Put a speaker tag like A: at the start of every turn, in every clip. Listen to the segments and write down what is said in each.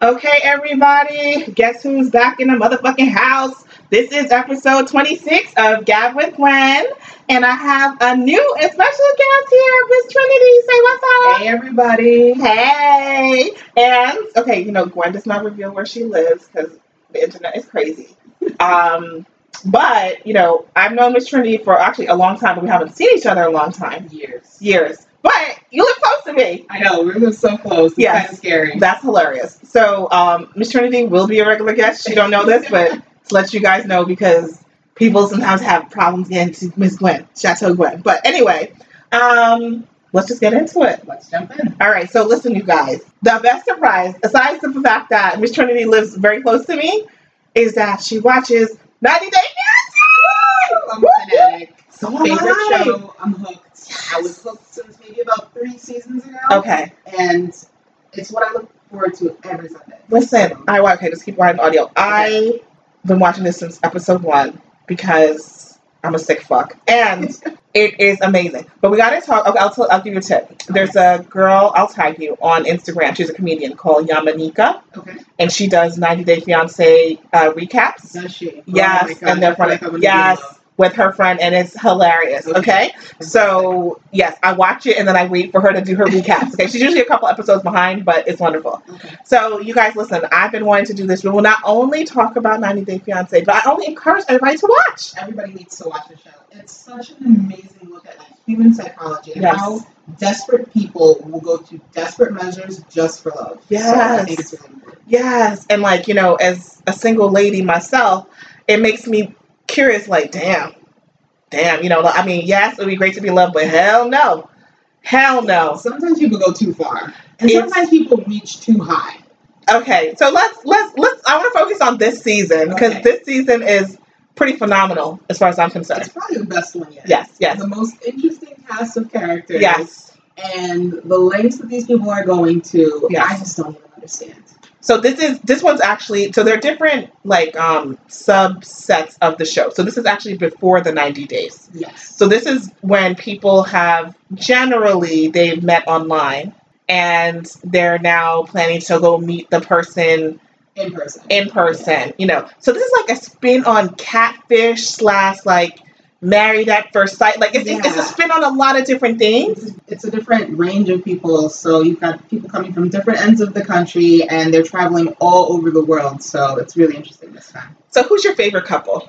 A: Okay, everybody, guess who's back in the motherfucking house? This is episode 26 of Gab with Gwen, and I have a new and special guest here, Miss Trinity. Say what's
B: Hey everybody.
A: up. Hey, and okay, you know, Gwen does not reveal where she lives because the internet is crazy. Um, but you know, I've known Miss Trinity for actually a long time, but we haven't seen each other in a long time
B: Years.
A: years. But you live close to me.
B: I know, we live so close. It's
A: Yes.
B: kind of scary.
A: That's hilarious. So um, Miss Trinity will be a regular guest. She don't know this, but to let you guys know because people sometimes have problems getting to Miss Gwen, Chateau Gwen. But anyway, um, let's just get into it.
B: Let's jump in.
A: All right, so listen, you guys. The best surprise, aside from the fact that Miss Trinity lives very close to me, is that she watches 90 Day Fiancé.
B: I'm a fanatic.
A: So am
B: Favorite
A: I.
B: show. I'm hooked. I was hooked since maybe about three seasons ago.
A: Okay,
B: And it's what I look forward to every Sunday.
A: listen. I wa- okay. Just keep riding audio. I've been watching this since episode one because I'm a sick fuck, and it is amazing. But we gotta talk. Okay, I'll tell, I'll give you a tip. There's a girl. I'll tag you on Instagram. She's a comedian called Yamanika,
B: Okay.
A: and she does 90 Day Fiance uh, recaps.
B: Does she?
A: Yes,
B: Oh my God.
A: and
B: I
A: they're
B: feel
A: funny.
B: like I'm gonna be
A: yes,
B: in love.
A: with her friend, and it's hilarious. Okay.
B: Okay.
A: so yes, I watch it and then I wait for her to do her recaps. Okay, she's usually a couple episodes behind, but it's wonderful.
B: Okay.
A: So you guys, listen, I've been wanting to do this. We will not only talk about 90 Day Fiance, but I only encourage everybody to watch.
B: Everybody needs to watch the show. It's such an amazing look at like human psychology and
A: Yes.
B: how desperate people will go to desperate measures just for love. So I
A: Yes.
B: think it's really important.
A: Yes, and like you know, as a single lady myself, it makes me curious. Like, damn, damn, you know. I mean, yes, it would be great to be loved, but hell no, hell no.
B: Sometimes people go too far, and
A: It's-
B: sometimes people reach too high.
A: Okay, so let's let's let's. I want to focus on this season because
B: Okay.
A: this season is pretty phenomenal as far as I'm
B: That's
A: concerned.
B: probably the best one yet.
A: Yes, yes,
B: The most interesting cast of characters.
A: yes.
B: And the lengths that these people are going to,
A: Yes.
B: I just don't even understand.
A: So this is this one's actually so they're different like um subsets of the show. So this is actually before the 90 days.
B: Yes.
A: So this is when people have generally they've met online and they're now planning to go meet the person
B: in person.
A: in person, you know. So this is like a spin on catfish slash like married at first sight. Like it's, it's- it's a
B: Yeah.
A: spin on a lot of different things.
B: It's, it's a different range of people. So you've got people coming from different ends of the country, and they're traveling all over the world. So it's really interesting this time.
A: So who's your favorite couple?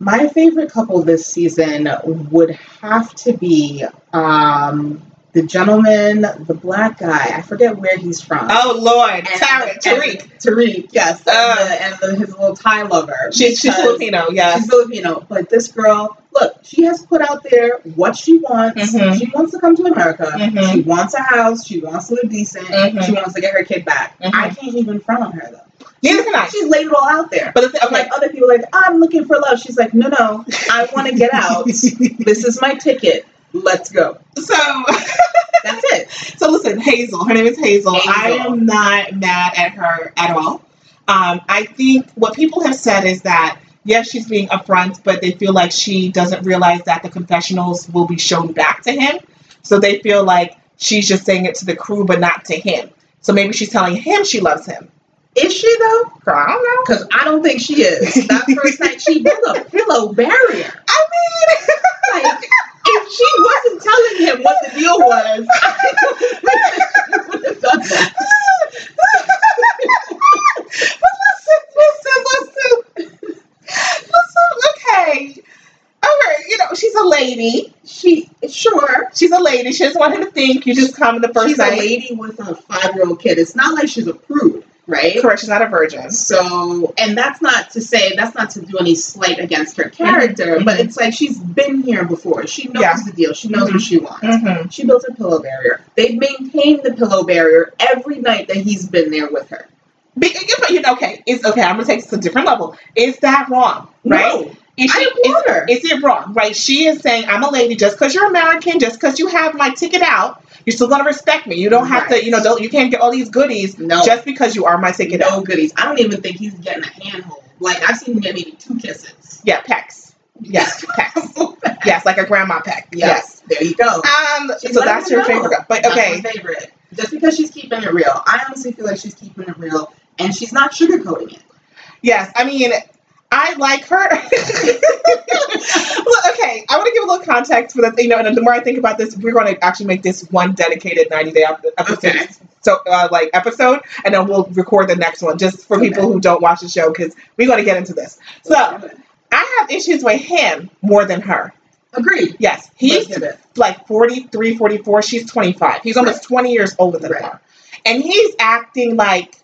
B: My favorite couple this season would have to be um, the gentleman, the black guy. I forget where he's from.
A: Oh Lord,
B: And-
A: Tara,
B: and-
A: Tariq.
B: Tariq, yes. And,
A: Oh.
B: the, and the, his little Thai lover.
A: She's she's
B: because
A: Filipino, yes.
B: She's Filipino. But this girl, look, she has put out there what she wants.
A: Mhm.
B: She wants to come to America.
A: Mhm.
B: She wants a house. She wants to live decent.
A: Mhm.
B: She wants to get her kid back.
A: Mhm.
B: I can't even front on her, though.
A: Neither can I.
B: She's laid it all out there.
A: But the thing,
B: I'm
A: okay,
B: like other people are like I'm looking for love. She's like, no, no, I want to get out. this is my ticket. Let's go.
A: so
B: That's it.
A: so listen, Hazel. Her name is Hazel.
B: Hazel.
A: I am not mad at her at all. Um, I think what people have said is that yes, she's being upfront, but they feel like she doesn't realize that the confessionals will be shown back to him. So they feel like she's just saying it to the crew, but not to him. So maybe she's telling him she loves him.
B: Is she though?
A: Girl, I don't know.
B: Because I don't think she is. That first night she built a pillow barrier.
A: I mean,
B: Like if she wasn't telling him what the deal was, she would have done that.
A: listen, listen, listen, listen. Okay, all right. You know, she's a lady.
B: She sure.
A: She's a lady. She doesn't want him to think you just come the first
B: she's
A: night.
B: a lady with a five-year-old kid. It's not like she's a prude, right?
A: Correct. She's not a virgin.
B: So, and that's not to say that's not to do any slight against her character,
A: Mhm.
B: but it's like she's been here before. She knows
A: Yeah.
B: the deal. She knows
A: Mhm.
B: what she wants.
A: Mm-hmm.
B: She built a pillow barrier. They've maintained the pillow barrier every night that he's been there with her.
A: But you know, okay, it's okay. I'm gonna take this to a different level. Is that wrong? Right?
B: No,
A: Is
B: I
A: she- is,
B: applaud her.
A: is it wrong? Right? She is saying, "I'm a lady. Just because you're American, just because you have my ticket out, you're still gonna respect me. You don't have to.
B: Right.
A: You know, don't, you can't get all these goodies
B: No,
A: just because you are my ticket out.
B: no goodies. I don't even think he's getting a handhold. Like I've seen him get maybe two kisses.
A: Yeah, pecks. Yes, pecks. Yes, like a grandma peck. Yes.
B: yes, there you go.
A: Um.
B: She's
A: so
B: letting
A: that's
B: him
A: your
B: know.
A: favorite. But
B: That's
A: okay.
B: my favorite. Just because she's keeping it real, I honestly feel like she's keeping it real, and she's not sugarcoating it.
A: Yes, I mean, I like her. Look, okay, I want to give a little context for that. You know, and the more I think about this, we're going to actually make this one dedicated ninety day ep- episode.
B: Okay.
A: So, uh, like episode, and then we'll record the next one just for people
B: Okay.
A: who don't watch the show because we're going to get into this. So, I have issues with him more than her.
B: agreed.
A: Yes, he's
B: Prohibit.
A: like 43, 44. She's 25. He's almost 20 years older than
B: Right.
A: her. And he's acting like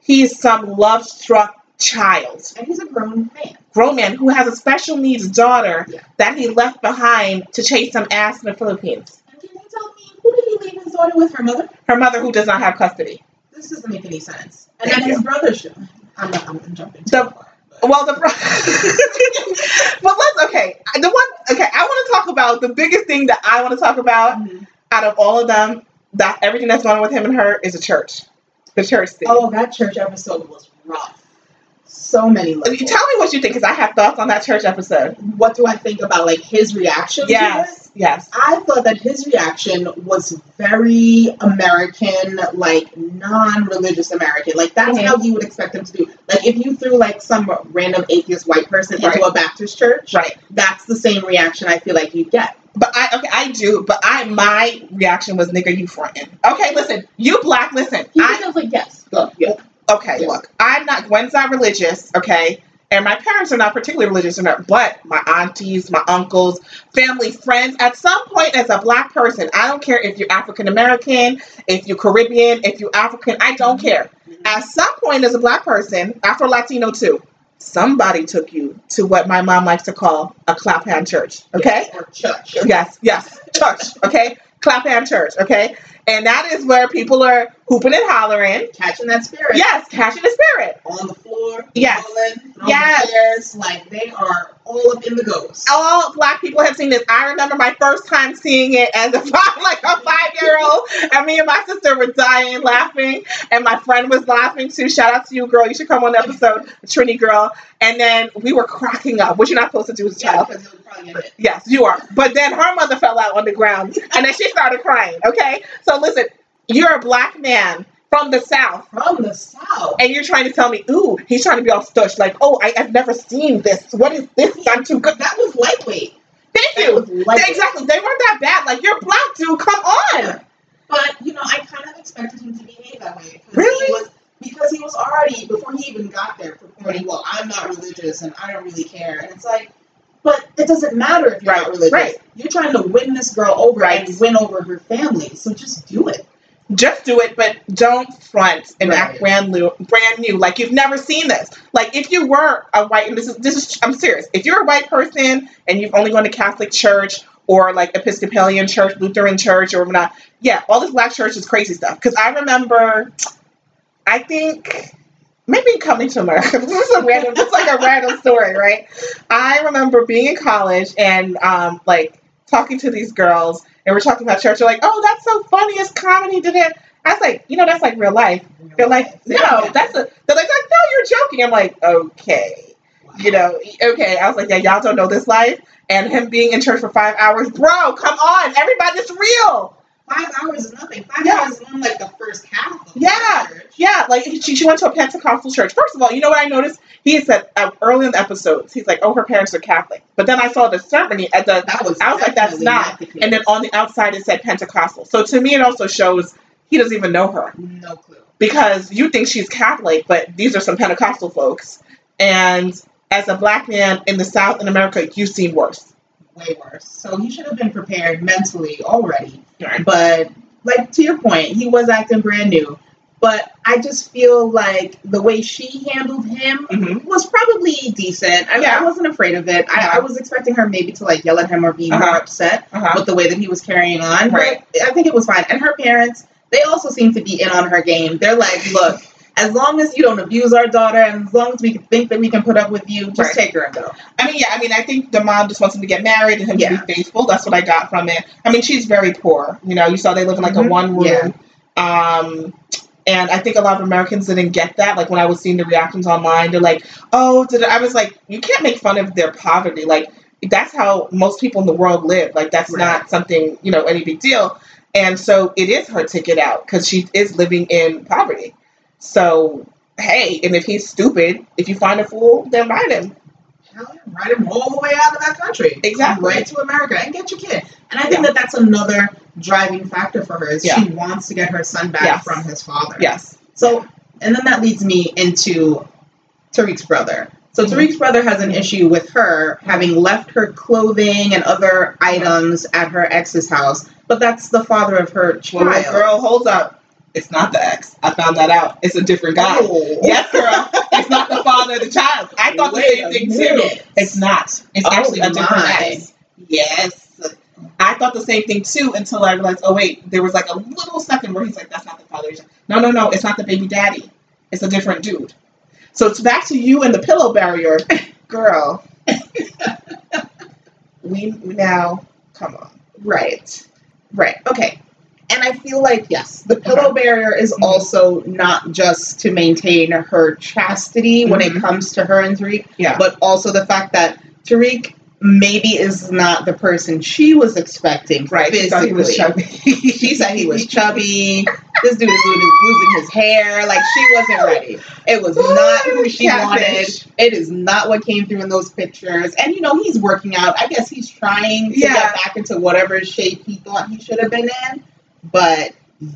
A: he's some love struck child,
B: and he's a grown man.
A: grown man who has a special needs daughter
B: Yeah.
A: that he left behind to chase some ass in the Philippines.
B: And can you tell me who did he leave his daughter with? Her mother?
A: Her mother, who does not have custody.
B: This doesn't make any sense. And
A: Thank
B: then his brother should. I'm, not, I'm, I'm jumping. too
A: The-
B: far, but-
A: Well, the. but let's, okay. The one, okay, I want to talk about the biggest thing that I want to talk about
B: Mhm.
A: out of all of them, that everything that's going on with him and her is a church. The church thing.
B: Oh, that church episode was rough. So many
A: Tell
B: levels.
A: me what you think, because I have thoughts on that church episode.
B: what do I think about like his reaction? to this?
A: Yes, yes.
B: I thought that his reaction was very American, like non-religious American. Like that's
A: Mhm.
B: how you would expect him to do. Like if you threw like some random atheist white person
A: Right.
B: into a Baptist church,
A: Right,
B: that's the same reaction I feel like you get.
A: but I okay, I do, but I my reaction was nigga, you frontin'. Okay, listen, you black, listen.
B: He
A: I
B: just was like, yes, look, yeah.
A: okay,
B: Yeah.
A: look, I'm not Gwen's not religious, okay, and my parents are not particularly religious, or not, but my aunties, my uncles, family, friends. At some point, as a black person, I don't care if you're African American, if you're Caribbean, if you're African, I don't care. at some point as a black person, Afro Latino too, somebody took you to what my mom likes to call a clap hand church. Okay?
B: Or church.
A: Yes, yes, church. Okay? Clap hand church. Okay? And that is where people are hooping and hollering.
B: Catching that spirit.
A: Yes, catching the spirit.
B: On the floor.
A: Yes.
B: rolling, on the
A: Yes.
B: chairs, Like they are all up in the ghost.
A: All black people have seen this. I remember my first time seeing it as a five, like a five year old, and me and my sister were dying laughing, and my friend was laughing too. Shout out to you, girl. You should come on the episode, Trini girl. And then we were cracking up, which you're not supposed to do as a child.
B: Yeah, because it was probably a hit.
A: Yes, you are. But then her mother fell out on the ground and then she started crying. Okay? So listen, you're a black man from the South
B: From the south.
A: and you're trying to tell me, ooh, he's trying to be all stush, like, oh, I, I've never seen this. What is this? I'm too good.
B: That was lightweight.
A: Thank
B: That
A: you.
B: was lightweight.
A: exactly. They weren't that bad. Like, you're black, dude. Come on.
B: But you know, I kind of expected him to behave that way. 'cause
A: Really?
B: He was, because he was already before he even got there purporting, well, I'm not religious and I don't really care, and it's like, but it doesn't matter if you're
A: Right,
B: not religious.
A: right.
B: You're trying to win this girl over
A: Right.
B: and win over her family, so just do it.
A: Just do it, but don't front and
B: Right.
A: act brand new, brand new. Like you've never seen this. Like if you were a white, and this is this is, I'm serious. If you're a white person and you've only gone to Catholic church or like Episcopalian church, Lutheran church, or not, yeah, all this black church is crazy stuff. Because I remember, I think maybe coming to America. this is a random, it's like a random story, right? I remember being in college and um, like talking to these girls, and we're talking about church. They're like, "Oh, that's so funny! It's comedy." Did it? I was like, "You know, that's like real life." They're like, "No, that's a." They're like, "No, you're joking." I'm like, "Okay." you know, okay. I was like, yeah, y'all don't know this life. And him being in church for five hours, bro, come on, everybody, it's real.
B: Five hours is nothing. Five
A: Yeah.
B: hours is on like the first half. Of the
A: Yeah.
B: church.
A: Yeah, like she, she went to a Pentecostal church. First of all, you know what I noticed? He had said uh, early in the episodes, he's like, oh, her parents are Catholic. But then I saw the ceremony at the,
B: That was.
A: I was like, that's
B: definitely
A: not.
B: the case.
A: and then on the outside it said Pentecostal. So to me, it also shows he doesn't even know her
B: no clue.
A: because you think she's Catholic, but these are some Pentecostal folks. And as a black man in the South in America, you've seen worse.
B: Way worse. So he should have been prepared mentally already.
A: Right.
B: But like to your point, he was acting brand new. But I just feel like the way she handled him
A: hmm
B: was probably decent. I,
A: Yeah.
B: I wasn't afraid of it. I, I was expecting her maybe to like yell at him or be
A: Uh-huh.
B: more upset
A: Uh-huh.
B: with the way that he was carrying on.
A: Right.
B: But I think it was fine. And her parents, they also seem to be in on her game. They're like, look. As long as you don't abuse our daughter, and as long as we can think that we can put up with you, just
A: Right.
B: take her and go.
A: I mean, yeah, I mean, I think the mom just wants him to get married and him
B: Yeah.
A: to be faithful. That's what I got from it. I mean, she's very poor. You know, you saw they live in like a
B: Mhm.
A: one room.
B: Yeah.
A: Um, and I think a lot of Americans didn't get that. Like when I was seeing the reactions online, they're like, "Oh, did I?" I was like, "You can't make fun of their poverty. Like that's how most people in the world live. Like that's
B: Right.
A: not something you know any big deal." And so it is her ticket out because she is living in poverty. So hey, and if he's stupid, if you find a fool, then ride him.
B: Hell yeah, ride him all the way out of that country.
A: Exactly.
B: Right to America and get your kid. And I think
A: Yeah.
B: that that's another driving factor for her is
A: Yeah.
B: she wants to get her son back
A: Yes.
B: from his father.
A: Yes.
B: So, and then that leads me into Tariq's brother. So
A: Mhm.
B: Tariq's brother has an issue with her having left her clothing and other items at her ex's house, but that's the father of her
A: Well,
B: child.
A: my girl, hold up. It's not the ex. I found that out. It's a different guy.
B: Oh.
A: Yes, girl. it's not the father of the child. I thought
B: Wait
A: the same
B: a
A: thing too.
B: minute.
A: It's not. It's
B: Oh,
A: actually a different
B: my.
A: ex. Yes. I thought the same thing too until I realized, oh wait, there was like a little second where he's like, that's not the father. No, no, no, it's not the baby daddy. It's a different dude. So it's back to you and the pillow barrier, girl. we now come on.
B: Right. Right. Okay. And I feel like, yes, Mm-hmm. the pillow barrier is
A: Mhm.
B: also not just to maintain her chastity when it
A: Mhm.
B: comes to her and Tariq,
A: Yeah.
B: but also the fact that Tariq maybe is not the person she was expecting.
A: Right. She thought he was
B: physically.
A: chubby.
B: She said he was chubby. this dude is losing, losing his hair. Like, she wasn't ready. It was not who she wanted.
A: Catfish.
B: It is not what came through in those pictures. And you know, he's working out. I guess he's trying to
A: Yeah.
B: get back into whatever shape he thought he should have been in. But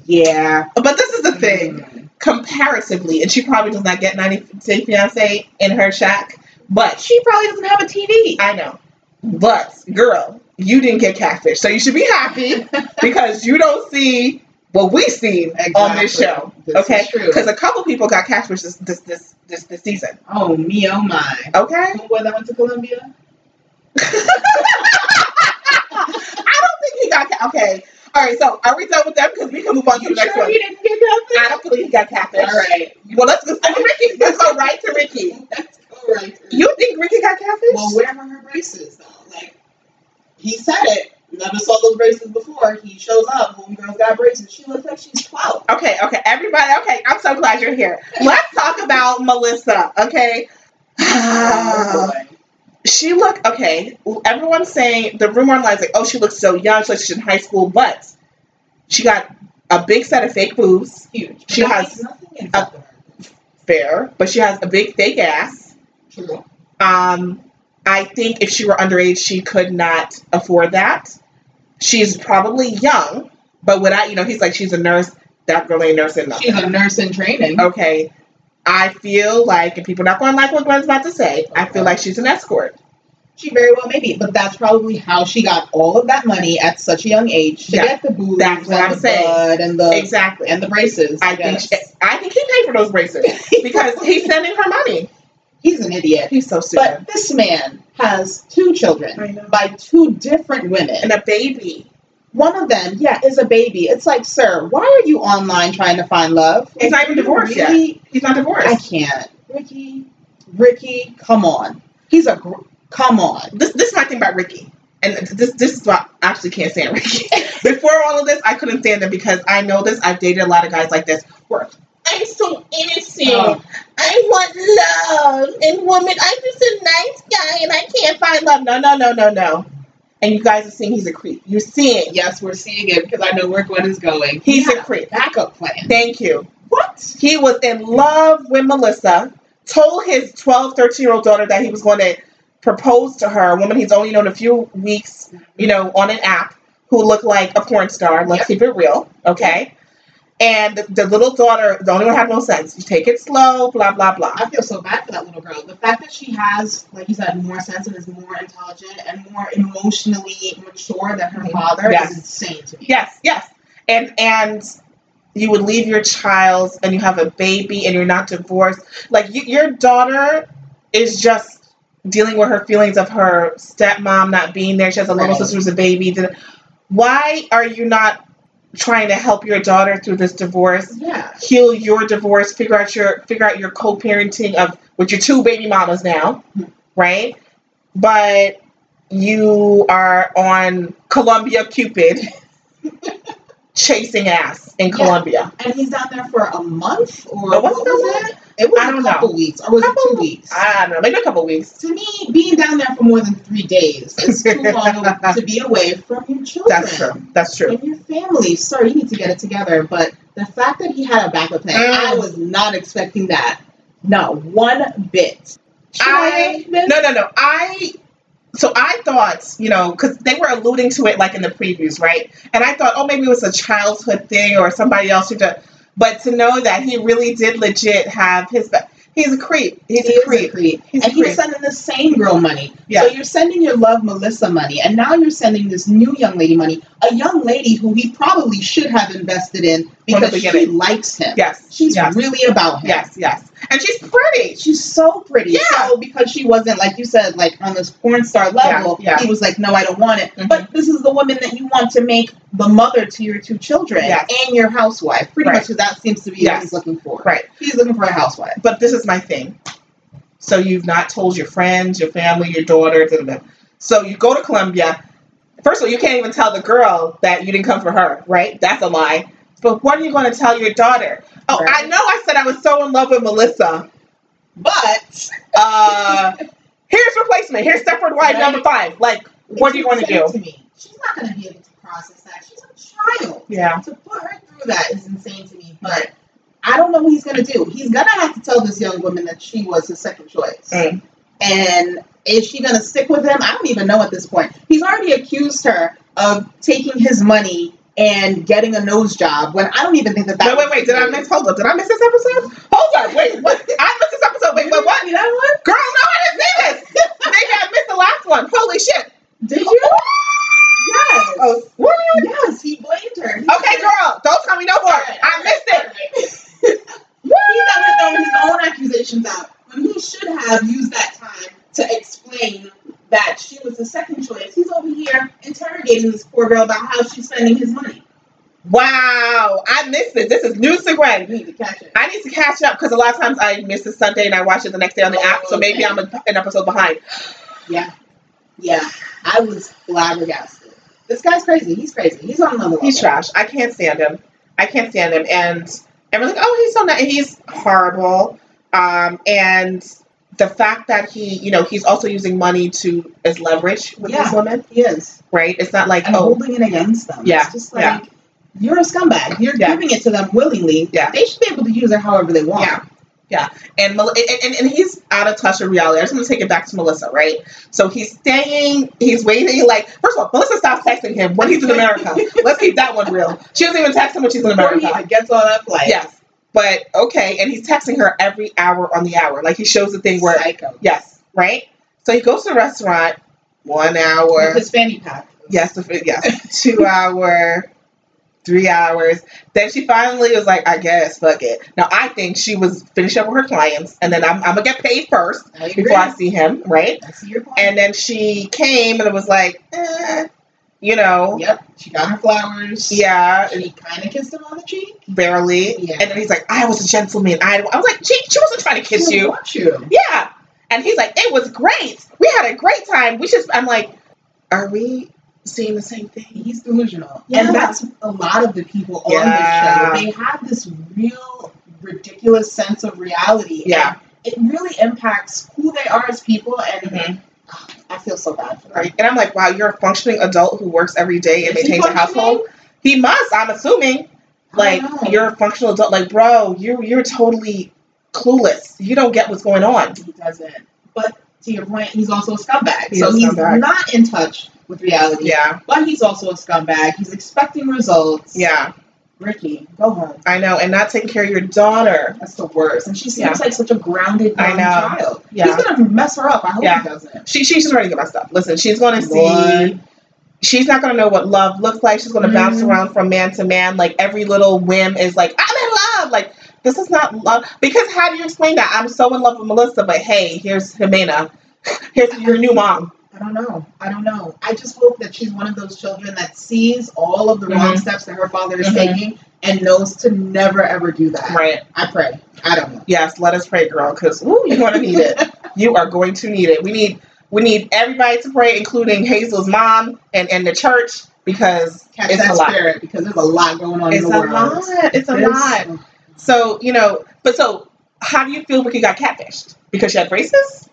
B: yeah.
A: But this is the thing. comparatively, and she probably does not get 90 Day Fiance in her shack, but
B: She probably doesn't have a TV.
A: I know. But, girl, you didn't get catfish. So you should be happy because you don't see what we see on this
B: Exactly.
A: show.
B: This
A: okay?
B: is true.
A: Because a couple people got catfish this, this, this, this, this season.
B: Oh me, oh my.
A: Okay?
B: Homeboy that went to Columbia?
A: I don't think he got ca- Okay. All right, so are we done with them? Because we can move on to the next one.
B: you didn't get nothing?
A: I don't believe he got catfish.
B: All right.
A: Well, let's go. I mean, Ricky, let's go right to Ricky.
B: That's all right.
A: You think Ricky got catfish?
B: Well, where were her braces though? Like he said it. Never saw those braces before. He shows up. Homegirl's got braces. She looks like she's twelve.
A: Okay, okay, everybody. Okay, I'm so glad you're here. Let's talk about Melissa. Okay,
B: Oh, boy.
A: she look okay. Everyone's saying the rumor online is like, oh, she looks so young. She looks she's in high school, but she got a big set of fake boobs.
B: huge.
A: She
B: That
A: has-
B: means nothing in South America.
A: Fair, but she has a big fake ass.
B: True.
A: Um, I think if she were underage, she could not afford that. She's probably young, but without you know, he's like, she's a nurse. That girl ain't nursing nothing.
B: She's a nurse in training.
A: okay, I feel like, and people not going to like what Gwen's about to say, I feel like she's an escort.
B: She very well may be, but that's probably how she got all of that money at such a young age to
A: Yeah.
B: get the boobs
A: That's what
B: and
A: I'm
B: the
A: saying.
B: bud and the
A: Exactly.
B: and the braces.
A: I think
B: yes.
A: she, I think he paid for those braces because he's sending her money.
B: he's an idiot.
A: He's so stupid.
B: But this man has two children
A: know.
B: by two different women.
A: And a baby.
B: One of them, yeah, is a baby. It's like, sir, why are you online trying to find love?
A: He's not even divorced yet.
B: Ricky,
A: He's not
B: I
A: divorced.
B: can't. Ricky, Ricky, come on. He's a gr- come on.
A: This this is my thing about Ricky. And this this is why I actually can't stand Ricky. Before all of this, I couldn't stand him because I know this. I've dated a lot of guys like this. Where I'm so innocent.
B: Oh.
A: I want love and woman. I'm just a nice guy and I can't find love. No, no, no, no, no. And you guys are seeing he's a creep. You're seeing
B: Yes, we're seeing it because I know where Gwen is going.
A: he's
B: Yeah.
A: a creep.
B: backup plan.
A: Thank you. What? He was in love with Melissa, told his 12, 13 year old daughter that he was going to propose to her, a woman he's only known a few weeks, you know, on an app who looked like a porn star. Let's keep it real, okay? And the, the little daughter, the only one had no sense. You take it slow, blah, blah, blah.
B: I feel so bad for that little girl. The fact that she has, like you said, more sense and is more intelligent and more emotionally mature than her
A: Mhm.
B: father
A: Yes.
B: is insane to me.
A: Yes, yes. And and you would leave your child and you have a baby and you're not divorced. Like you, your daughter is just dealing with her feelings of her stepmom not being there. She has a little
B: Right.
A: sister who's a baby. The- Why are you not trying to help your daughter through this divorce?
B: Yeah.
A: Heal your divorce, figure out your figure out your co-parenting of with your two baby mamas now, right? But you are on Columbia Cupid chasing ass in
B: Yeah.
A: Colombia.
B: And he's down there for a month or
A: But
B: what
A: wasn't that
B: was it? It was
A: I
B: a
A: don't
B: couple weeks. Or was it
A: Couple-
B: two weeks?
A: I don't know, maybe a couple weeks.
B: to me, being down there for more than three days is too long to be away from your children.
A: That's true. That's true.
B: And your family. Sorry, you need to get it together. But the fact that he had a backup plan,
A: Mm.
B: I was not expecting that. Not one bit. Should
A: I-
B: admit?
A: No, no, no. I so I thought, you know, because they were alluding to it like in the previews, right? And I thought, oh, maybe it was a childhood thing or somebody else who did. But to know that he really did legit have his, ba- he's a creep. He's
B: He
A: a
B: is
A: creep. He's
B: and
A: a
B: he was
A: creep.
B: sending the same girl money.
A: Yeah.
B: So you're sending your love Melissa money, and now you're sending this new young lady money, a young lady who he probably should have invested in because she
A: beginning.
B: likes him.
A: yes,
B: She's
A: yes,
B: really about him.
A: yes, yes. And she's pretty.
B: She's so pretty.
A: Yeah.
B: So because she wasn't like you said, like on this porn star level,
A: Yeah, yeah.
B: he was like, "No, I don't want it."
A: Mhm.
B: But this is the woman that you want to make the mother to your two children
A: Yes.
B: and your housewife. Pretty
A: Right.
B: much, what that seems to be what
A: Yes.
B: he's looking for.
A: Right.
B: He's looking for a housewife.
A: But this is my thing. So you've not told your friends, your family, your daughter. Da, da, da. So you go to Columbia. First of all, you can't even tell the girl that you didn't come for her, right? That's a lie. But what are you going to tell your daughter? Oh, I
B: Right.
A: know I said I was so in love with Melissa.
B: But
A: Uh, here's replacement. Here's Stepford Wife
B: Right.
A: number five. Like, what are you going to do?
B: To me, she's not going to be able to process that. She's a child.
A: Yeah.
B: To put her through that is insane to me. But I don't know what he's going to do. He's going to have to tell this young woman that she was his second choice.
A: Mm.
B: And is she going to stick with him? I don't even know at this point. He's already accused her of taking his money and getting a nose job when I don't even think that that.
A: Wait, wait, wait. Did I miss? Hold up. Did I miss this episode? Hold up. Wait, what? I missed this episode. Wait, wait, what?
B: You know what?
A: Girl, no, I didn't see this. Maybe I missed the last one. Holy shit.
B: Did you? Yes.
A: Oh, what?
B: Yes, he blamed her. He
A: Okay,
B: said-
A: girl, don't tell me no more. I missed it.
B: He's out here throwing his own accusations out when he should have used that time to explain that she was the second choice. He's over here interrogating this poor girl about how she's spending his money.
A: Wow, I missed it. This is news to
B: You
A: Gwen.
B: need to catch it.
A: I need to catch up because a lot of times I miss it Sunday and I watch it the next day on the app, so maybe I'm a, an episode behind.
B: Yeah, I was flabbergasted. This guy's crazy. He's crazy. He's on another level.
A: He's trash. I can't stand him. I can't stand him. And everyone's like, oh, he's so nice. He's horrible. Um, and the fact that he, you know, he's also using money to as leverage with
B: Yeah.
A: these women,
B: He is.
A: right? It's not like,
B: And
A: oh,
B: holding it against them.
A: Yeah,
B: It's just like,
A: yeah.
B: you're a scumbag. You're
A: Yeah.
B: giving it to them willingly.
A: Yeah.
B: They should be able to use it however they want.
A: Yeah. and, Mel- and and and he's out of touch with reality. I'm just gonna take it back to Melissa, right? So he's staying, he's waiting. Like first of all, Melissa stops texting him when he's in America. Let's keep that one real. She doesn't even text him when she's in
B: Before he
A: America.
B: even gets on that flight.
A: Yes, but okay, and he's texting her every hour on the hour. Like he shows the thing where
B: Psycho.
A: yes, right. So he goes to a restaurant one hour.
B: With his fanny pack.
A: Yes, the food- yes. Two hour, three hours. Then she finally was like, I guess, fuck it. Now I think she was finishing up with her clients and then I'm, I'm gonna get paid first
B: I agree.
A: before I see him, right?
B: I see your point.
A: And then she came and it was like, eh, you know,
B: yep, she got her flowers.
A: yeah,
B: she kind of kissed him on the cheek.
A: barely.
B: Yeah.
A: And then he's like, I was a gentleman. I, I was like, she, she wasn't trying to kiss
B: She
A: you.
B: wants you.
A: Yeah. And he's like, it was great. We had a great time. We just, I'm like, are we seeing the same thing?
B: He's delusional,
A: Yeah.
B: and that's a lot of the people on
A: Yeah.
B: this show. They have this real ridiculous sense of reality.
A: Yeah.
B: it really impacts who they are as people, and ah,
A: Mhm.
B: I feel so bad for them.
A: Right. And I'm like, wow, you're a functioning adult who works every day and
B: Is he
A: maintains a household. He must, I'm assuming.
B: I
A: Like,
B: don't know.
A: you're a functional adult. Like, bro, you you're totally clueless. You don't get what's going on.
B: he doesn't. But to your point, he's also a scumbag.
A: He
B: so
A: is a
B: he's
A: scumbag.
B: not in touch with reality.
A: Yeah.
B: But he's also a scumbag. He's expecting results.
A: Yeah.
B: Ricky, go home.
A: I know. And not taking care of your daughter.
B: That's the worst. And she seems
A: Yeah.
B: like such a grounded
A: I
B: young
A: know.
B: child.
A: Yeah.
B: He's gonna mess her up. I hope
A: Yeah.
B: he doesn't.
A: She she's just ready to get messed up. Listen, she's gonna see
B: Lord.
A: she's not gonna know what love looks like. She's gonna bounce
B: Mhm.
A: around from man to man. Like every little whim is like, I'm in love. Like this is not love because how do you explain that? I'm so in love with Melissa, but hey, here's Jimena. Here's your new mom.
B: I don't know. I don't know. I just hope that she's one of those children that sees all of the wrong
A: Mhm.
B: steps that her father is
A: Mhm.
B: taking and knows to never ever do that.
A: Right.
B: I pray. I don't know.
A: Yes, let us pray, girl, because you're gonna need it. You are going to need it. We need we need everybody to pray, including Hazel's mom and, and the church, because
B: Catch
A: It's
B: that
A: a lot.
B: spirit because there's a lot going on
A: it's
B: in
A: a
B: the world.
A: lot. It's a lot. So, you know, but so how do you feel Ricky got catfished? Because she had braces?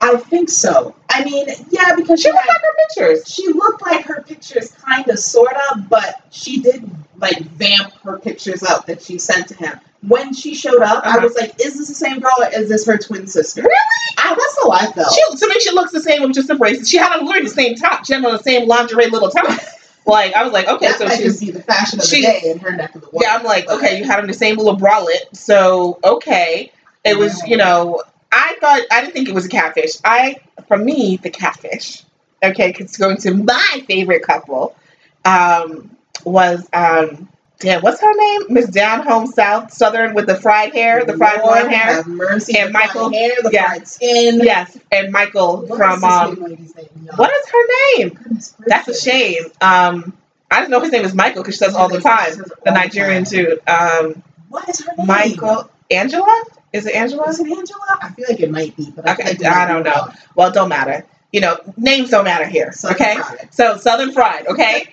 B: I think so. I mean, yeah, because
A: She
B: she
A: looked like her pictures.
B: she looked like her pictures kind of sorta but she did like vamp her pictures up that she sent to him when she showed up, I
A: Uh-huh.
B: was like, is this the same girl or is this her twin sister?
A: Really?
B: I, that's how I felt.
A: She, to me, she looks the same with just the braces. She had on literally the same top. She had on the same lingerie little top. Like I was like, okay,
B: that
A: so
B: might
A: she's
B: just be the fashion of
A: she-
B: the day in her neck of the woods.
A: Yeah, I'm like,
B: but-
A: okay, you had on the same little bralette, so okay. It was, you know, I thought I didn't think it was a catfish. I, for me, the catfish. Okay, it's going to my favorite couple. Um, was um, damn, what's her name? Miss Down Home South Southern with the fried hair, the fried
B: Lord
A: blonde hair.
B: Have mercy.
A: And
B: the fried
A: Michael-
B: hair, the
A: yeah.
B: fried skin.
A: Yes, and Michael
B: What is
A: from
B: this
A: um,
B: young lady's name? Y'all?
A: what is her name?
B: Goodness
A: That's a
B: gracious.
A: shame. Um, I didn't know his name is Michael because she does all the time. The Nigerian too. Um,
B: What is her name?
A: Michael Angela. Is it Angela?
B: Was it Angela? I feel like it might be, but
A: Okay,
B: I, feel like it
A: I
B: might
A: don't
B: be
A: know.
B: wrong.
A: Well, it don't matter. You know, names don't matter here.
B: So
A: okay.
B: I tried.
A: So Southern Fried. Okay.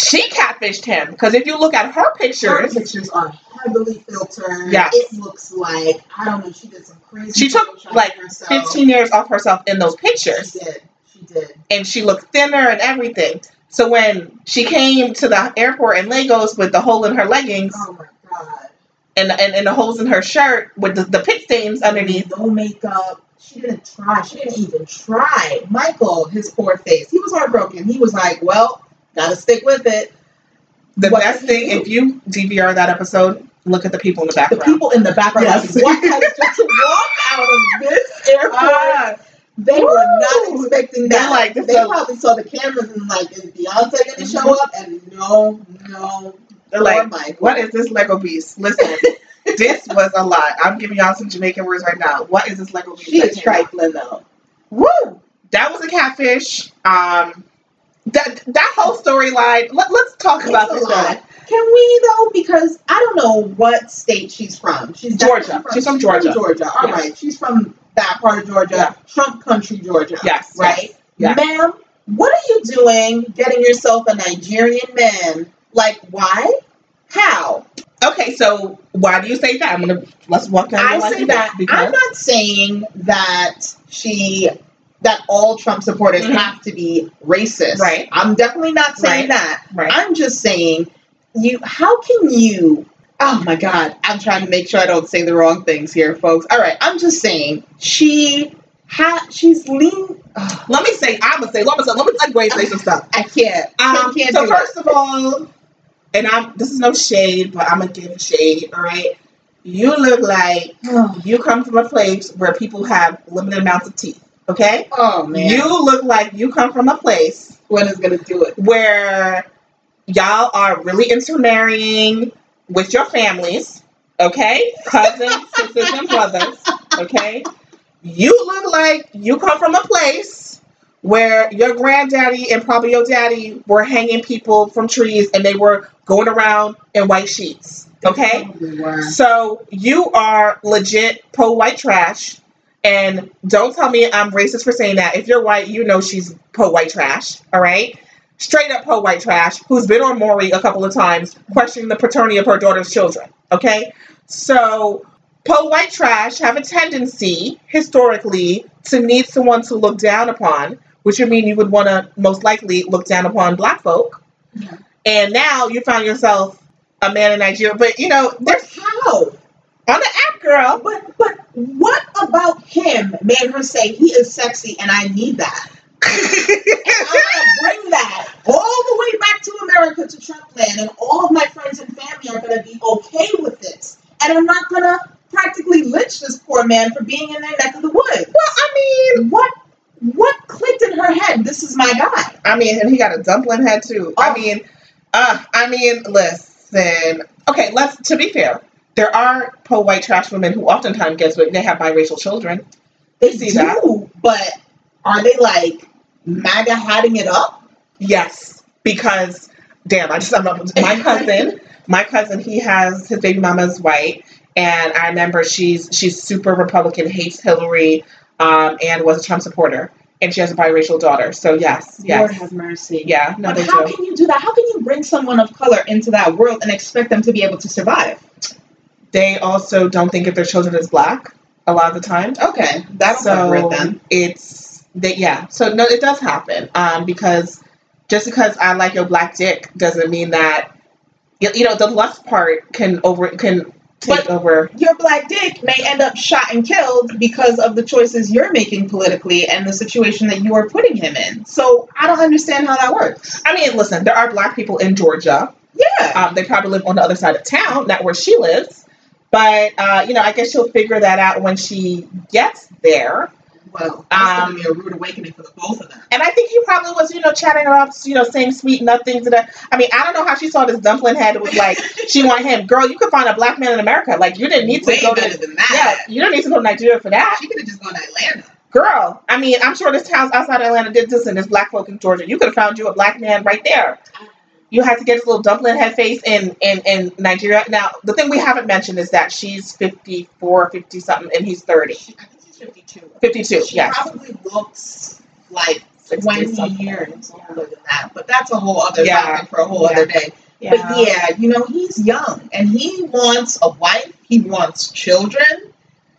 A: she catfished him because if you look at her
B: Her
A: pictures,
B: pictures are heavily filtered.
A: Yes.
B: It looks like I don't know. She did some crazy.
A: She took,
B: Photoshop
A: like,
B: herself.
A: fifteen years off herself in those pictures,
B: She did. She did.
A: and she looked thinner and everything. So when she came to the airport in Lagos with the hole in her leggings
B: Oh my god.
A: and and, and the holes in her shirt with the, the pit stains underneath,
B: No makeup. She didn't try. She didn't even try. Michael, his poor face. He was heartbroken. He was like, well, gotta stick with it.
A: the
B: What
A: best
B: did
A: thing
B: he do?
A: if you DVR that episode, look at the people in the
B: The
A: background.
B: people in the background,
A: Yes.
B: like, what has just walked out of this airport?
A: Ah,
B: They were not
A: Woo!
B: expecting
A: They're
B: that.
A: like, this
B: they
A: is-
B: probably saw the cameras and like, is Beyonce
A: Mm-hmm.
B: gonna show up? And no, no,
A: they're
B: poor
A: like,
B: Michael.
A: What is this Lego beast? Listen, this was a lot. I'm giving y'all some Jamaican words right now. What is this Lego beast?
B: She
A: that
B: is
A: came out?
B: trifling though.
A: Woo! That was a catfish. Um, that that whole storyline. Let, let's talk about
B: It's
A: this.
B: a lot.
A: story.
B: Can we though? Because I don't know what state she's from. She's
A: Georgia.
B: definitely
A: She's from Georgia.
B: Georgia. All right.
A: Yeah.
B: She's from that part of Georgia.
A: Yeah.
B: Trump country, Georgia.
A: Yes.
B: Right.
A: yes.
B: Ma'am, what are you doing? Getting yourself a Nigerian man? Like why? How?
A: Okay. So why do you say that? I'm gonna let's walk down. the
B: I
A: line
B: say
A: here
B: that I'm
A: because
B: not saying that she that all Trump supporters
A: Mhm.
B: have to be racist.
A: Right.
B: I'm definitely not saying
A: Right.
B: that.
A: right.
B: I'm just saying, you. How can you? Oh my God! I'm trying to make sure I don't say the wrong things here, folks. All right, I'm just saying she ha She's lean. ugh,
A: let me say. I'm gonna say. Let me say. Let me let Grace say some stuff.
B: I can't.
A: Um,
B: I can't
A: so
B: do that.
A: first of all, and I'm this is no shade, but I'm gonna give shade. All right. You look like
B: Oh,
A: You come from a place where people have limited amounts of teeth, okay?
B: oh, man,
A: You look like you come from a place
B: one is gonna do it.
A: where y'all are really intermarrying with your families, okay? Cousins, sisters, and brothers, okay? You look like you come from a place where your granddaddy and probably your daddy were hanging people from trees and they were going around in white sheets, okay?
B: Probably were.
A: So you are legit po white trash, and don't tell me I'm racist for saying that. If you're white, you know she's po white trash. All right, straight up po white trash. Who's been on Maury a couple of times, questioning the paternity of her daughter's children. Okay, so po white trash have a tendency historically to need someone to look down upon, which would mean you would want to most likely look down upon black folk.
B: Yeah.
A: And now you found yourself. A man in Nigeria, but you know, there's
B: But how?
A: on the app, girl.
B: But but what about him made her say he is sexy and I need that? I'm gonna bring that all the way back to America to Trump land, and all of my friends and family are gonna be okay with this. And I'm not gonna practically lynch this poor man for being in their neck of the woods.
A: well, I mean,
B: What what clicked in her head? This is my guy.
A: I mean, and he got a dumpling head too. I
B: Oh.
A: mean, uh, I mean, listen. Okay, let's. To be fair, there are po white trash women who oftentimes guess what they have biracial children.
B: They
A: See that?
B: do, but are they like MAGA hiding it up?
A: Yes, because damn, I just I'm not, my cousin. My cousin, he has his baby mama's white, and I remember she's she's super Republican, hates Hillary, um, and was a Trump supporter, and she has a biracial daughter. So yes,
B: Lord
A: yes,
B: have mercy.
A: yeah, no,
B: but
A: they
B: how
A: do.
B: can you do that? How can you bring someone of color into that world and expect them to be able to survive?
A: they also don't think if their children is black a lot of the time.
B: Okay, that's
A: so
B: so, then.
A: it's that yeah. So no, it does happen. Um, because just because I like your black dick doesn't mean that you, you know the lust part can over can take over.
B: Your black dick may end up shot and killed because of the choices you're making politically and the situation that you are putting him in. So I don't understand how that works.
A: I mean, listen, there are black people in Georgia.
B: Yeah.
A: Um, they probably live on the other side of town, not where she lives. But uh, you know, I guess she'll figure that out when she gets there.
B: Well,
A: that's
B: that's
A: gonna
B: going to be a rude awakening for the both of them.
A: And I think he probably was, you know, chatting her up, you know, saying sweet nothings. And that. I mean, I don't know how she saw this dumpling head. It was like she wanted him. Girl, you could find a black man in America. Like you didn't need to
B: Way
A: go
B: better
A: to.
B: than
A: Yeah,
B: that.
A: you don't need to go to Nigeria for that.
B: She could have just gone to Atlanta.
A: Girl, I mean, I'm sure this house outside Atlanta did this and this black folk in Georgia. You could have found you a black man right there. You had to get this little dumpling head face in, in, in Nigeria. Now, the thing we haven't mentioned is that she's 54, 50 something, and he's 30.
B: She, I think she's 52.
A: 52,
B: She
A: yes.
B: probably looks like
A: 60
B: 20
A: something.
B: years older than that, but that's a whole other
A: Yeah.
B: topic for a whole other day. But yeah, you know, he's young and he wants a wife, he wants children,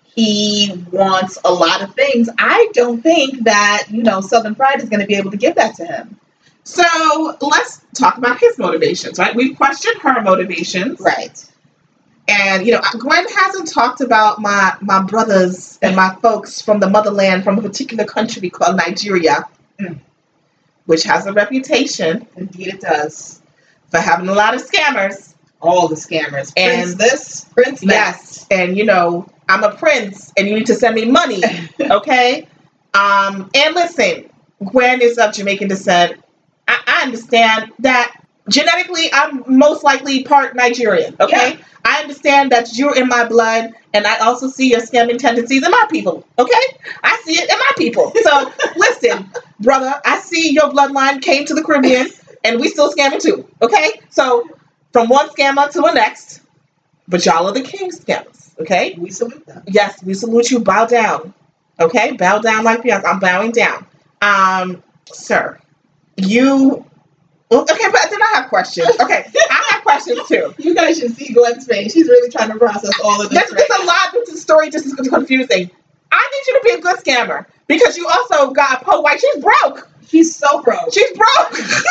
B: he wants a lot of things. I don't think that, you know, Southern Pride is going to be able to give that to him.
A: So let's talk about his motivations, right? We've questioned her motivations.
B: Right.
A: And, you know, Gwen hasn't talked about my, my brothers and my folks from the motherland, from a particular country called Nigeria,
B: Mm.
A: which has a reputation
B: Indeed, it does.
A: for having a lot of scammers.
B: All the scammers.
A: And-
B: Prince this, Prince that.
A: Yes, and you know, I'm a prince and you need to send me money, okay? Um, and listen, Gwen is of Jamaican descent. I, I understand that genetically I'm most likely part Nigerian, okay? I understand that you're in my blood and I also see your scamming tendencies in my people, okay? I see it in my people. So listen, brother, I see your bloodline came to the Caribbean and we still scamming too, okay? So from one scammer to the next, but y'all are the king scammers, okay?
B: We salute them.
A: Yes, we salute you. Bow down. Okay? Bow down like Beyonce. I'm bowing down. Um, sir, you. Well, Okay, but then I have questions. Okay, I have questions too.
B: You guys should see Gwen's face. She's really trying to process all of this.
A: There's,
B: right
A: there's a lot to the story, just is confusing. I need you to be a good scammer because you also got a po white. She's broke.
B: now. He's so broke.
A: She's broke.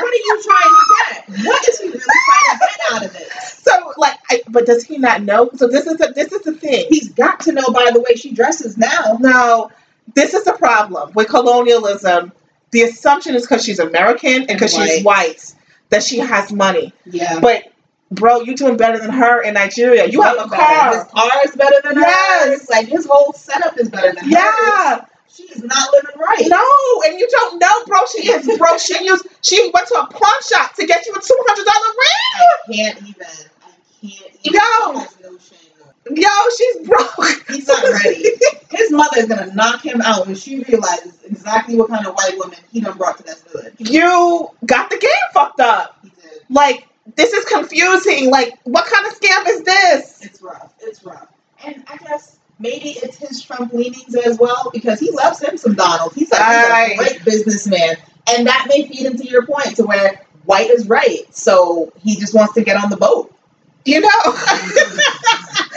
B: What are you trying to get? What is he really trying to get out of this?
A: so like, I, but does he not know? So this is the, this is the thing.
B: He's got to know by the way she dresses now.
A: No, this is the problem with colonialism. The assumption is because she's American and because she's
B: White.
A: white that she has money.
B: Yeah.
A: But bro, you're doing better than her in Nigeria. You have a
B: His
A: car.
B: car is better than
A: Yes.
B: hers. Like his whole setup is better than hers.
A: Yeah,
B: She's not living right.
A: no, and you don't know, bro. She is bro. She used she went to a pawn shop to get you a two hundred dollar
B: I can't even. I can't even.
A: No.
B: Has no shame.
A: ring. Yo, she's broke.
B: He's not ready. His mother is gonna knock him out when she realizes exactly what kind of white woman he done brought to this village.
A: You got the game fucked up.
B: He did.
A: Like this is confusing. Like what kind of scam is this?
B: It's rough. It's rough. And I guess maybe it's his Trump leanings as well because he loves him some Donald. He's like
A: Right.
B: he's a great businessman, and that may feed into your point to where white is right, so he just wants to get on the boat.
A: You know,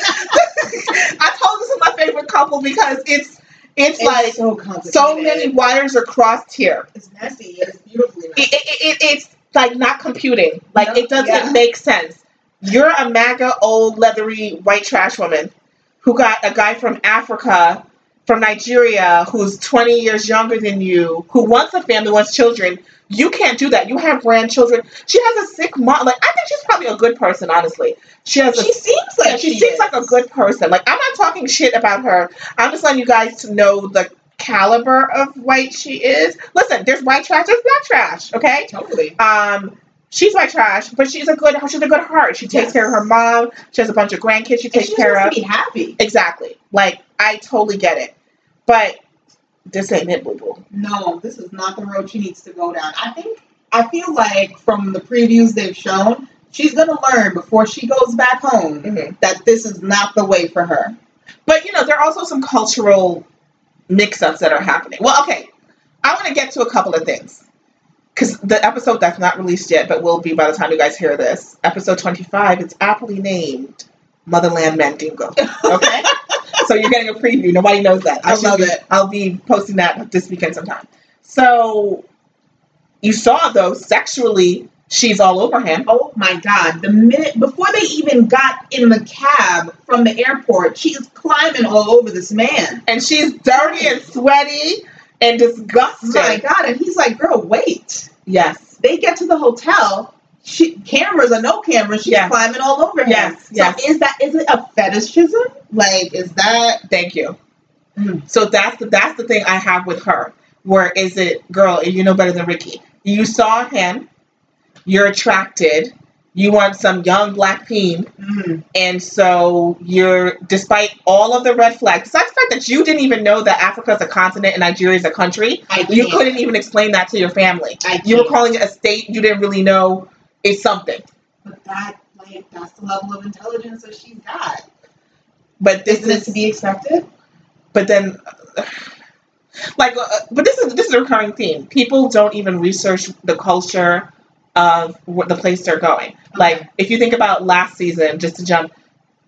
A: I told this is my favorite couple because it's it's,
B: It's
A: like
B: so
A: so,
B: complicated.
A: many wires are crossed here.
B: It's messy. It's beautifully
A: It,
B: messy.
A: it, it, it's like not computing. Like
B: No,
A: it doesn't
B: yeah.
A: make sense. You're a MAGA old leathery white trash woman who got a guy from Africa, from Nigeria, who's 20 years younger than you, who wants a family, wants children. You can't do that. You have grandchildren. She has a sick mom. Like I think she's probably a good person, honestly. She has a
B: She seems like
A: yeah, she, seems
B: is.
A: like a good person. Like I'm not talking shit about her. I'm just letting you guys to know the caliber of white she is. Listen, there's white trash, there's black trash. Okay.
B: totally.
A: Um, she's white trash, but she's a good. She's a good heart. She takes
B: Yes.
A: care of her mom. She has a bunch of grandkids. She
B: And
A: takes
B: she
A: care of.
B: wants to be happy.
A: Exactly. Like I totally get it, but this ain't it, boo boo.
B: no, this is not the road she needs to go down. I think I feel like from the previews they've shown, she's gonna learn before she goes back home
A: Mhm.
B: that this is not the way for her.
A: But you know, there are also some cultural mix-ups that are happening. Well, okay, I want to get to a couple of things because the episode that's not released yet, but will be by the time you guys hear this, episode twenty-five. It's aptly named "Motherland Mandingo." Okay, so you're getting a preview. Nobody knows that.
B: I
A: should
B: love
A: be-
B: it.
A: I'll be posting that this weekend sometime. So you saw those sexually She's all over him.
B: Oh my God. The minute before they even got in the cab from the airport, she is climbing all over this man.
A: And she's dirty and sweaty and disgusting.
B: Oh My God. And he's like, girl, wait.
A: Yes.
B: They get to the hotel. She, cameras or no cameras, she's
A: Yes.
B: climbing all over him.
A: Yes,
B: So
A: yes.
B: is that is it a fetishism? Like, is that
A: Thank you.
B: Mm.
A: So that's the that's the thing I have with her. Where is it, girl? You know better than Ricky. You saw him. You're attracted. You want some young black peen
B: mm,
A: And so you're, despite all of the red flags, despite the fact that you didn't even know that Africa is a continent and Nigeria is a country,
B: I
A: you
B: can't.
A: couldn't even explain that to your family.
B: I
A: You were
B: can't.
A: calling it a state you didn't really know is something.
B: But that like that's the level of intelligence that she's got.
A: But this
B: Isn't it
A: is,
B: to be expected?
A: but then, like, uh, but this is this is a recurring theme. People don't even research the culture of what the place they're going. Like, if you think about last season, just to jump,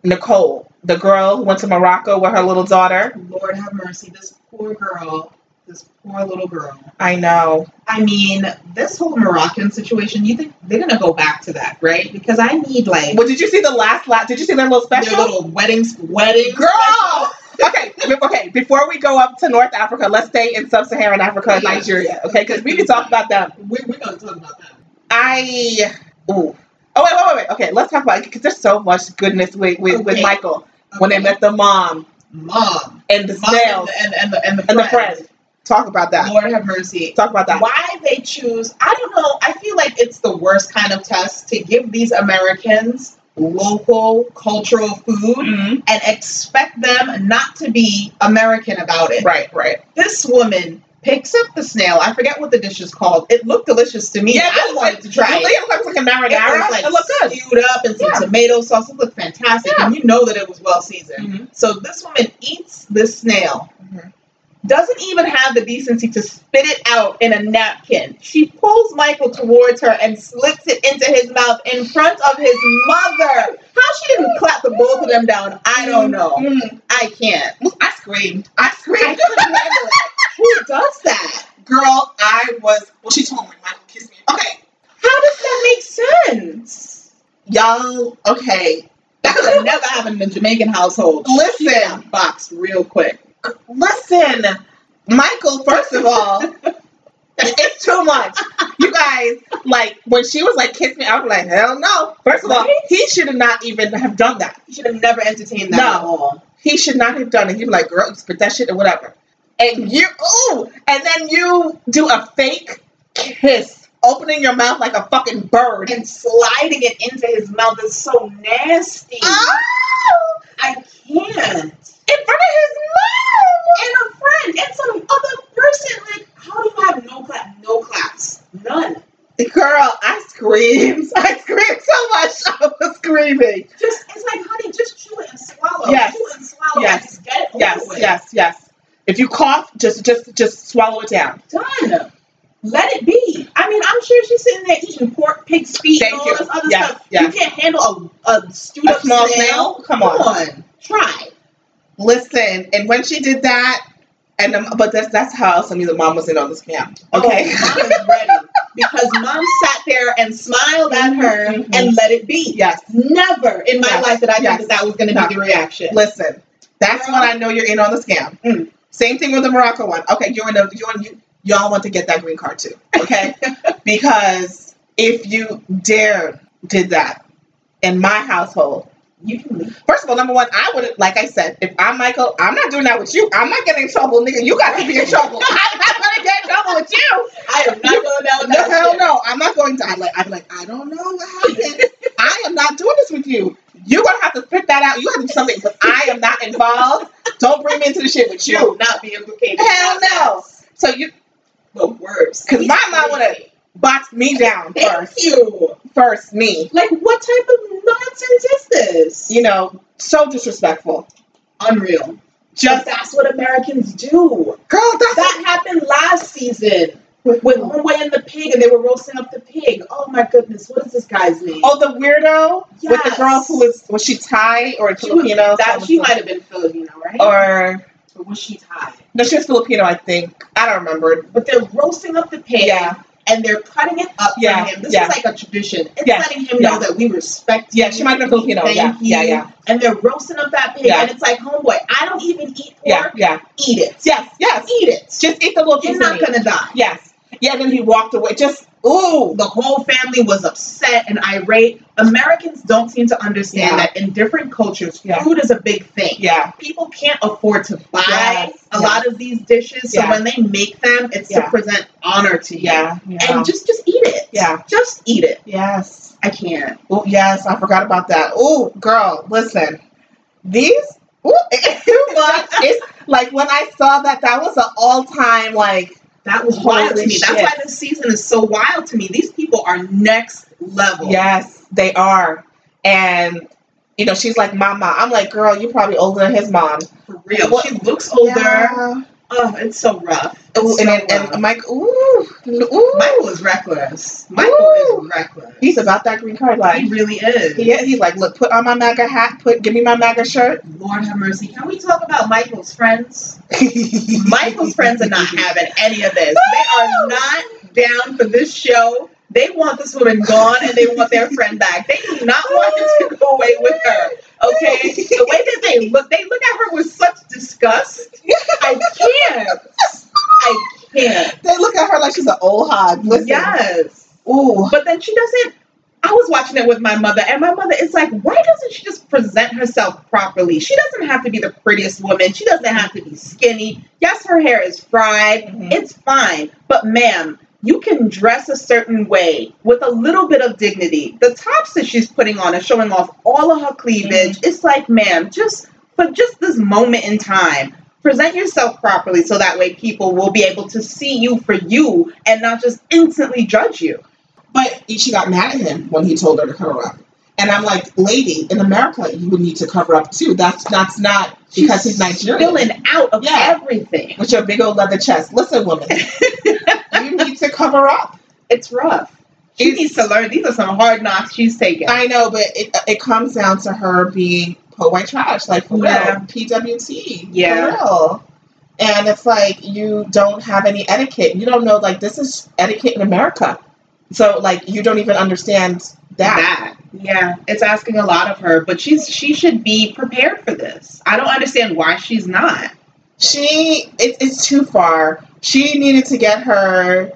A: Nicole, the girl who went to Morocco with her little daughter.
B: Lord have mercy, this poor girl, this poor little girl.
A: I know.
B: I mean, this whole Moroccan situation, you think they're gonna go back to that, right? Because I need like
A: Well, did you see the last lap? Did you see their little
B: their
A: special?
B: little wedding wedding
A: Girl! okay, be- okay. Before we go up to North Africa, let's stay in sub-Saharan Africa, and
B: Yes.
A: Nigeria, okay? Because we can talk about them.
B: special. We're, we're gonna talk about that.
A: I ooh. Oh wait, wait, wait, wait. Okay, let's talk about because there's so much goodness with with, with
B: Okay.
A: Michael when they
B: Okay.
A: met the mom
B: mom,
A: and the
B: mom
A: snails
B: and, and, and the and the
A: and the
B: friend.
A: friend. Talk about that.
B: Lord have mercy.
A: Talk about that.
B: Why they choose? I don't know. I feel like it's the worst kind of test to give these Americans local cultural food
A: Mhm.
B: and expect them not to be American about it.
A: Right, right.
B: This woman picks up the snail. I forget what the dish is called. It looked delicious to me. I
A: it was
B: wanted to try
A: like,
B: it.
A: It looked like a
B: It was
A: marinara.
B: like
A: It, looked good.
B: stewed up and some
A: Yeah.
B: tomato sauce. It looked fantastic,
A: Yeah.
B: and you know that it was well seasoned.
A: Mhm.
B: So this woman eats this snail
A: Mhm.
B: doesn't even have the decency to spit it out in a napkin. She pulls Michael towards her and slips it into his mouth in front of his mother. How she didn't clap the both of them down, I don't know.
A: Mhm.
B: I can't.
A: I screamed. I
B: Mm-hmm. I
A: screamed.
B: couldn't handle it. Who does that?
A: Girl, I was. Well, she told me Michael kissed me. Okay,
B: How does that make sense?
A: y'all. Okay,
B: That could have never happened in a Jamaican household. She
A: Listen.
B: got boxed real quick.
A: listen, Michael. First of all, it's too much. You guys, like when she was like kiss me, I was like hell no. First of all,
B: Right?
A: he should have not even have done that.
B: You should have never entertained
A: No.
B: that at all.
A: He should not have done it. He was like, girl, spit that shit or whatever. And you, ooh, and then you do a fake kiss, opening your mouth like a fucking bird.
B: And sliding it into his mouth is so nasty.
A: Oh,
B: I can't.
A: in front of his mom.
B: and a friend and some other person. Like, how do you have no clap? No claps. None.
A: Girl, I screamed. I screamed so much. I was screaming.
B: Just it's like, honey, just chew it and swallow.
A: Yes.
B: Chew it and swallow.
A: Yes.
B: Yes. Just get it over
A: Yes,
B: with.
A: yes, yes. If you cough, just just just swallow it down.
B: Done. Let it be. I mean, I'm sure she's sitting there eating pork, pig's feet,
A: Thank
B: and all
A: you.
B: this other
A: Yes,
B: stuff.
A: yes.
B: You can't handle a a stewed
A: A
B: up
A: small
B: snail.
A: snail? Come on.
B: on. Try.
A: Listen, and when she did that, and the, but that's that's how else I knew the mom was in on this scam. Okay.
B: Oh, mom is ready because mom sat there and smiled at her
A: Mhm.
B: and let it be.
A: Yes.
B: Never in my
A: Yes,
B: life did I think
A: yes.
B: that that was going to be the reaction.
A: Listen, that's when I know you're in on the scam.
B: Mm.
A: Same thing with the Morocco one. Okay, you're in the you're in, you y'all want to get that green card too. Okay, because if you dare did that in my household.
B: You can leave.
A: First of all, number one, I would like I said, if I'm Michael, I'm not doing that with you. I'm not getting in trouble, nigga. You got to be in trouble. I'm not gonna get in trouble with you.
B: I am not going down
A: No
B: that
A: hell
B: shit.
A: no. I'm not going to. I like. I'm like. I don't know what happened. I am not doing this with you. You're gonna have to spit that out. You have to do something, but I am not involved. Don't bring me into the shit with
B: You will
A: you.
B: not be implicated.
A: Hell no. So you
B: The worst.
A: 'Cause my mom would've- boxed me down
B: Thank
A: first.
B: you.
A: First me.
B: Like, what type of nonsense is this?
A: You know, so disrespectful.
B: Unreal. But
A: Just
B: that's what Americans do.
A: girl. That's
B: That happened last season with with Homeboy and the pig, and they were roasting up the pig. Oh my goodness, what is this guy's name?
A: Oh, the weirdo with the
B: Yes.
A: girl who was was she Thai or
B: she was,
A: Filipino?
B: that
A: Someone-
B: she might have been Filipino, right?
A: or
B: But was she Thai?
A: no, she was Filipino, I think. I don't remember.
B: But they're roasting up the pig.
A: Yeah.
B: and they're cutting it up
A: Yeah,
B: for him. This
A: yeah.
B: is like a tradition. It's
A: Yeah,
B: letting him
A: yeah.
B: know that we respect
A: Yeah,
B: you,
A: she might have been Filipino.
B: Thank
A: Yeah,
B: you.
A: yeah, yeah,
B: and they're roasting up that pig,
A: Yeah.
B: and it's like, homeboy, I don't even eat
A: yeah,
B: pork.
A: yeah.
B: Eat it.
A: Yes, yes.
B: Eat it.
A: Just eat the little piece
B: You're
A: of
B: not
A: meat.
B: gonna die.
A: Yes. Yeah, then he walked away. Just, ooh.
B: The whole family was upset and irate. Americans don't seem to understand
A: Yeah.
B: that in different cultures,
A: Yeah.
B: food is a big thing.
A: Yeah,
B: People can't afford to buy
A: Yes,
B: a
A: yes.
B: lot of these dishes, so
A: Yeah.
B: when they make them, it's
A: Yeah.
B: to present honor to you.
A: yeah, yeah.
B: And just just eat it.
A: Yeah.
B: Just eat it.
A: yes.
B: I can't.
A: Oh, yes. I forgot about that. Oh, girl, listen. These, ooh, it's too much. It's like when I saw that, that was an all time, like,
B: That was
A: Holy
B: wild to me.
A: shit.
B: That's why this season is so wild to me. These people are next level.
A: yes, they are. And, you know, she's like, Mama. I'm like, girl, you're probably older than his mom.
B: For real.
A: What-
B: She looks older.
A: Yeah.
B: Oh, it's so rough. It's
A: Ooh,
B: so
A: and, and,
B: rough.
A: and Mike, ooh, ooh.
B: Michael is reckless. Michael
A: Woo!
B: is reckless.
A: He's about that green card life.
B: he really is.
A: He, he's like, look, put on my MAGA hat, put give me my MAGA shirt.
B: Lord have mercy. Can we talk about Michael's friends? Michael's friends are not having any of this. They are not down for this show. They want this woman gone and they want their friend back. They do not want him to go away with her. Okay? The way that they look, they look at her with such disgust. I can't. I can't.
A: They look at her like she's an old hog. Listen,
B: Yes.
A: ooh,
B: But then she doesn't. I was watching it with my mother, and my mother is like, why doesn't she just present herself properly? She doesn't have to be the prettiest woman. She doesn't have to be skinny. Yes, her hair is fried.
A: Mhm.
B: It's fine. But, ma'am, you can dress a certain way with a little bit of dignity. The tops that she's putting on are showing off all of her cleavage. It's like, ma'am, just for just this moment in time, present yourself properly so that way people will be able to see you for you and not just instantly judge you.
A: but she got mad at him when he told her to cover up. And I'm like, lady, in America, you would need to cover up too. That's that's not because he's Nigerian
B: spilling out of
A: Yeah.
B: everything.
A: with your big old leather chest. Listen, woman, you need to cover up.
B: It's rough. She
A: It's-
B: needs to learn. These are some hard knocks she's taking.
A: I know, but it it comes down to her being po white trash, like for
B: Yeah.
A: real, PWT,
B: Yeah.
A: for real. And it's like you don't have any etiquette. You don't know like this is etiquette in America, so like you don't even understand that.
B: Yeah. It's asking a lot of her, but she's she should be prepared for this. I don't understand why she's not.
A: She it, it's too far. She needed to get her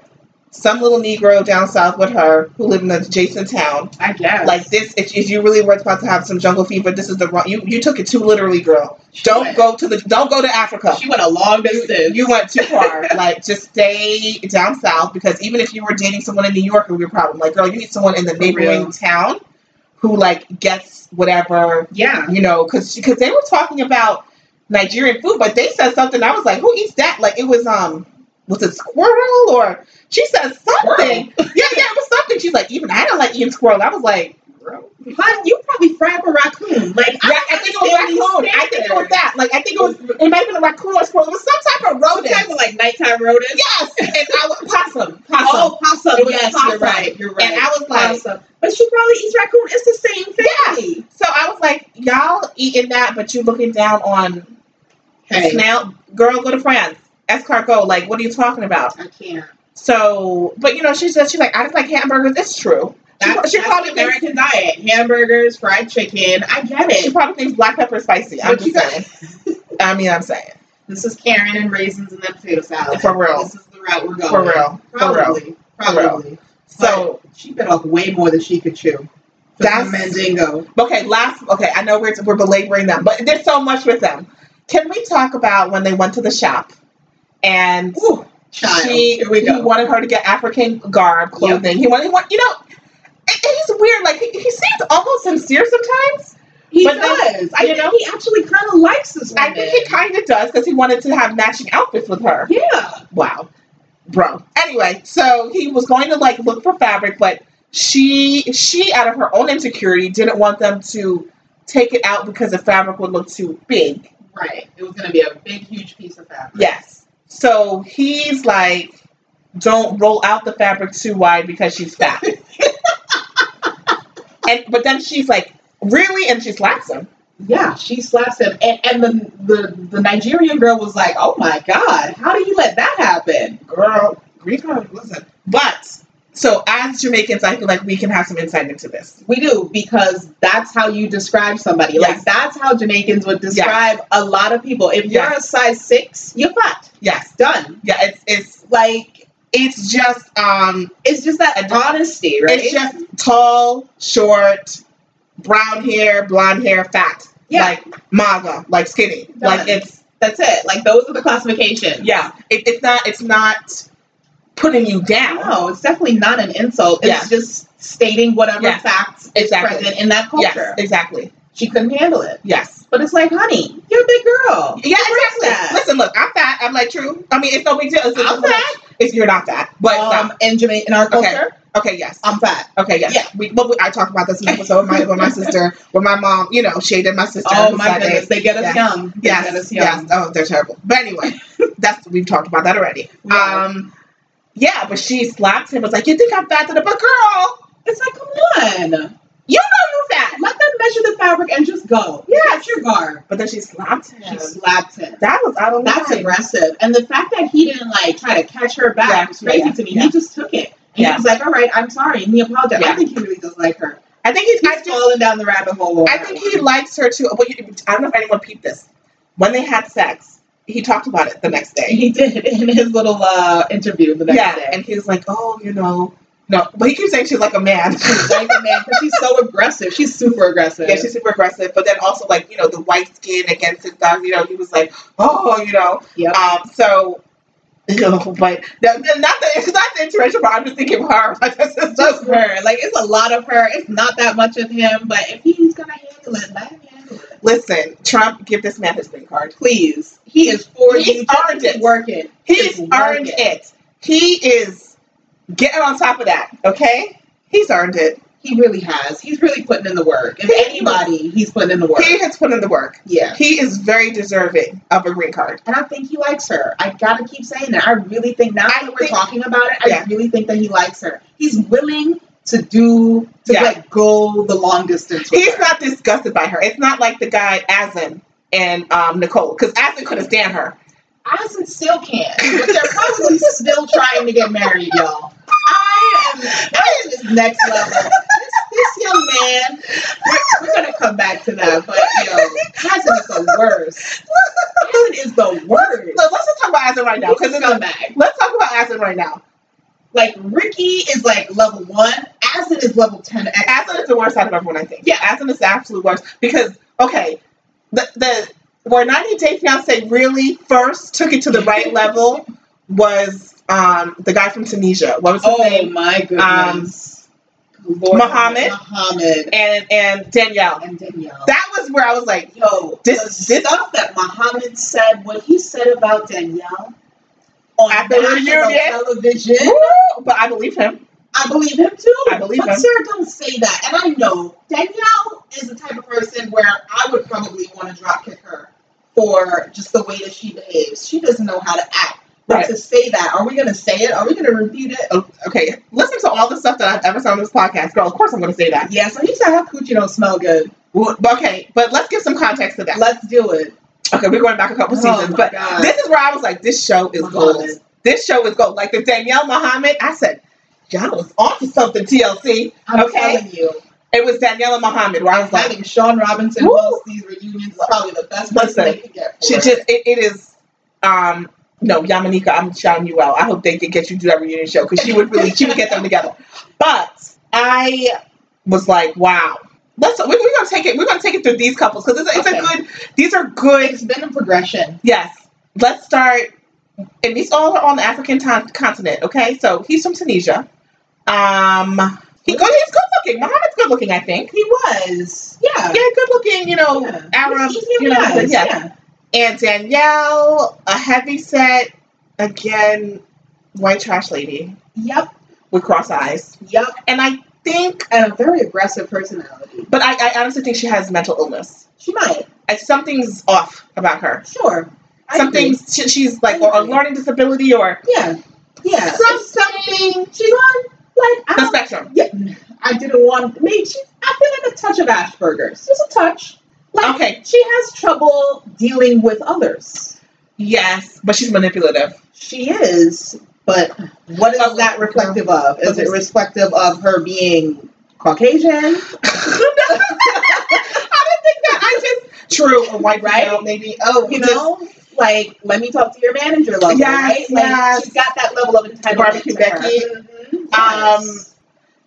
A: some little Negro down south with her who lived in an adjacent town.
B: I guess.
A: Like this, if, if you really were about to have some jungle fever, this is the wrong. You you took it too literally, girl.
B: She
A: Don't
B: went-
A: go to the don't go to Africa.
B: She went a long distance.
A: you went too far. like, just stay down south because even if you were dating someone in New York, it would be a problem. Like, girl, you need someone in the neighboring
B: real.
A: town who like gets whatever
B: yeah.
A: you know, because because they were talking about Nigerian food, but they said something. I was like, who eats that? Like, it was um, was it squirrel or she said something? yeah, yeah, it was something. She's like, even I don't like eating squirrel. I was like.
B: Hun, you probably fried a raccoon. Like
A: Yeah, I think it was raccoon. I think it was that. Like, I think it was. It might have been a raccoon or squirrel. It was some type of rodent.
B: Type of like nighttime rodents.
A: Yes, and I was possum, possum.
B: Oh, possum.
A: It was
B: yes, you're
A: possum.
B: right. You're right.
A: And I was like-
B: Possum. but she probably eats raccoon. It's the same family.
A: So I was like, y'all eating that, but you looking down on
B: Hey.
A: now, girl, go to France. Escargot, like, what are you talking about?
B: I can't.
A: So, but you know, she said she's like, I just like hamburgers. It's true. She,
B: That's,
A: she
B: that's
A: probably
B: the American diet: hamburgers, fried chicken. I get
A: thinks she
B: it.
A: probably thinks black pepper is spicy. I'm
B: What you
A: just saying. I mean, I'm saying
B: This is Karen and raisins and that potato salad.
A: For real.
B: This is the route we're going.
A: for real, for real.
B: Probably. Probably.
A: So
B: She bit off way more than she could chew. For
A: That's-
B: some Mandingo.
A: okay, last okay. I know we're we're belaboring them, but there's so much with them. Can we talk about when they went to the shop and
B: Ooh, child.
A: She,
B: Here we
A: He
B: go.
A: wanted her to get African garb clothing. He wanted, he want, you know, it, it is weird. Like he, he seems almost sincere sometimes.
B: he
A: but
B: does.
A: then,
B: I
A: you
B: think
A: know-
B: he actually kind of likes this woman.
A: I think he kind of does because he wanted to have matching outfits with her.
B: Yeah.
A: Wow, bro. Anyway, so he was going to like look for fabric, but she, she out of her own insecurity, didn't want them to take it out because the fabric would look too big.
B: Right. It was going to be a big, huge piece of fabric.
A: Yes. So he's like, don't roll out the fabric too wide because she's fat. and but then she's like, really? And she slaps him.
B: Yeah, she slaps him, and, and the, the the Nigerian girl was like, "Oh my god, how do you let that happen?"
A: Girl, green card, listen. But so as Jamaicans, I feel like we can have some insight into this.
B: We do because that's how you describe somebody.
A: Yes.
B: Like that's how Jamaicans would describe a lot of people. If you're a size six, you're fat.
A: Yes.
B: Done.
A: Yeah, it's it's
B: Like
A: it's just um
B: it's just that
A: And-
B: honesty, right?
A: it's just tall, short, brown hair, blonde hair, fat.
B: Yeah.
A: Like MAGA, like skinny. Like
B: Done.
A: it's
B: that's it. Like those are the classifications.
A: yeah. It, it's not it's not putting you down.
B: No, it's definitely not an insult. It's
A: Yeah.
B: just stating whatever
A: Yeah.
B: facts
A: Exactly.
B: present in that
A: Yes,
B: culture.
A: exactly.
B: She couldn't handle it.
A: Yes.
B: But it's like, honey, you're a big girl.
A: Yeah, exactly.
B: that?
A: Listen, look, I'm fat. I'm like true. I mean, it's no big deal. It's
B: I'm fat.
A: It's, you're not fat, but
B: um,
A: um,
B: in Jamaica, in our
A: Okay.
B: culture,
A: okay, yes.
B: I'm fat.
A: Okay, yes.
B: Yeah.
A: We, well, we, I talked about this in the episode with my, with my sister, where my mom, you know, shaded my sister.
B: Oh
A: on
B: my
A: Sunday.
B: goodness, they get us
A: Yes.
B: young. They
A: Yes,
B: get us young.
A: yes. Oh, they're terrible. But anyway, that's we've talked about that already.
B: Yeah.
A: Um, yeah, but she slapped him. Was like, you think I'm fat? But girl,
B: It's like, come on.
A: you know you fat.
B: Let them measure the fabric and just go.
A: Yeah.
B: That's your guard.
A: But then she slapped him.
B: She slapped him.
A: that was out of
B: That's
A: line.
B: aggressive. And the fact that he didn't like try to catch her back
A: Yeah,
B: was crazy
A: yeah,
B: to me.
A: yeah.
B: He just took it. And
A: Yeah.
B: he was like, all right, I'm sorry. And he apologized.
A: Yeah.
B: I think he really does like her.
A: I think he's.
B: He's
A: I just,
B: falling down the rabbit hole.
A: I think he likes her too. But you, I don't know if anyone peeped this. When they had sex, he talked about it the next day.
B: He did in his little uh, interview the next
A: yeah,
B: day.
A: and he was like, "Oh, you know, no." But he keeps saying she's like a man.
B: She's like a man because she's so aggressive. She's super aggressive.
A: yeah, she's super aggressive. But then also like you know the white skin against his dog. You know, he was like, "Oh, you know."
B: Yep.
A: Um. So. You know, but that, that- not the it's not the interracial part. I'm just thinking of her. Like this is
B: just
A: just
B: her. Like it's a lot of her. It's not that much of him, but if he's gonna handle it, let him handle it.
A: listen. Trump, give this man his green card.
B: Please, he is for
A: He's
B: you. Just
A: earned
B: keep
A: it.
B: Working.
A: He's
B: Just work
A: earned
B: it.
A: it. He is getting on top of that. Okay, he's earned it.
B: He really has. He's really putting in the work. If
A: He-
B: anybody, he's putting in the work.
A: He has put in the work.
B: Yeah.
A: He is very deserving of a green card.
B: And I think he likes her. I gotta keep saying that. I really think now
A: I
B: that we're
A: think-
B: talking about it,
A: Yeah.
B: I really think that he likes her. He's willing to do to
A: Yeah.
B: like go the long distance. With
A: He's
B: her.
A: not disgusted by her. It's not like the guy Asim and um, Nicole, because Asim couldn't stand her.
B: Allison still can, but they're probably still trying to get married, y'all. I am. Allison is next level. This, this young man, we're, we're gonna come back to that, but yo, Allison is the worst. Allison is the worst.
A: Look, let's just talk about Asim right now, because
B: He's come back.
A: let's talk about Asim right now.
B: Like Ricky is like level one. Allison is level ten.
A: Asim is the worst out of everyone, I think.
B: Yeah.
A: Asim is the absolute worst because okay, the the where 90 Day Fiance really first took it to the right level was um the guy from Tunisia. What was his
B: Oh
A: name?
B: my goodness. Lord
A: Muhammad?
B: Muhammad,
A: And and Danielle.
B: Um, and Danielle.
A: That was where I was like,
B: Yo,
A: This-
B: this,
A: this-
B: stuff that Muhammad said, what he said about Danielle on
A: At the
B: national
A: reunion?
B: television,
A: "Woo!" oh, but I believe him.
B: I believe him too.
A: I believe
B: but
A: him.
B: sir, don't say that. And I know Danielle is the type of person where I would probably want to drop kick her for just the way that she behaves. She doesn't know how to act. But
A: Right.
B: to say that, are we going to say it? Are we going to repeat it?
A: Oh, Okay, listen to all the stuff that I've ever said on this podcast, girl. Of course, I'm going to say that.
B: Yeah, so you said how coochie don't smell good.
A: Well, Okay, but let's give some context to that.
B: Let's do it.
A: Okay, we're going back a couple
B: Oh
A: seasons,
B: my
A: but
B: God.
A: this is where I was like, this show is gold.
B: Muhammad.
A: This show is gold. Like the Danielle Muhammad, I said, y'all was on to something, TLC.
B: I'm
A: Okay.
B: telling you.
A: It was Danielle and Muhammad where I was like,
B: having Sean Robinson
A: Woo!
B: host these reunions is probably the best person they could get. For
A: she
B: it.
A: just, it, it is, um, no, Yamanika, I'm shouting you out. I hope they can get you to that reunion show because she would really, she would get them together. But I was like, wow. Let's, we, we're gonna take it. We're gonna take it through these couples because it's, a- it's a
B: Okay.
A: good. These are good
B: it's been a progression.
A: Yes. Let's start. And these all are on the African ton- continent. Okay, so he's from Tunisia. Um, he good. He's good looking. Mohammed's good looking, I think.
B: He was, yeah,
A: Yeah, good looking. You know,
B: Yeah.
A: Arab.
B: He, he
A: you know,
B: was,
A: yeah.
B: yeah.
A: And Danielle, a heavy set, again, white trash lady
B: Yep,
A: with cross eyes.
B: yep,
A: And I think,
B: and a very aggressive personality.
A: but I, I honestly think she has mental illness.
B: She might,
A: I, something's off about her.
B: sure. I agree.
A: Something's she, she's like, or a learning disability, or
B: yeah, yeah.
A: Some-
B: It's something she's on, like I
A: the
B: don't,
A: spectrum.
B: yeah, I didn't want. Maybe she, I feel like a touch of Asperger's, just a touch. Like
A: Okay,
B: she has trouble dealing with others.
A: Yes, but she's manipulative.
B: She is, But what
A: Oh.
B: is that reflective of? Is it reflective of her being Caucasian?
A: I just true a white
B: Right?
A: girl maybe.
B: Oh,
A: He
B: you
A: just-
B: know, like let me talk to your manager level,
A: Yes,
B: right? Like
A: yes.
B: she's got that level of entitlement.
A: Barbecue
B: to her. Mm-hmm.
A: Becky. Um,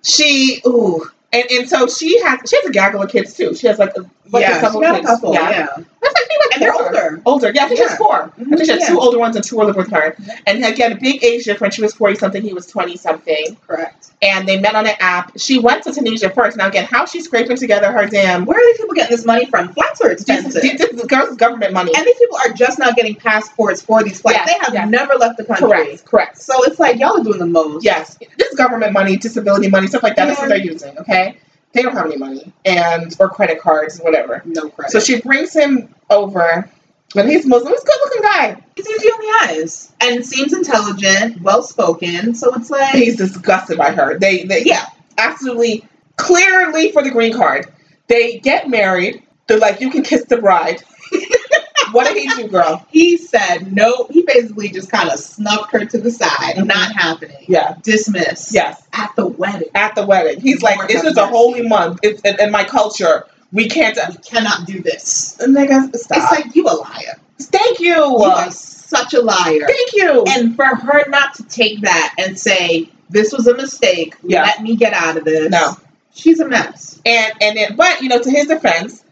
A: she ooh, and and so she has she has a gaggle of kids too. She has like a, like
B: yeah,
A: a
B: she's
A: couple
B: got a
A: kids.
B: couple.
A: Yeah.
B: Yeah,
A: That's like, I
B: and
A: think
B: they're
A: like four.
B: older.
A: Older, yeah, I think she
B: Yeah. Mm-hmm.
A: has four. I think she has
B: Yeah. Mm-hmm.
A: two older ones and two who live with her. And again, big age difference. She was forty something, he was twenty something,
B: Correct.
A: and they met on an app. She went to Tunisia first. Now again, how she's scraping together her damn
B: Where are these people getting this money from? Flights are
A: these,
B: expensive.
A: these, this girls government money.
B: and these people are just now getting passports for these flights.
A: Yes,
B: they have
A: yes.
B: never left the country.
A: correct, correct.
B: So it's like y'all are doing the most.
A: Yes, this is government money, disability money, stuff like that. That's what
B: Yeah.
A: they're using. Okay, they don't have any money and or credit cards, whatever.
B: No credit.
A: So she brings him over, but he's Muslim. He's a good looking guy.
B: He's easy on the eyes and seems intelligent, well spoken. So it's like
A: He's disgusted by her. They, they,
B: Yeah.
A: absolutely, clearly for the green card. They get married. They're like, you can kiss the bride. what I hate you, girl.
B: he said no. He basically just kind of snuffed her to the side.
A: Mhm.
B: Not happening.
A: Yeah,
B: Dismissed.
A: yes.
B: At the wedding,
A: At the wedding, he's like,
B: Lord
A: this
B: have
A: is a
B: mercy.
A: holy month. It's in, in my culture. We can't.
B: we cannot do this.
A: Nigga, stop.
B: It's like you a liar.
A: thank you.
B: You are such a liar.
A: Thank you.
B: And for her not to take that and say this was a mistake.
A: Yeah.
B: Let me get out of this.
A: No.
B: She's a mess.
A: And and then, but you know, to his defense,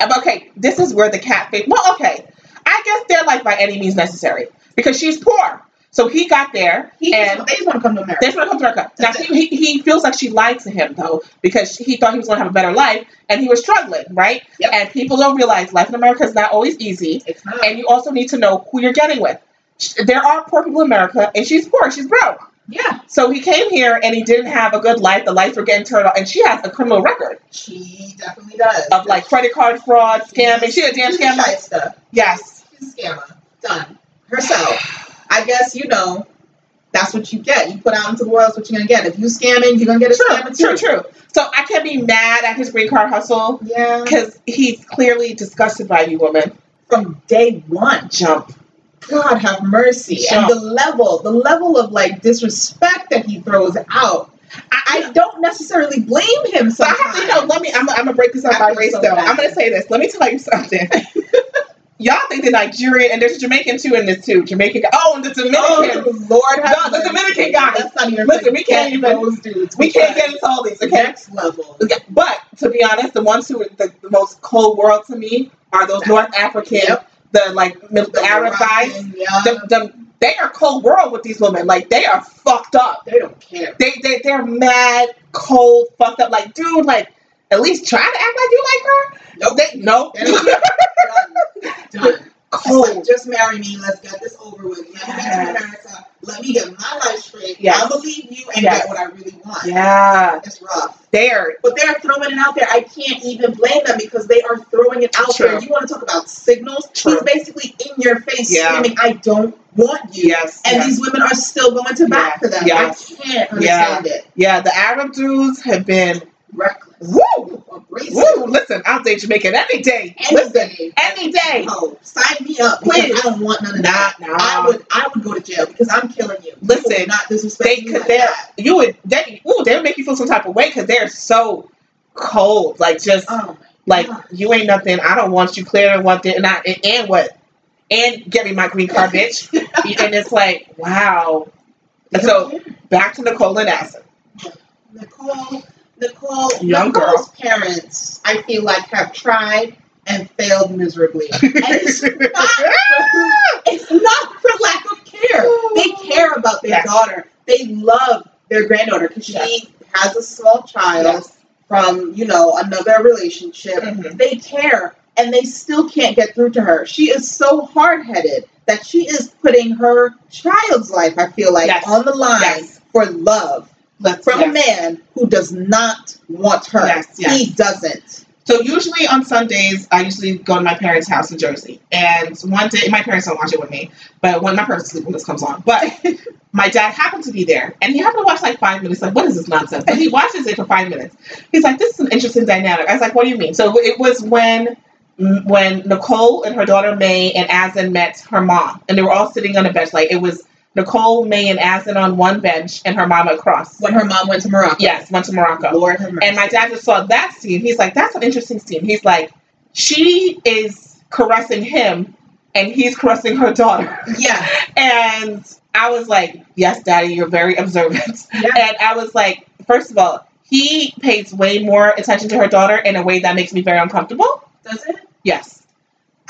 A: um, okay, this is where the cat thing. Well, okay, I guess they're like by any means necessary because she's poor. So he got there,
B: He
A: and
B: just, they just want to come to America.
A: that's what comes to America. Now
B: That's
A: he, he he feels like she lied to him though because he thought he was going to have a better life, and he was struggling, right?
B: Yep.
A: And people don't realize life in America is not always easy,
B: It's not.
A: and you also need to know who you're getting with. Sh- There are poor people in America, and she's poor. She's broke.
B: yeah.
A: So he came here and he didn't have a good life. The lights were getting turned off, and she has a criminal record
B: She definitely does.
A: of like credit card fraud, scamming. She a damn
B: She's a
A: scammer.
B: shyster.
A: Yes.
B: She's a scammer. Done. Herself. I guess you know. That's what you get. You put out into the world. That's what you're gonna get. If you scamming, you're gonna get a
A: True,
B: scammer
A: true,
B: too.
A: true. So I can't be mad at his green card hustle
B: Yeah.
A: because he's clearly disgusted by you, woman.
B: From day one.
A: Jump.
B: God have mercy.
A: Sure.
B: And the level, the level of like disrespect that he throws out. I, I don't necessarily blame him.
A: So I have to, you know,
B: sometimes.
A: let me, I'm, I'm going to break this up
B: I
A: by
B: feel
A: race
B: so
A: though.
B: bad.
A: I'm going to say this. Let me tell you something. Y'all think the Nigerian, and there's a Jamaican too in this too. Jamaican guy. Oh, and the Dominican.
B: Oh, Lord
A: The-
B: have
A: the
B: mercy.
A: Dominican guy.
B: That's not even
A: Listen, we can't
B: forget
A: even-
B: those dudes.
A: we can't
B: because
A: get into all these,
B: the
A: okay?
B: next level.
A: Okay, But to be honest, the ones who are the, the most cold world to me are those North African,
B: Yep.
A: the like Middle, the Arab guys.
B: Moroccan, Yeah.
A: the, the, they are cold world with these women. Like they are fucked up.
B: they don't care.
A: They they they're mad, cold, fucked up. Like dude, like at least try to act like you like her. No, they no
B: They don't care. Done. Done. Just, like,
A: cold.
B: just marry me. Let's get this over with. Let me get to
A: Yes.
B: America. Let me get my life straight.
A: Yes.
B: I believe you and
A: Yes.
B: get what I really want.
A: Yeah,
B: It's rough.
A: they're
B: But they're throwing it out there. I can't even blame them because they are throwing it out
A: True.
B: there. You want to talk about signals?
A: True.
B: He's basically in your face
A: Yeah.
B: screaming, I don't want you.
A: yes,
B: And
A: yes.
B: these women are still going to bat
A: Yeah.
B: for them.
A: Yes.
B: I can't understand it.
A: yeah. The Arab dudes have been
B: Reckless.
A: woo woo.
B: Abrasive.
A: Listen, I'll date Jamaican any day.
B: Any
A: Listen,
B: day.
A: any day.
B: No, sign me up. because
A: Please.
B: I don't want none of that.
A: Nah, nah.
B: I would I would go to jail because I'm killing you.
A: Um, Listen,
B: People would not disrespect
A: they
B: you
A: could
B: like
A: they're
B: that.
A: you would they ooh they would make you feel some type of way because they're so cold. Like just
B: Oh
A: Like
B: Yeah.
A: you ain't nothing. I don't want you. Clear and want it, and I and, and what? And get me my green card, bitch. and it's like, wow.
B: my.
A: So back to Nicole and Asim.
B: Nicole, Nicole,
A: Young
B: Nicole's parents, I feel like have tried and failed miserably. And it's not for, it's not for lack of care. They care about
A: Oh.
B: their
A: Yes.
B: daughter. They love their granddaughter because she
A: Yes.
B: has a small child from you know another relationship.
A: Mhm.
B: They care, and they still can't get through to her. She is so hard headed that she is putting her child's life. I feel like
A: Yes.
B: on the line
A: Yes.
B: for love
A: Let's-
B: from
A: yes.
B: a man who does not want her.
A: Yes, yes.
B: He doesn't.
A: So usually on Sundays, I usually go to my parents' house in Jersey. And one day, my parents don't watch it with me, but when my parents sleep when this comes on, but my dad happened to be there, and he happened to watch like five minutes. Like, what is this nonsense? And he watches it for five minutes. He's like, this is an interesting dynamic. I was like, what do you mean? So it was when mm, when Nicole and her daughter May and Asin met her mom, and they were all sitting on a bench. Like it was Nicole, May, and Asin on one bench, and her mama across.
B: When her mom went to Morocco.
A: Yes, went to Morocco.
B: Lord have mercy.
A: And my dad just saw that scene. He's like, that's an interesting scene. He's like, she is caressing him and he's caressing her daughter.
B: yeah.
A: And I was like, yes, daddy, you're very observant.
B: Yeah.
A: And I was like, first of all, he pays way more attention to her daughter in a way that makes me very uncomfortable.
B: Does it?
A: Yes.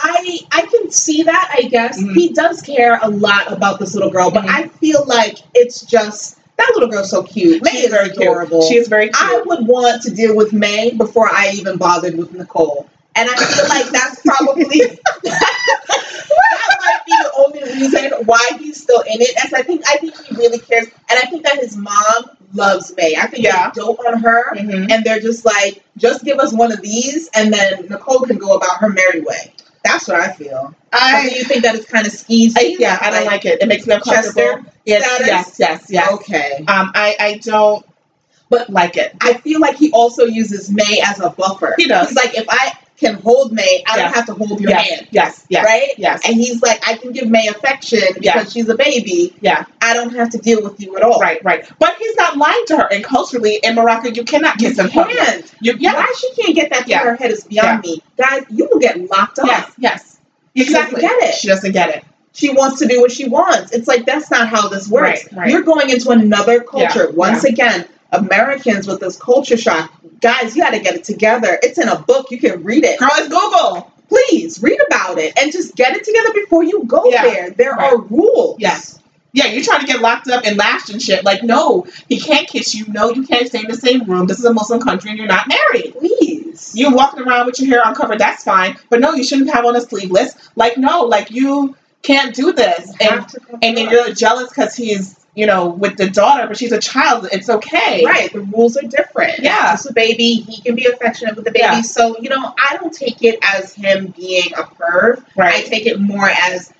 B: I I can see that. I guess
A: Mhm.
B: he does care a lot about this little girl, but
A: Mhm.
B: I feel like it's just that little girl's so cute. May
A: She's
B: is
A: very cute.
B: adorable.
A: She is very cute.
B: I would want to deal with May before I even bothered with Nicole, and I feel like that's probably that might be the only reason why he's still in it. As I think I think he really cares, and I think that his mom loves May. I think
A: Yeah.
B: yeah. they dope on her
A: Mhm.
B: and they're just like, just give us one of these, and then Nicole can go about her merry way. That's what I feel. I, do
C: I
B: you think that it's kind of skeezy?
A: I- yeah, I don't like it. It makes me uncomfortable.
B: Chester Oh.
A: yes,
B: status?
A: yes, yes, yes.
B: Okay.
A: Um, I, I don't
B: But-
A: like it.
B: I feel like he also uses May as a buffer.
A: He does.
B: He's like, if I can hold May, I
A: Yeah.
B: don't have to hold your
A: Yes,
B: hand,
A: yes, yes,
B: right?
A: yes.
B: And he's like, I can give May affection because
A: Yeah.
B: she's a baby.
A: Yeah.
B: I don't have to deal with you at all.
A: Right, right. But he's not lying to her. And culturally, in Morocco, you cannot
B: You
A: kiss in public.
B: can't.
A: You, yeah,
B: Why she can't get that through
A: Yeah.
B: her head is beyond me. Guys, you will get locked up.
A: yes, yes.
B: She doesn't
A: Exactly.
B: get it.
A: She doesn't get it.
B: she wants to do what she wants. It's like that's not how this works.
A: Right, right.
B: You're going into another culture. Once again, Americans with this culture shock. Guys, you got to get it together. It's in a book. You can read it.
A: Girl, it's Google.
B: Please read about it and just get it together before you go
A: Yeah,
B: there. There
A: right.
B: are rules.
A: Yes. Yeah, you're trying to get locked up and lashed and shit. Like, no, he can't kiss you. No, you can't stay in the same room. This is a Muslim country and you're not married.
B: Please.
A: You walking around with your hair uncovered, that's fine. But no, you shouldn't have on a sleeveless. Like, no, like you can't do this. And
B: have to come
A: and then
B: up.
A: you're jealous because he's, you know, with the daughter, but she's a child. It's okay.
B: Right, the rules are different.
A: Yeah.
B: It's just a baby. He can be affectionate with the baby.
A: Yeah.
B: So, you know, I don't take it as him being a perv. I
A: Right.
B: take it more as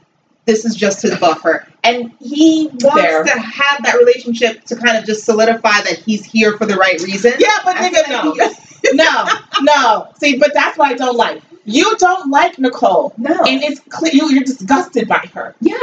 B: this is just his buffer. And he wants
A: Fair.
B: to have that relationship to kind of just solidify that he's here for the right reason.
A: Yeah, but
B: I
A: nigga,
B: feel
A: no.
B: like he-
A: no, no. See, but that's what I don't like. You don't like Nicole,
B: No.
A: and it's clear you, you're disgusted by her.
B: yeah.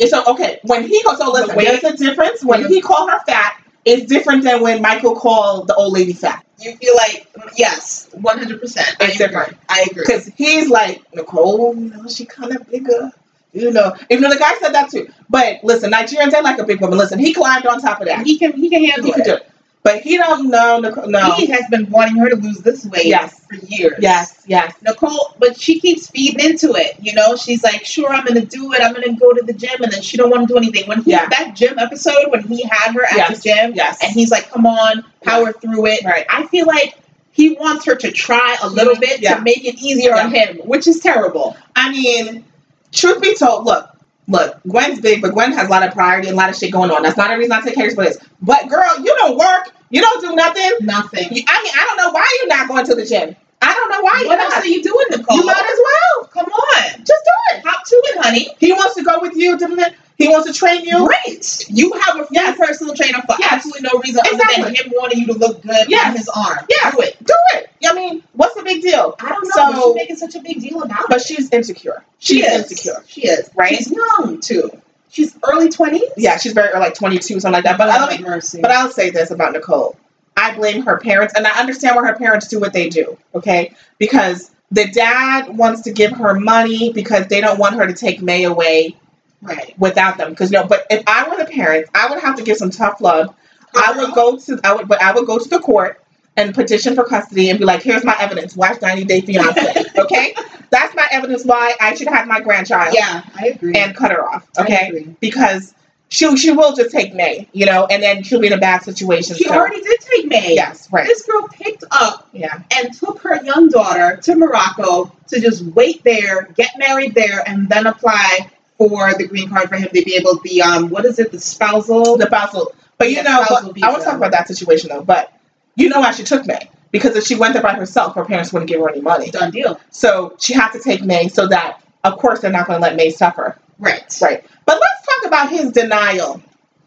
A: And so, okay, when he goes, so listen,
B: The way-
A: there's a difference. When he called her fat, it's different than when Michael called the old lady fat.
B: You feel like, yes, 100%. I
A: It's
B: agree.
A: different.
B: I agree.
A: Because he's like, Nicole, you know, she kind of bigger. You know, even though the guy said that too. But listen, Nigerians, they like a big woman. Listen, he climbed on top of that.
B: He can, he can handle
A: He could
B: it.
A: do it. But he don't know, Nicole, no.
B: He has been wanting her to lose this weight
A: Yes.
B: for years.
A: Yes, yes.
B: Nicole, but she keeps feeding into it. You know, she's like, "Sure, I'm gonna do it. I'm gonna go to the gym," and then she don't want to do anything. When he
A: Yeah.
B: that gym episode, when he had her at
A: Yes.
B: the gym,
A: Yes.
B: and he's like, "Come on, power through it."
A: Right.
B: I feel like he wants her to try a little bit
A: Yeah.
B: to make it easier on him, which is terrible.
A: I mean, truth be told, look, look, Gwen's big, but Gwen has a lot of priority and a lot of shit going on. That's not a reason I take care of this. But girl, you don't work, you don't do nothing.
B: Nothing.
A: You- I mean, I don't know why you're not going to the gym. I don't know why
B: What
A: you're
B: else
A: not.
B: are you doing, Nicole?
A: You might as well.
B: Come on,
A: Just do it.
B: hop to it, honey.
A: He wants to go with you. da, da, da. He wants to train you.
B: Great. You have a free
A: Yes.
B: personal trainer for
A: Yes.
B: absolutely no reason other
A: Exactly.
B: than him wanting you to look good
A: Yes.
B: on his arm.
A: Yeah.
B: Do it.
A: Do it. I mean, what's the big deal?
B: I don't know.
A: So-
B: So, she's making such a big deal about it.
A: But she's insecure. She's insecure.
B: She is.
A: Right?
B: She's young too. She's early twenties.
A: Yeah, she's very or like 22, something like that. But I don't
B: Lord have mercy.
A: But I'll say this about Nicole. I blame her parents, and I understand why her parents do what they do, okay? Because the dad wants to give her money because they don't want her to take May away
B: right.
A: without them. Because no, but if I were the parents, I would have to give some tough love. I would go to I would but I would go to the court and petition for custody and be like, here's my evidence. Watch 90 Day Fiance. okay? That's my evidence why I should have my grandchild
B: Yeah, I agree.
A: and cut her off.
B: I
A: Okay?
B: agree.
A: Because she she will just take May, you know, and then she'll be in a bad situation.
B: She
A: so-
B: already did take May.
A: Yes, right.
B: This girl picked up
A: Yeah,
B: and took her young daughter to Morocco to just wait there, get married there, and then apply for the green card for him to be able to be um what is it, the spousal?
A: the spousal. But you
B: Yeah,
A: know, but
B: spousal
A: I want to
B: visa.
A: talk about that situation though. But you know why she took May? Because if she went there by herself, her parents wouldn't give her any money.
B: done deal.
A: So she had to take May so that, of course, they're not going to let May suffer.
B: Right.
A: Right. But let's talk about his denial.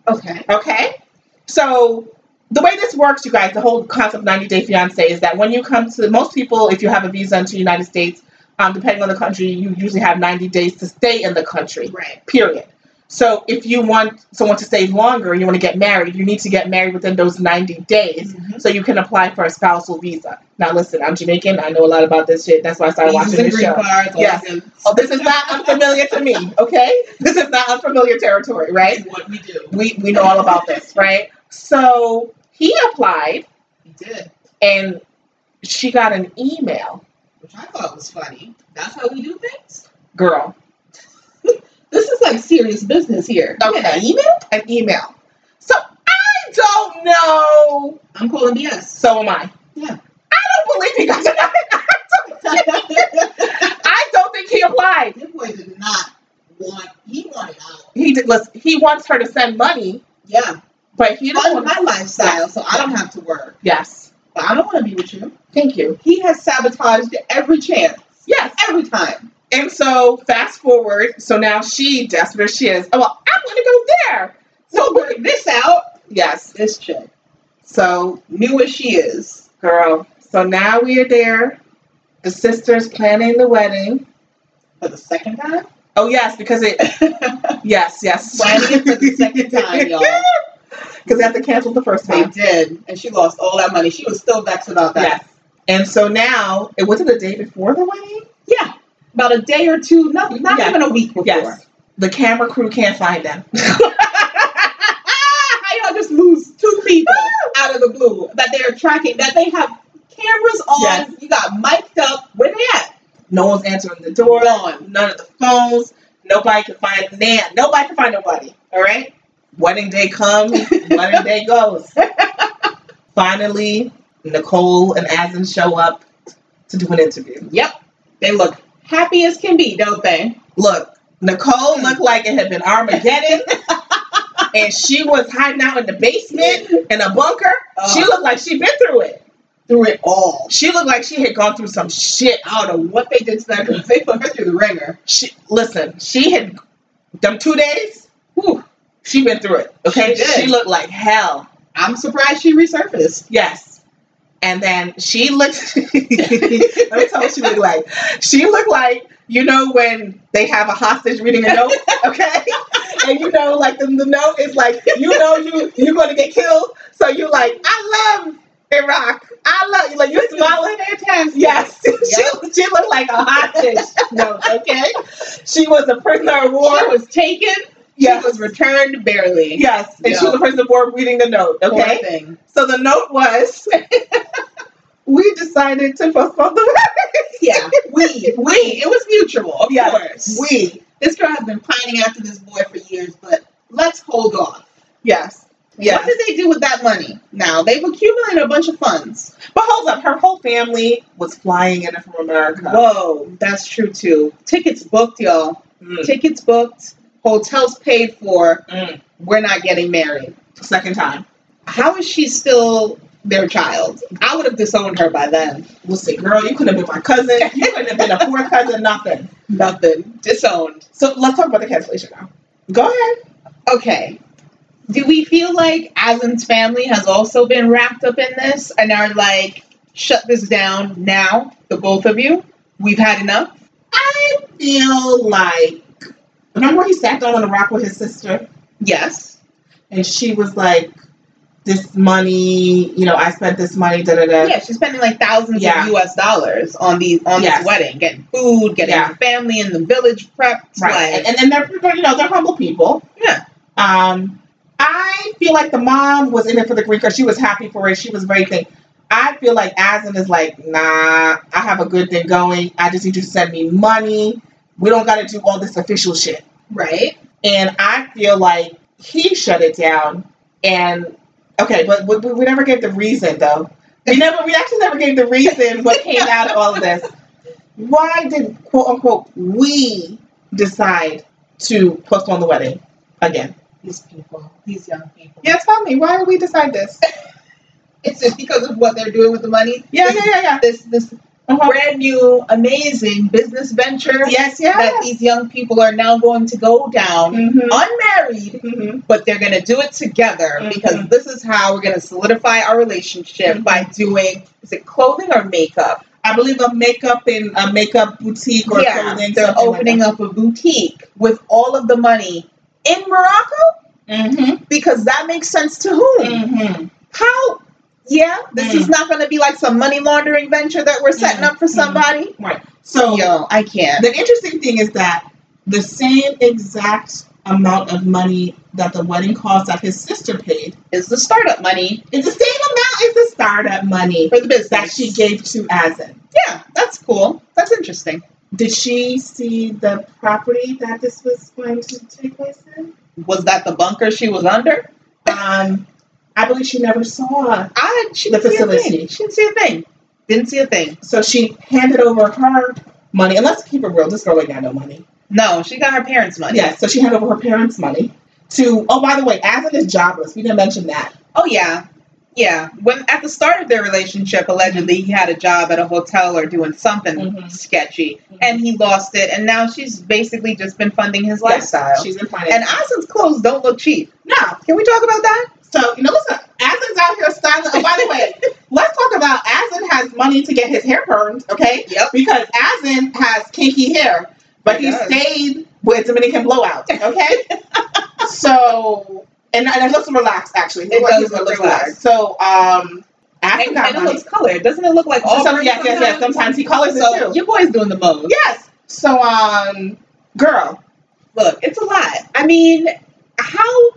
B: Okay.
A: Okay. So the way this works, you guys, the whole concept of 90 Day Fiance is that when you come to most people, if you have a visa into the United States, um, depending on the country, you usually have 90 days to stay in the country.
B: Right.
A: period. So if you want someone to stay longer and you want to get married, you need to get married within those 90 days
D: Mm-hmm.
B: Mhm.
A: so you can apply for a spousal visa. Now listen, I'm Jamaican. I know a lot about this shit. That's why I started
D: Visas
A: watching
D: and
A: this
D: green
A: show.
D: cards. all
A: Yes.
D: that good
A: Oh, this is not unfamiliar to me, okay? This is not unfamiliar territory, right?
D: stuff. What we do.
A: We we know all about this, right? So he applied
D: We did,
A: and she got an email.
D: which I thought was funny. That's how we do things.
A: Girl,
B: This is like serious business here.
A: Okay.
B: Yeah, email?
A: an email. So I don't know.
D: I'm calling BS.
A: So am I.
D: Yeah.
A: I don't believe he got denied.
D: that
A: I don't think he applied.
D: boy did not want. He wanted out.
A: He did, listen, he wants her to send money,
D: Yeah,
A: but he doesn't
D: fund
A: want
D: Oh, my lifestyle, so I don't have to work.
A: Yes.
D: But I don't want to be with you.
A: Thank you.
B: He has sabotaged every chance.
A: Yes.
B: Every time.
A: And so fast forward, so now she desperate as she is. Oh well, I'm gonna go there.
B: So work this out.
A: Yes.
B: This chick
A: So
B: knew what she is.
A: girl, so now we are there. The sisters planning the wedding.
B: For the second time?
A: Oh yes, because it yes, yes.
B: Planning it for the second time, y'all.
A: Because they have to cancel the first
B: They
A: time.
B: did. And she lost all that money. She was still vexed about that.
A: Yes. And so now it was it the day before the wedding?
B: About a day or two, no, not
A: Yeah.
B: even a week before.
A: Yes. The camera crew can't find them.
B: Ah, how y'all just lose two people out of the blue that they are tracking, that they have cameras on.
A: Yes.
B: You got mic'd up. Where they at?
A: No one's answering the door.
B: Gone.
A: None of the phones. Nobody can find Nan. Nobody can find nobody. All right. Wedding day comes. wedding day goes. Finally, Nicole and Asin show up to do an interview.
B: They look happy as can be, don't they?
A: Look, Nicole looked like it had been Armageddon, and she was hiding out in the basement in a bunker. She
B: Oh.
A: looked like she'd been through it.
B: Through it all.
A: She looked like she had gone through some shit.
B: I don't know what they did to that girl. They put her through the ringer.
A: She listen. She had them two days.
B: Whew.
A: She been through it. Okay,
B: She did.
A: she looked like hell.
B: I'm surprised she resurfaced.
A: Yes. And then she looked. let me tell you what she looked like. She looked like you know when they have a hostage reading a note, okay? and you know, like the, the note is like you know you you're going to get killed, so you like I love Iraq. I love you. Like you're smiling.
B: Fantastic.
A: Yes,
B: Yep.
A: she, she looked like a hostage note. Okay, she was a prisoner of
B: She
A: war.
B: was taken.
A: Yes,
B: She was returned barely.
A: yes, and she was a prisoner of war reading the note.
B: Poor
A: Okay,
B: thing.
A: so the note was, we decided to postpone the
B: Yeah. We. We. It was mutual, of
A: Yes.
B: course.
A: wedding. We.
B: This girl has been pining after this boy for years, but let's hold off.
A: Yes.
B: What
A: Yes.
B: did they do with that money? Now they've accumulated a bunch of funds.
A: But hold up, her whole family was flying in from America.
B: Whoa, that's true too. Tickets booked, y'all.
A: Mm.
B: Tickets booked. Hotels paid for.
A: Mm.
B: We're not getting married.
A: Second time.
B: How is she still their child? I would have disowned her by then.
A: We'll see, girl, you couldn't have been my cousin. You couldn't have been a poor cousin, nothing.
B: Nothing. Disowned.
A: So let's talk about the cancellation now. Go ahead.
B: Okay. Do we feel like Aslan's family has also been wrapped up in this and are like, shut this down now, the both of you? We've had enough?
A: I feel like remember when he sat down on a rock with his sister?
B: Yes.
A: and she was like, "This money, you know, I spent this money, da da da."
B: Yeah, she's spending like thousands
A: Yeah.
B: of U.S. dollars on the on
A: Yes.
B: this wedding, getting food, getting
A: Yeah.
B: her family in the village prepped.
A: Right, and,
B: Like,
A: and then they're you know they're humble people.
B: Yeah.
A: Um, I feel like the mom was in it for the green card. She was happy for it. She was very thing. I feel like Asin is like, nah, I have a good thing going. I just need you to send me money. We don't got to do all this official shit.
B: right?
A: And I feel like he shut it down. And okay, but we, we never gave the reason though. We never, we actually never gave the reason what came out of all of this. Why did quote unquote we decide to postpone the wedding again?
B: These people, these young people.
A: Yeah, tell me why did we decide this?
B: It's just because of what they're doing with the money.
A: Yeah, yeah, yeah, yeah.
B: This this
A: Uh-huh.
B: brand new amazing business venture
A: Yes,
B: that
A: yes.
B: these young people are now going to go down
A: Mhm,
B: unmarried,
A: mhm.
B: but they're going to do it together
A: Mhm.
B: because this is how we're going to solidify our relationship
A: Mhm.
B: by doing is it clothing or makeup?
A: I believe a makeup and a makeup boutique or
B: yeah,
A: clothing.
B: they're
A: something like
B: opening
A: that.
B: up a boutique with all of the money
D: in Morocco?
A: Mm-hmm.
D: Because that makes sense to whom?
A: Mm-hmm.
D: How? Yeah, this
A: Mm.
D: is not going to be like some money laundering venture that we're setting
A: Mm,
D: up for
A: mm.
D: somebody.
A: Right. So
D: Yo, I can't.
A: the interesting thing is that the same exact amount of money that the wedding cost that his sister paid
B: It's the startup money
A: is the same amount as the startup money
B: for the business.
A: that she gave to Asin.
B: Yeah, that's cool. That's interesting.
A: Did she see the property that this was going to take place in?
B: Was that the bunker she was under?
A: Um, I believe she never saw.
B: I she
A: The
B: didn't see a thing.
A: facility.
B: She didn't see a thing. Didn't see a thing.
A: So she handed over her money. And let's keep it real. This girl ain't got no money.
B: No, she got her parents' money.
A: Yeah, so she handed over her parents' money to. Oh, by the way, Asin is jobless. We didn't mention that.
B: Oh yeah. Yeah. When at the start of their relationship, allegedly he had a job at a hotel or doing something
A: Mhm.
B: sketchy. And he lost it and now she's basically just been funding his
A: Yeah,
B: lifestyle.
A: She's in finance.
B: and Asin's clothes don't look cheap.
A: no,
B: Can we talk about that?
A: So, you know, listen, Asin's out here styling. Oh, by the way, let's talk about Asin has money to get his hair permed, okay?
B: Yep.
A: Because Asin has kinky hair, but
B: He
A: he
B: does.
A: stayed with Dominican Blowout, okay? so, and, and it looks relaxed, actually.
B: It does
A: He's
B: look
A: So, um, Asin
B: And,
A: got
B: and it
A: money.
B: looks colored. Doesn't it look like all
A: So, some- yes, yes, yes. Sometimes he colors it
B: So
A: too.
B: your boy's doing the most.
A: Yes. So, um, girl,
B: look, it's a lot. I mean, how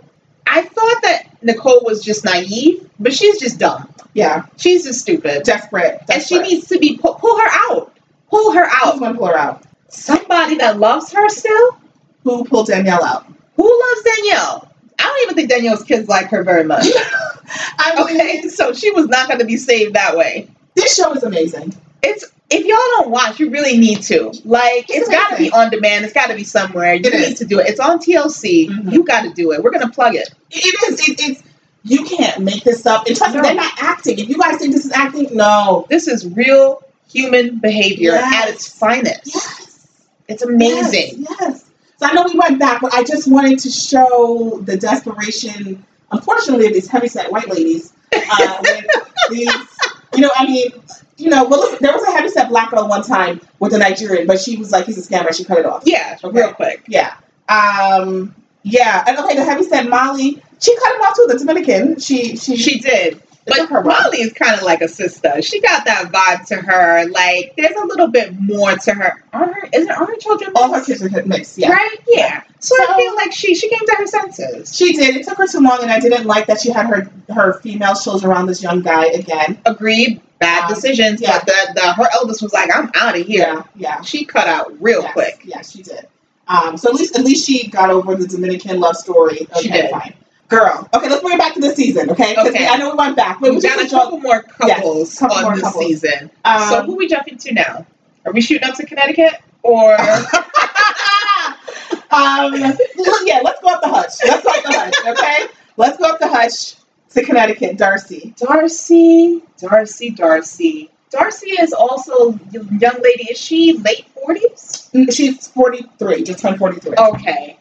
B: I thought that Nicole was just naive, but she's just dumb.
A: yeah,
B: She's just stupid.
A: desperate. desperate.
B: And she needs to be pull, pull her out. Pull her
A: Who's
B: out.
A: gonna pull her out?
B: Somebody that loves her still?
A: Who pulled Danielle out?
B: Who loves Danielle? I don't even think Danielle's kids like her very much.
A: I mean,
B: Okay, so she was not going to be saved that way.
A: This show is amazing.
B: It's if y'all don't watch, you really need to. Like, it's got to be on demand. It's got to be somewhere. You
A: It
B: need
A: is.
B: to do it. It's on TLC.
A: Mhm.
B: You got to do it. We're going to plug it.
A: It is. It, it's. You can't make this up. And trust me,
B: No.
A: they're not acting. If you guys think this is acting, no.
B: This is real human behavior at its
A: Yes.
B: finest.
A: Yes.
B: It's amazing.
A: Yes, yes. So I know we went back, but I just wanted to show the desperation, unfortunately, of these heavyset white ladies. Uh, with these, you know, I mean, you know, well, listen, there was a heavyset black girl one time with a Nigerian, but she was like, he's a scammer. She cut it off.
B: Yeah,
A: Okay.
B: real quick.
A: Yeah. Um. Yeah. And okay, the heavyset Molly, she cut him off too. The Dominican. She. She.
B: She did.
A: it took
B: But
A: her a while.
B: Molly is kind of like a sister. She got that vibe to her. Like, there's a little bit more to her. Are her isn't are her children
A: All her
B: mixed?
A: kids are mixed. Yeah.
B: right? Yeah. So, I
A: So-
B: feel like she she came to her senses.
A: She did. It took her too long, and I didn't like that she had her her female shows around this young guy again.
B: Agreed, bad
A: Um,
B: decisions.
A: yeah.
B: But the, the her eldest was like, I'm out of here.
A: yeah,
B: She cut out real
A: yes,
B: quick.
A: Yeah, she did. Um, so at least at least she got over the Dominican love story. Okay,
B: She did.
A: fine, girl. Okay, let's bring it back to the season. Okay, 'Cause
B: Okay.
A: I know we went back, but
B: We
A: we
B: got a
A: just
B: couple more couples
A: couple
B: on
A: more
B: this
A: couples.
B: season.
A: um,
B: so who we jumping to now? Are we shooting up to Connecticut or
A: um, well, yeah, let's go up the hutch. Let's go up the hutch. Okay, let's go up the hutch to Connecticut, Darcy.
B: Darcy? Darcy, Darcy. Darcy is also young lady. Is she late forties?
A: Mm, She's forty three, just turned forty three.
B: Oh. Okay.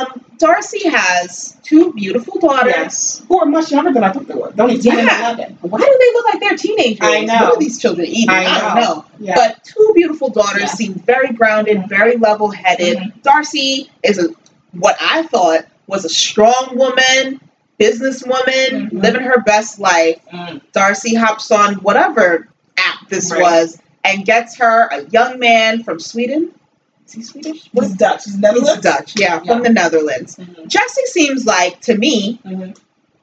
B: Um, Darcy has two beautiful daughters.
A: Yes. Who are much younger than I thought they were. Don't even
B: Yeah.
A: eleven.
B: Why do they look like they're teenagers?
A: I know.
B: What are these children eating?
A: I
B: don't
A: know.
B: know.
A: Yeah.
B: But two beautiful daughters
A: Yeah.
B: seem very grounded,
A: Mhm.
B: very level headed.
A: Mm-hmm.
B: Darcy is a, what I thought was a strong woman, businesswoman,
A: Mhm.
B: living her best life.
A: Mm.
B: Darcy hops on whatever app this
A: Right.
B: was and gets her a young man from Sweden. Is he Swedish?
A: He's Dutch. Mm-hmm. He's Netherlands.
B: He's Dutch, yeah, from the Netherlands. Jesse seems like, to me,
A: Mhm.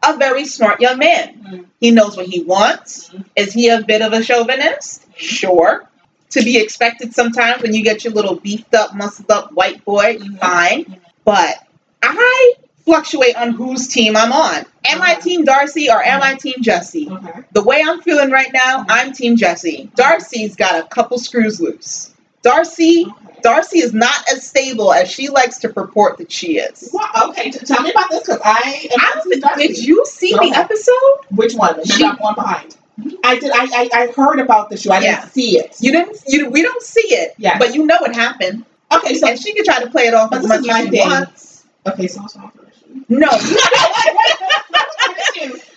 B: a very smart young man.
A: Mhm.
B: He knows what he wants.
A: Mhm.
B: Is he a bit of a chauvinist? Sure. To be expected sometimes when you get your little beefed up, muscled up white boy,
A: Mhm.
B: fine.
A: Mhm.
B: But I fluctuate on whose team I'm on. Am I
A: Mhm.
B: team Darcy or am I team Jesse?
A: Okay.
B: The way I'm feeling right now,
A: Mhm.
B: I'm Team Jesse. Darcy's got a couple screws loose. Darcy, Darcy is not as stable as she likes to purport that she is.
A: Well, okay. t- Tell me about this because I am.
B: I
A: not too
B: don't
A: Darcy.
B: think, did you see
A: Go
B: the
A: ahead.
B: episode?
A: Which one? Maybe
B: She-
A: I'm one behind. I did. I, I I heard about the show. I
B: Yeah.
A: didn't see it.
B: You didn't. You we don't see it,
A: Yes.
B: but you know it happened.
A: Okay. So
B: and she could try to play it off
A: but
B: as
A: this
B: much
A: is
B: as
A: my
B: she
A: thing.
B: wants.
A: Okay. So what's wrong with the show?
B: No,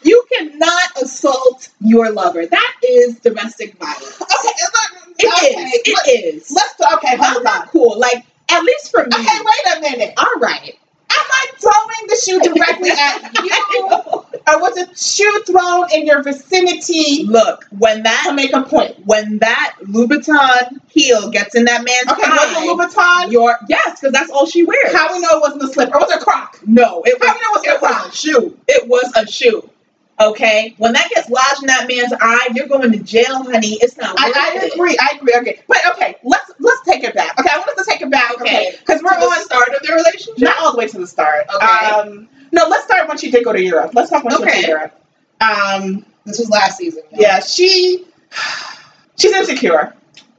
B: you cannot assault your lover. That is domestic violence.
A: Okay,
B: It is.
A: Let,
B: It is.
A: let's. Okay.
B: I'm
A: Hold on.
B: not cool. Like at least for me.
A: Okay. Wait a minute.
B: All right. I
A: am I throwing the shoe directly at you? Or was a shoe thrown in your vicinity
B: Look, when
A: to
B: that
A: make a point?
B: when that Louboutin heel gets in that man's
A: Okay, was
B: eye,
A: it Louboutin?
B: your yes, because that's all she wears.
A: How we know it wasn't a slip? Or was it a croc?
B: No, it
A: How
B: was,
A: we know it was a
B: it was
A: croc?
B: a shoe. It was a shoe. Okay, when that gets lodged in that man's eye, you're going to jail, honey. It's not.
A: I,
B: worth
A: I
B: it.
A: agree. I agree. Okay, but okay, let's let's take it back. Okay, I want us to take it back. Okay,
B: Okay.
A: because we're
B: To the
A: on start of their relationship. Not all the way to the start.
B: Okay.
A: Um, no, let's start when she did go to Europe. Let's talk when she went
B: Okay.
A: to Europe. Um,
B: This was last season.
A: yeah, she she's insecure.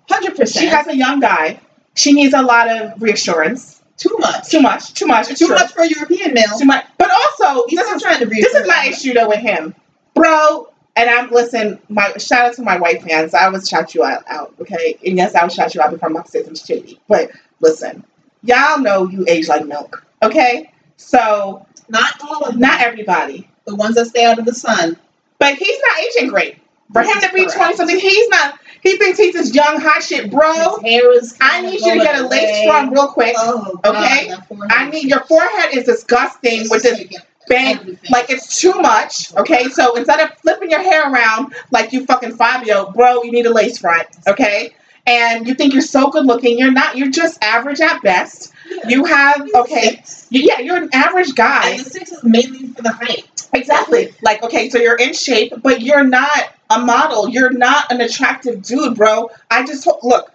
B: hundred percent.
A: She has a young guy. She needs a lot of reassurance.
B: too much.
A: Too much. Too much. It's
B: Too
A: true.
B: much for a European male.
A: Too much. But also,
B: He's
A: this
B: not
A: is
B: trying to be.
A: this is my issue though with him, bro. And I'm listen. My shout out to my white fans. I always shout you out, out, okay? And yes, I will shout you out before my system's shady. But listen, y'all know you age like milk, okay? So
B: Not all of them.
A: not everybody,
B: the ones that stay out of the sun.
A: but he's not aging great. For him to be
B: Correct.
A: twenty something, he's not. He thinks he's this young hot shit, bro.
B: His hair is.
A: I need you to get a lace front real quick.
B: Oh,
A: okay? I need your forehead is disgusting with this bang Like it's too much. Okay, so instead of flipping your hair around like you fucking Fabio, bro, you need a lace front. Okay, and you think you're so good looking, you're not. You're just average at best. You have okay, you- yeah, you're an average guy.
B: And the six is mainly for the height.
A: Exactly. Like okay, so you're in shape, but you're not a model. You're not an attractive dude, bro. I just ho- look.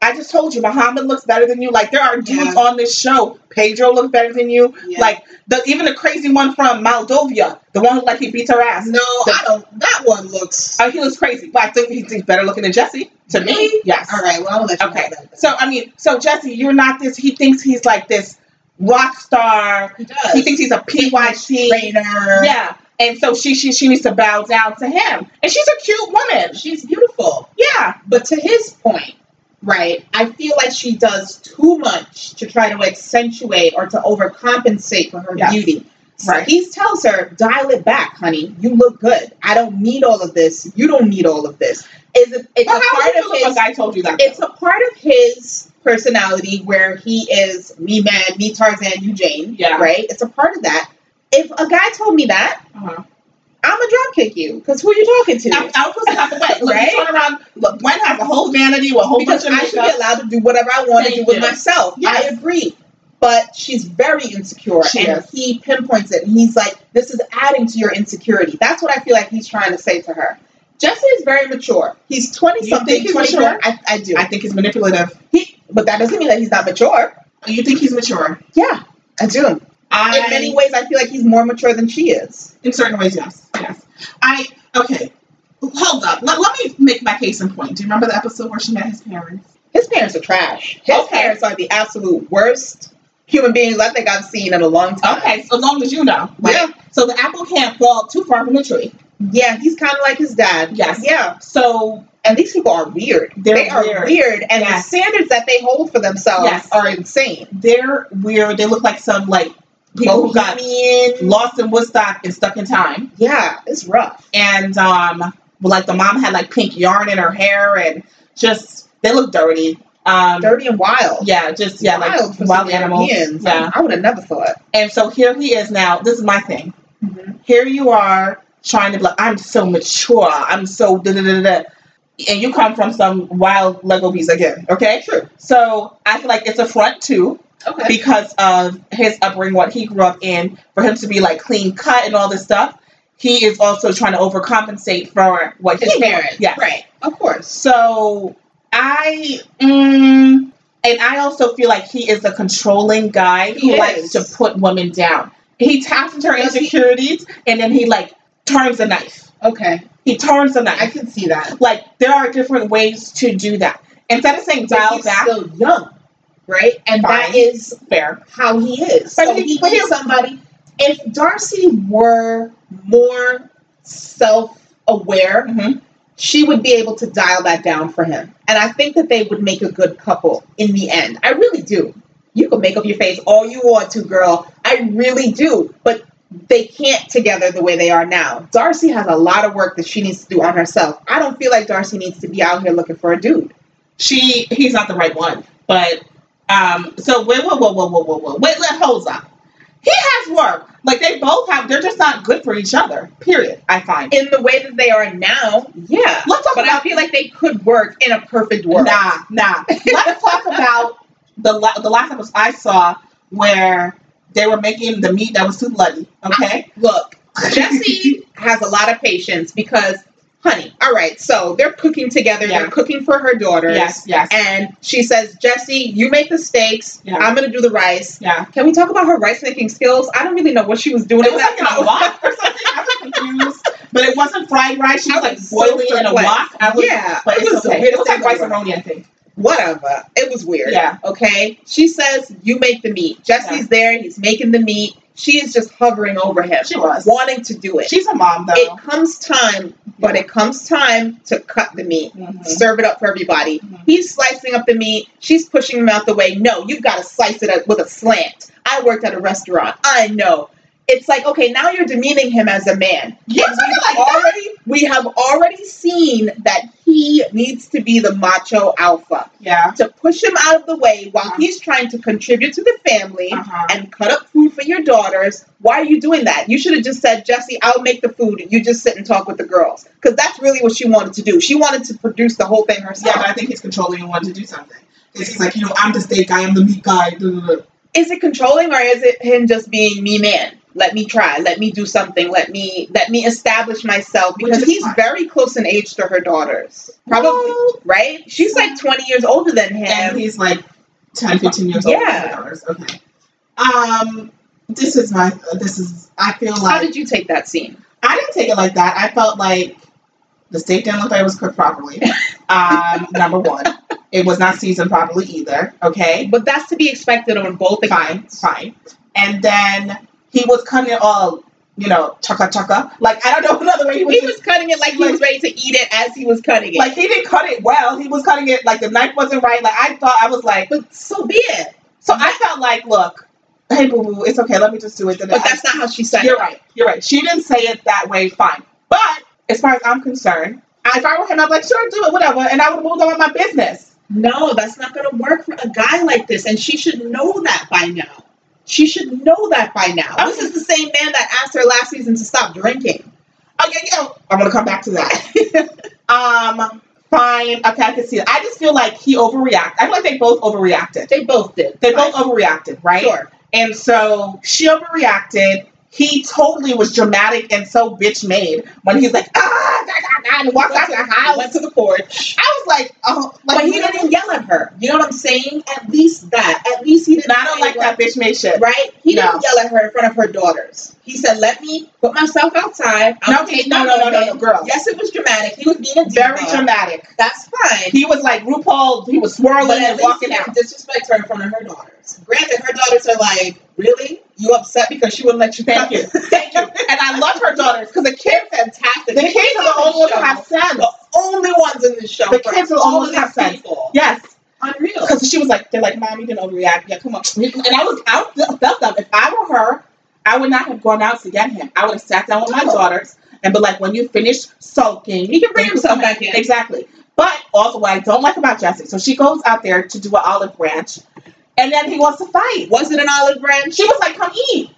A: I just told you, Muhammad looks better than you. Like there are dudes
B: Yeah.
A: on this show. Pedro looks better than you. Like the even the crazy one from Moldova, the one who like he beats her ass.
B: no, I don't. That one looks.
A: Uh, he looks crazy, but I think he's he's better looking than Jesse. To me, yes.
B: All right. Well, I'll let you
A: Okay.
B: know that.
A: So I mean, so Jesse, you're not this. He thinks he's like this rock star.
B: he does.
A: He thinks he's a PYC.
B: trainer.
A: Yeah. And so she she she needs to bow down to him. And she's a cute woman.
B: She's beautiful.
A: Yeah.
B: But to his point, right, I feel like she does too much to try to accentuate or to overcompensate for her
A: Yes.
B: beauty. So
A: Right.
B: He tells her, dial it back, honey. You look good. I don't need all of this. You don't need all of this. Is it, it's
A: But
B: a
A: how
B: part
A: would you
B: of
A: feel if a
B: his
A: guy told you that?
B: it's a part of his personality where he is me man, me Tarzan, you Jane.
A: Yeah.
B: Right? It's a part of that. If a guy told me that,
A: Uh-huh.
B: I'm a drop kick you. Because who are you talking to?
A: I, I would push it out the way. Look,
B: Right?
A: right? Turn around. Look, Gwen has a whole vanity with a whole
B: because
A: bunch of
B: I should
A: makeup.
B: be allowed to do whatever I want to
A: Thank
B: do with
A: you.
B: myself.
A: Yes.
B: I agree. But she's very insecure
A: She
B: and he pinpoints it and he's like, This is adding to your insecurity. That's what I feel like he's trying to say to her. Jesse is very mature. He's
A: You
B: 20
A: think
B: something,
A: he's
B: 24.
A: mature?
B: I, I do.
A: I think he's manipulative.
B: he, but that doesn't mean that he's not mature.
A: You think he's mature?
B: Yeah, I do.
A: I,
B: in many ways, I feel like he's more mature than she is.
A: In certain ways, yes. Yes. I okay. Hold up. Let, let me make my case in point. Do you remember the episode where she met his parents?
B: His parents are trash. His
A: Okay.
B: parents are the absolute worst human beings I think I've seen in a long time.
A: Okay, so long as you know. right?
B: Yeah.
A: So the apple can't fall too far from the tree.
B: Yeah, he's kind of like his dad.
A: Yes.
B: Yeah.
A: So
B: And these people are weird.
A: They're
B: They are
A: weird.
B: weird, and
A: Yes.
B: the standards that they hold for themselves
A: Yes.
B: are insane.
A: they're weird. They look like some like people who got
B: Bohemian.
A: lost in Woodstock and stuck in time.
B: Yeah, it's rough.
A: And um like the mom had like pink yarn in her hair and just they look dirty. Um
B: Dirty and wild.
A: yeah, just yeah, like
B: wild for
A: wild
B: some
A: animals.
B: Europeans.
A: Yeah.
B: I would have never thought.
A: And so here he is now. This is my thing. here you are trying to be like, I'm so mature, I'm so da da da da. And you come from some wild Lego piece again, okay?
B: True.
A: So I feel like it's a front too
B: Okay.
A: because of his upbringing, what he grew up in. For him to be like clean cut and all this stuff, he is also trying to overcompensate for what
B: His
A: his
B: parents.
A: Yes.
B: Right. Of course.
A: So I, mm, and I also feel like he is a controlling guy who
B: He
A: likes
B: is.
A: to put women down. He taps into her
B: Does he-
A: insecurities and then he like turns a knife.
B: Okay.
A: He turns a
B: I
A: knife.
B: can see that.
A: Like there are different ways to do that. Instead of saying
B: But
A: dial
B: he's
A: back,
B: still young, right? And that
A: Fine.
B: is
A: fair.
B: how he is.
A: But
B: so
A: he-
B: he
A: but
B: is
A: he-
B: somebody. If Darcy were more self-aware,
A: Mhm.
B: she would be able to dial that down for him. And I think that they would make a good couple in the end. I really do. You can make up your face all you want to, girl. I really do. But they can't together the way they are now. Darcy has a lot of work that she needs to do on herself. I don't feel like Darcy needs to be out here looking for a dude.
A: She he's not the right one. But um so wait, whoa, whoa, whoa, whoa, whoa, whoa. Wait, let holds up. He has work. Like they both have. They're just not good for each other. Period. I find.
B: in the way that they are now, yeah.
A: Let's talk
B: But I
A: about
B: feel like they could work in a perfect world.
A: Nah, nah. Let's talk about the la- the last episode I saw where they were making the meat that was too bloody. Okay.
B: Look, Jesse has a lot of patience because, honey, all right, so they're cooking together.
A: Yeah.
B: They're cooking for her daughters.
A: yes. Yes.
B: And she says, Jesse, you make the steaks.
A: Yeah.
B: I'm going to do the rice.
A: Yeah.
B: Can we talk about her rice making skills? I don't really know what she was doing.
A: It
B: at
A: was
B: that
A: like in a
B: time.
A: wok or something. I was confused. But it wasn't fried rice. She
B: I
A: was like
B: was so
A: boiling it in a
B: perplexed.
A: wok. I was,
B: yeah,
A: But
B: it was
A: it's okay.
B: weird.
A: It was like rice
B: whatever.
A: I think.
B: whatever. It was weird.
A: Yeah.
B: Okay. She says, "You make the meat." Jesse's
A: Yeah.
B: there. He's making the meat. She is just hovering over him.
A: She was.
B: wanting to do it.
A: She's a mom though.
B: It comes time, but
A: Yeah.
B: it comes time to cut the meat.
A: Mhm.
B: Serve it up for everybody.
A: Mhm.
B: He's slicing up the meat. She's pushing him out the way. No, you've got to slice it up with a slant. I worked at a restaurant. I know. It's like, okay, now you're demeaning him as a man.
A: You took it
B: And we've
A: like that?
B: already, we have already seen that he needs to be the macho alpha
A: Yeah.
B: to push him out of the way while
A: Uh-huh.
B: he's trying to contribute to the family
A: Uh-huh.
B: and cut up food for your daughters. Why are you doing that? You should have just said, Jesse, I'll make the food. You just sit and talk with the girls. Because that's really what she wanted to do. She wanted to produce the whole thing herself.
A: Yeah, but I think he's controlling and wanted to do something. 'Cause he's like, you know, I'm the steak guy, I'm the meat guy. duh, duh, duh.
B: is it controlling or is it him just being me man? Let me try. Let me do something. Let me let me establish myself
A: Which
B: because
A: is
B: he's
A: fine.
B: very close in age to her daughters. Probably,
A: Well,
B: right? She's like 20 years older than him.
A: And he's like 10, 15 years old.
B: Yeah.
A: $100. Okay. Um, this is my, this is, I feel
B: How
A: like,
B: did you take that scene?
A: I didn't take it like that. I felt like the steak didn't look like it was cooked properly. Um, number one, it was not seasoned properly either. Okay.
B: But that's to be expected on both
A: Fine,
B: accounts.
A: fine. And then he was cutting it all, you know, chaka chaka. Like, I don't know another way
B: He
A: he was.
B: was cutting it like he
A: like-
B: was ready to eat it as he was cutting it.
A: Like he didn't cut it well. He was cutting it like the knife wasn't right. Like I thought I was like
B: but so be it.
A: so I felt like look, hey boo boo, it's okay, let me just do it.
B: But that's not how she said
A: you're
B: it.
A: right. You're right. She didn't say it that way, fine. But as far as I'm concerned, I- if I were him, I'd be like, sure, do it, whatever, and I would have moved on with my business.
B: No, that's not going to work for a guy like this, and she should know that by now. She should know that by now. This is the same man that asked her last season to stop drinking.
A: Okay, yeah, I'm gonna come back to that. um, fine, okay, I can see it. I just feel like he overreacted. I feel like they both overreacted.
B: They both did.
A: They both overreacted, right?
B: Sure.
A: And so she overreacted. He totally was dramatic and so bitch made when he's like, ah, da, da, da, and walks out of
B: Went to,
A: the
B: the, went
A: house.
B: to the porch.
A: I was like, oh, like,
B: But he didn't yell at her. You know what I'm saying? At least that. At least he didn't.
A: I don't
B: say,
A: like that bitch made shit.
B: Right? He
A: No.
B: didn't yell at her in front of her daughters. He said, "Let me put myself outside." I'm
A: No,
B: gonna take
A: no,
B: my
A: no, no, no, no,
B: moment."
A: girl.
B: Yes, it was dramatic. He was being a diva.
A: Very dramatic.
B: That's fine.
A: He was like RuPaul. He was swirling
B: But at
A: and
B: least
A: walking
B: he
A: out.
B: didn't disrespect her in front of her daughters. Granted, her daughters are like, "Really? You upset because she wouldn't let you
A: Thank
B: cut
A: you,
B: it?"
A: thank you. And I love her daughters because the kids,
B: Fantastic.
A: the kids are the only ones
B: show,
A: that have sense.
B: the only ones in this show.
A: The
B: for
A: kids are the
B: all
A: only
B: of
A: ones
B: these
A: that have
B: people.
A: Yes,
B: Unreal.
A: because she was like, they're like, mom, you didn't overreact. Yeah, come on. And I was, I felt that if I were her, I would not have gone out to get him. I would have sat down with my
B: No.
A: daughters and be like, when you finish sulking,
B: Oh. He can bring himself back in.
A: Exactly. But also, what I don't like about Jesse, so she goes out there to do an olive branch, and then he wants to fight.
B: Was it an olive branch?
A: She was like, come eat.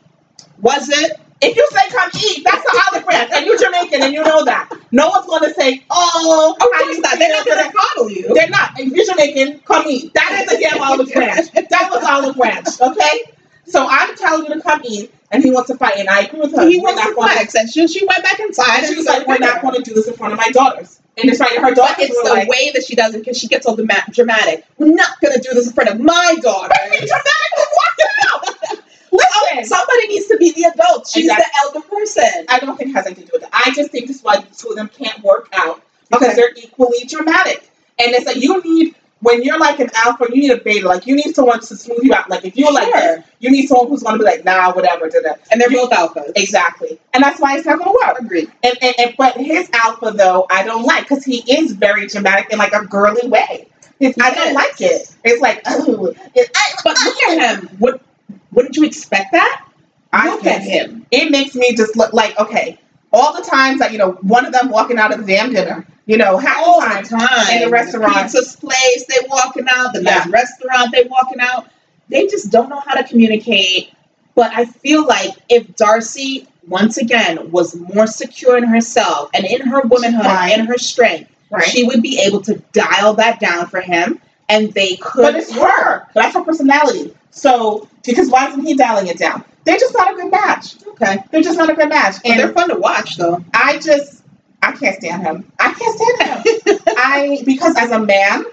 B: Was it?
A: If you say come eat, that's an olive branch, and you're Jamaican, and you know that. No one's going to say, oh,
B: Of
A: how
B: course
A: you
B: not. They're
A: feel
B: not
A: for that?"
B: gonna coddle you.
A: They're not. If you're Jamaican, come eat. That is a damn olive branch. That was olive branch, okay? So I'm telling you to come eat, and he wants to fight, and I agree with her.
B: he
A: We're
B: wants
A: not
B: to
A: gonna-
B: flex, and she, she went back inside.
A: And she was like, we're not going to do this in front of my daughters. And it's right, her
B: But
A: daughters
B: it's
A: were
B: the
A: like,
B: way that she does it because she gets all dema- dramatic. We're not gonna do this in front of my daughter. Oh,
A: "Be dramatic and walk out." Listen,
B: Somebody needs to be the adult. She's
A: Exactly.
B: the elder person.
A: I don't think it has anything to do with it. I just think this is why the two of them can't work out because
B: Okay.
A: they're equally dramatic. And it's like you need when you're like an alpha, you need a beta. Like you need someone to smooth you out. Like if you're like
B: Sure.
A: this, you need someone who's gonna be like, nah, whatever, da da.
B: and they're both alphas.
A: Exactly. And that's why it's not going to work.
B: Agreed.
A: And, and, and but his alpha though I don't like because he is very dramatic in like a girly way. It's- I don't
B: Yes.
A: like it. It's like oh, it, I,
B: But look at him. Would, wouldn't you expect that?
A: I
B: look at
A: can't-
B: him.
A: It makes me just look like okay. All the times that you know one of them walking out of the damn dinner, you know how
B: All
A: time.
B: the time.
A: In the restaurant.
B: The pizza's place, they walking out. The
A: Yeah.
B: nice restaurant, they walking out. They just don't know how to communicate. But I feel like if Darcy, once again, was more secure in herself and in her womanhood
A: Right.
B: and her strength,
A: Right.
B: she would be able to dial that down for him and they could.
A: But it's her. That's her personality. So, because why isn't he dialing it down? They're just not a good match.
B: Okay.
A: They're just not a good match.
B: But they're
A: And
B: fun to watch, though.
A: I just, I can't stand him. I can't stand him. I because as a man,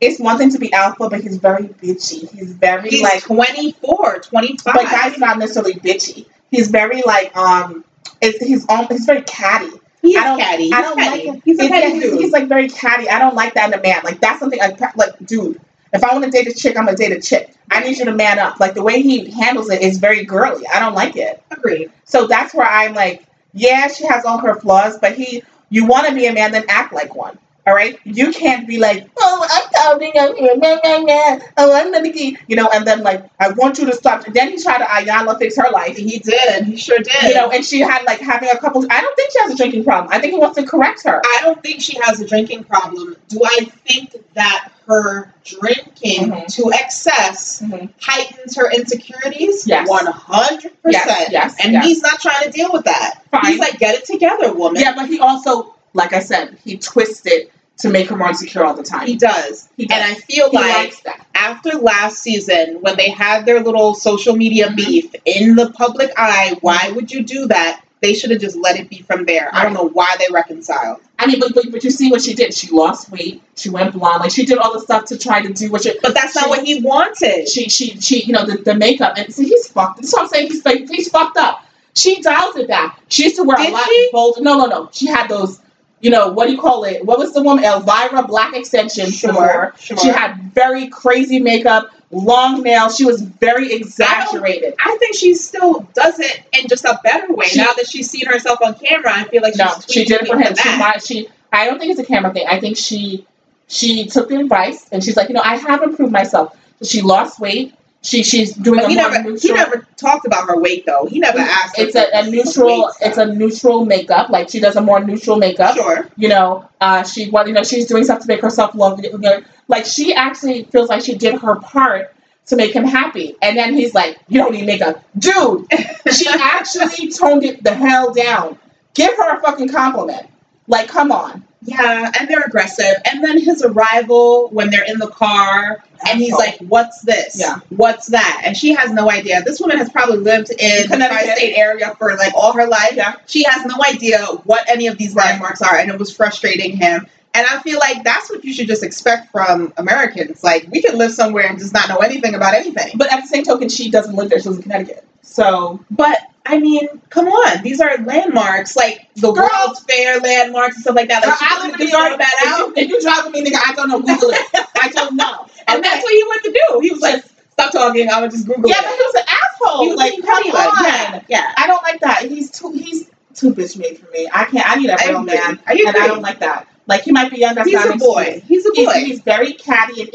A: it's one thing to be alpha, but he's very bitchy. He's very
B: He's
A: like,
B: 24, 25.
A: but guy's not necessarily bitchy. He's very like, um, it's, he's um, he's very catty.
B: he's
A: I don't-
B: catty. He's
A: I don't
B: catty.
A: like him.
B: He's a
A: It's-
B: catty
A: he's,
B: dude.
A: he's, like very catty. I don't like that in a man. Like that's something I like, dude. If I want to date a chick, I'm gonna date a chick. I need you to man up. Like the way he handles it is very girly. I don't like it.
B: Agreed.
A: So that's where I'm like, yeah, she has all her flaws, but he, you want to be a man, then act like one. All right, you can't be like, oh, I'm pouting out here, nah, nah, nah. oh, I'm not the you know, and then like, I want you to stop. And then he tried to Ayala fix her life
B: He did. He sure did.
A: you know, and she had like having a couple. I don't think she has a drinking problem. I think he wants to correct her.
B: I don't think she has a drinking problem. Do I think that her drinking
A: Mhm.
B: to excess heightens her insecurities?
A: Yes.
B: 100%.
A: Yes, yes,
B: and
A: yes.
B: he's not trying to deal with that.
A: Fine.
B: He's like, get it together, woman.
A: yeah, but he also, like I said, he twists it to make her more insecure all the time.
B: He does.
A: He
B: And I feel
A: He
B: like
A: likes that.
B: after last season, when they had their little social media
A: Mm-hmm.
B: beef in the public eye, why would you do that? They should have just let it be from there. I don't know why they reconciled.
A: I mean, but, but but you see what she did. She lost weight. She went blonde. Like she did all the stuff to try to do what she.
B: But that's not
A: She-
B: what he wanted.
A: She she she. You know the, the makeup and see he's fucked. That's what I'm saying. He's like he's fucked up. She dials it back. She used to wear
B: Did
A: a lot
B: she?
A: bolder. No no no. She had those. You know what do you call it? What was the woman? Elvira black extensions before.
B: sure.
A: She had very crazy makeup, long nails. She was very exaggerated.
B: I think she still does it in just a better way.
A: She-
B: now that she's seen herself on camera, I feel like she's
A: No, she did it for
B: tweaking
A: him. She,
B: that.
A: why- she, I don't think it's a camera thing. I think she, she took the advice and she's like, you know, I have improved myself. She lost weight. She, she's doing
B: But
A: a
B: he
A: more
B: never he
A: neutral.
B: never talked about her weight though. He never asked. her
A: it's a,
B: for
A: a
B: her
A: neutral.
B: weight
A: It's
B: stuff.
A: a neutral makeup. Like she does a more neutral makeup.
B: sure.
A: You know, uh, she what you know she's doing stuff to make herself look. You know, like she actually feels like she did her part to make him happy, and then he's like, "You don't need makeup, dude." she actually toned it the hell down. Give her a fucking compliment. Like, come on.
B: Yeah, and they're aggressive. And then his arrival when they're in the car, and he's like, "What's this?
A: Yeah.
B: What's that?" And she has no idea. This woman has probably lived in the
A: Connecticut.
B: tri-state area for like all her life.
A: Yeah.
B: She has no idea what any of these
A: Right.
B: landmarks are, and it was frustrating him. And I feel like that's what you should just expect from Americans. Like we can live somewhere and just not know anything about anything.
A: But at the same token, she doesn't live there. She lives in Connecticut. So,
B: But I mean, come on, these are landmarks, like the
A: Girl.
B: World's Fair landmarks and stuff like that.
A: Girl,
B: Like she
A: I live in
B: couldn't
A: New
B: just throw
A: York.
B: that
A: If
B: out.
A: you, if you drive with me, nigga, I don't know. Google it. I don't know.
B: And that's what he went to do. He was like, stop talking, I would just Google
A: yeah,
B: it.
A: but he was an asshole.
B: He was
A: like,
B: being
A: come
B: pretty
A: on.
B: much. Yeah, yeah.
A: I don't like that. He's too he's too bitch made for me. I can't. I need a
B: I
A: real
B: agree.
A: man,
B: I agree.
A: and I don't like that. Like he might be young. That's
B: he's
A: not
B: a
A: an
B: boy.
A: excuse.
B: He's a
A: He's,
B: boy.
A: he's very catty and,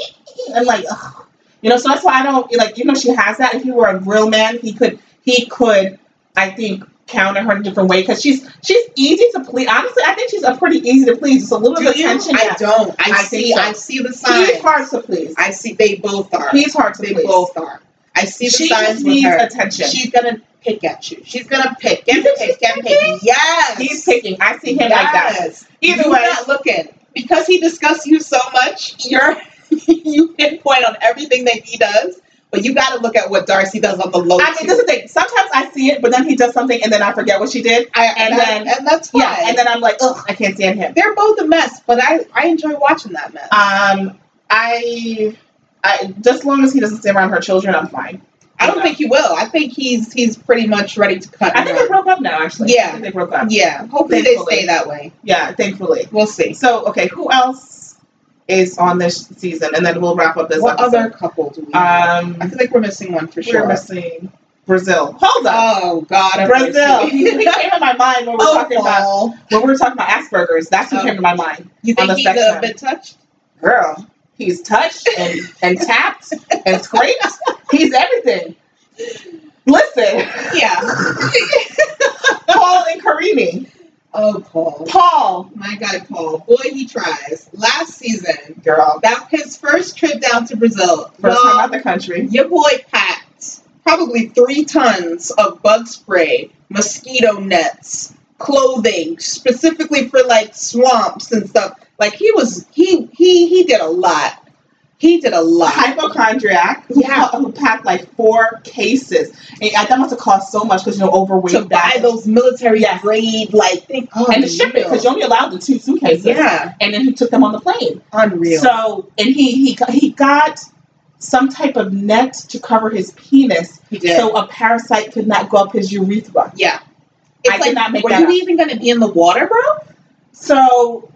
A: and like, ugh. you know. So that's why I don't like. Even though she has that, if he were a real man, he could he could I think counter her in a different way because she's she's easy to please. Honestly, I think she's a pretty easy to please. Just a little
B: Do
A: bit of
B: you?
A: attention.
B: I don't. I,
A: I think
B: see.
A: so.
B: I see the
A: He's
B: signs.
A: hard to please.
B: I see. They both are.
A: He's hard to
B: they
A: please.
B: both are. I see the
A: she
B: signs
A: just
B: with
A: needs
B: her.
A: attention.
B: She's gonna pick at you. She's gonna pick
A: You
B: and
A: think
B: pick
A: she's
B: and pick. Yes.
A: He's picking. I see him like that.
B: yes.
A: Either
B: You're
A: way,
B: not looking because he disgusts you so much. You're you pinpoint on everything that he does, but you got to look at what Darcy does on the low.
A: I mean,
B: too.
A: this is the thing. Sometimes I see it, but then he does something, and then I forget what she did.
B: I,
A: and
B: and, that-
A: then-
B: and that's why.
A: Yeah, and then I'm like, ugh, I can't stand him.
B: they're both a mess, but I, I enjoy watching that mess.
A: Um, I, I just as long as he doesn't stay around her children, I'm fine.
B: I don't
A: yeah.
B: think he will. I think he's he's pretty much ready to cut.
A: I think they
B: her.
A: broke up now. Actually, I
B: Yeah.
A: think they broke up.
B: yeah. Hopefully they
A: Thankfully.
B: stay that way.
A: Yeah, thankfully.
B: We'll see.
A: So okay, who else is on this season? And then we'll wrap up this.
B: What
A: episode.
B: other couple do we? Have?
A: Um,
B: I feel like we're missing one for
A: we're
B: sure.
A: missing Brazil. Hold up,
B: Oh God, I'm
A: Brazil.
B: thirsty.
A: he came to my mind when we were
B: oh,
A: talking about
B: Paul.
A: when we were talking about Asperger's. That's who
B: Oh.
A: came to my mind.
B: you
A: on
B: think
A: the
B: he's
A: spectrum.
B: a bit touched?
A: girl, he's touched and, and tapped and scraped. He's everything. Listen,
B: Yeah.
A: Paul and Karimi.
B: Oh, Paul.
A: Paul,
B: My God, Paul. Boy, he tries. Last season,
A: girl,
B: that his first trip down to Brazil.
A: first
B: y'all,
A: time out the country.
B: your boy packed. probably three tons of bug spray, mosquito nets, clothing specifically for like swamps and stuff. Like he was he he he did a lot. He did a
A: a
B: lot.
A: hypochondriac who,
B: Yeah.
A: pa- who packed like four cases. And I- that must have cost so much because you're overweight.
B: to buy
A: baggage.
B: those military
A: Yes.
B: grade like thing. Oh,
A: and to ship it because you're only allowed the two suitcases.
B: yeah,
A: And then he took them on the plane.
B: unreal.
A: So and he he got- he got some type of net to cover his penis,
B: he did.
A: so a parasite could not go up his urethra.
B: yeah, it's
A: I
B: like
A: did not make
B: were
A: that
B: you
A: up.
B: even going to be in the water, bro?
A: So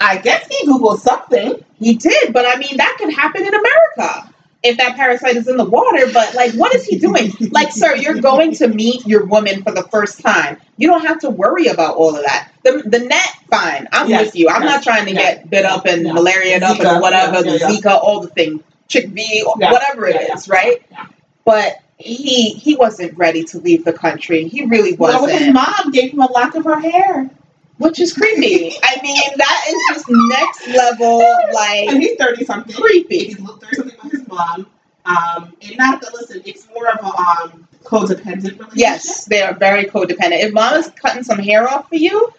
A: I guess he googled something.
B: He did, but I mean that can happen in America if that parasite is in the water. But like, what is he doing? like, sir, you're going to meet your woman for the first time. You don't have to worry about all of that. The the net, fine. I'm
A: Yes,
B: with you. I'm
A: yes,
B: not trying to
A: yes,
B: get bit up and
A: yeah.
B: malaria up
A: Zika,
B: and whatever,
A: yeah, yeah,
B: the Zika, all the things, chickpea, or
A: Yeah,
B: whatever it is,
A: yeah, yeah.
B: right?
A: Yeah.
B: But he he wasn't ready to leave the country. He really
A: Well,
B: wasn't
A: his mom gave him a lock of her hair,
B: which is creepy. I mean, that is just next level,
A: and
B: like
A: he's thirty something.
B: creepy.
A: He's a little there's something about his mom. Um, and not that listen, it's more of a um codependent relationship.
B: Yes, they are very codependent. If mom is cutting some hair off for you,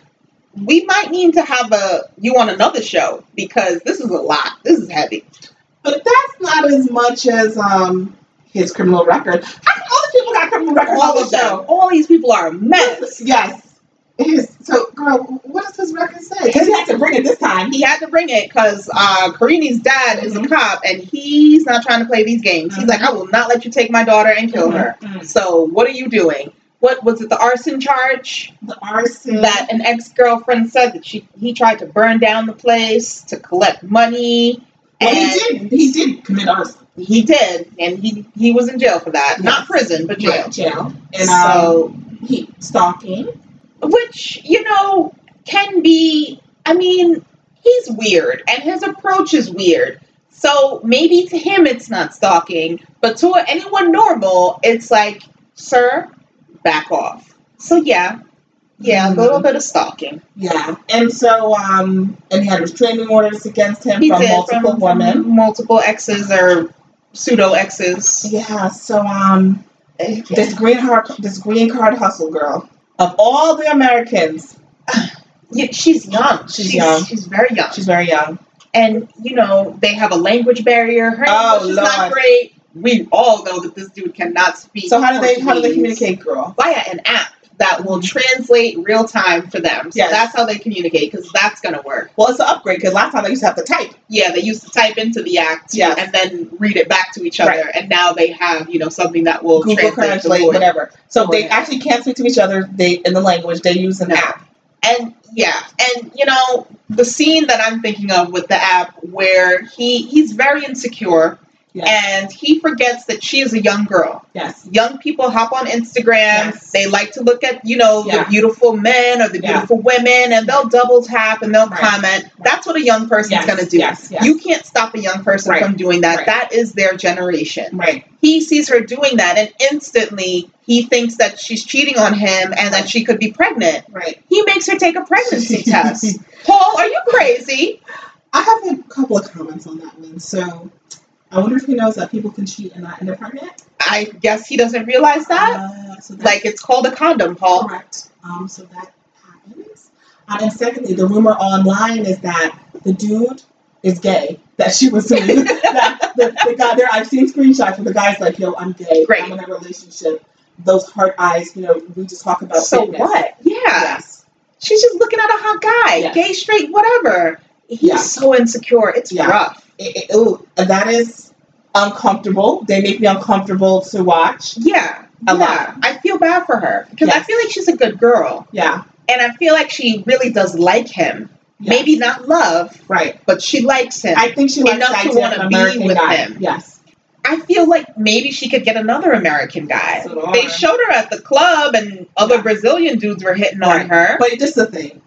B: we might need to have a you on another show because this is a lot. This is heavy.
A: But that's not as much as um his criminal record. How come all the people got criminal records
B: All
A: on
B: of
A: the
B: them,
A: show?
B: all these people are a mess.
A: Yes. His, so, girl, what does his record say? Because he had to bring it this time.
B: He had to bring it because uh, Karini's dad is a
A: Mhm.
B: cop and he's not trying to play these games. He's
A: Mhm.
B: like, I will not let you take my daughter and kill her.
A: Mm-hmm.
B: So what are you doing? What was it? The arson charge?
A: The arson.
B: that an ex-girlfriend said that she he tried to burn down the place to collect money
A: well,
B: and
A: he did. He did commit arson.
B: he did, and he he was in jail for that not
A: Yes.
B: prison but jail
A: Right, jail. And um,
B: so
A: he stalking.
B: which you know can be i mean he's weird and his approach is weird so maybe to him it's not stalking but to anyone normal it's like sir back off so yeah yeah
A: Mhm.
B: a little bit of stalking
A: Yeah. And so, um, and he had restraining orders against him
B: He
A: from
B: did,
A: multiple
B: from- from
A: women.
B: multiple exes or pseudo exes.
A: Yeah, so um, this green card, this green card hustle girl of all the Americans,
B: Yeah, she's young.
A: She's young.
B: She's very young.
A: she's very young.
B: And you know they have a language barrier. Her
A: Oh,
B: English is not
A: Lord.
B: great. We all know that this dude cannot speak.
A: So how do they how do they
B: Portuguese.
A: communicate, girl?
B: Via an app that will translate real time for them. So
A: Yes.
B: that's how they communicate because that's gonna work.
A: Well, it's an upgrade because last time they used to have to type.
B: Yeah, they used to type into the app
A: Yes.
B: and then read it back to each other, and now they have you know something that will
A: Google
B: translate, the
A: Translate,
B: voice.
A: whatever. So
B: Void.
A: they actually can't speak to each other. They in the language they use an
B: No.
A: app.
B: and yeah and you know the scene that i'm thinking of with the app where he he's very insecure
A: Yes.
B: and he forgets that she is a young girl
A: Yes,
B: young people hop on instagram
A: Yes.
B: they like to look at you know
A: Yeah.
B: the beautiful men or the
A: Yeah.
B: beautiful women and they'll double tap and they'll
A: Right.
B: comment that's what a young person's
A: Yes.
B: going to do
A: Yes. Yes.
B: you can't stop a young person
A: Right.
B: from doing that
A: Right.
B: that is their generation
A: right.
B: he sees her doing that and instantly he thinks that she's cheating on him and that she could be pregnant
A: Right.
B: he makes her take a pregnancy test. Paul, are you crazy?
A: I have a couple of comments on that one. So I wonder if he knows that people can cheat and not end up pregnant.
B: I guess he doesn't realize that.
A: Uh, so that's
B: Like it's called a condom, Paul.
A: Correct. Um, so that happens. Uh, and secondly, the rumor online is that the dude is gay. That she was seeing. that the, the guy there, I've seen screenshots where the guy's like, "Yo, I'm gay.
B: Great.
A: I'm in a relationship." Those heart eyes, you know, we just talk about
B: So
A: fitness.
B: what? Yeah.
A: Yes.
B: She's just looking at a hot guy,
A: Yes.
B: gay, straight, whatever. He's
A: Yeah.
B: so insecure. It's
A: Yeah.
B: rough.
A: It, it- ooh, that is uncomfortable. They make me uncomfortable to watch.
B: Yeah.
A: A
B: yeah.
A: lot.
B: I feel bad for her because I
A: Yes.
B: feel like she's a good girl.
A: Yeah.
B: And I feel like she really does like him.
A: Yeah.
B: Maybe not love,
A: Right.
B: but she likes him. I,
A: I think she likes
B: Enough
A: the
B: to
A: idea
B: wanna
A: of an
B: be
A: American
B: with
A: guy.
B: him.
A: Yes.
B: feel like maybe she could get another American guy.
A: So do
B: They
A: I.
B: showed her at the club, and other
A: Yeah.
B: Brazilian dudes were hitting
A: Right.
B: on her.
A: But this is the thing.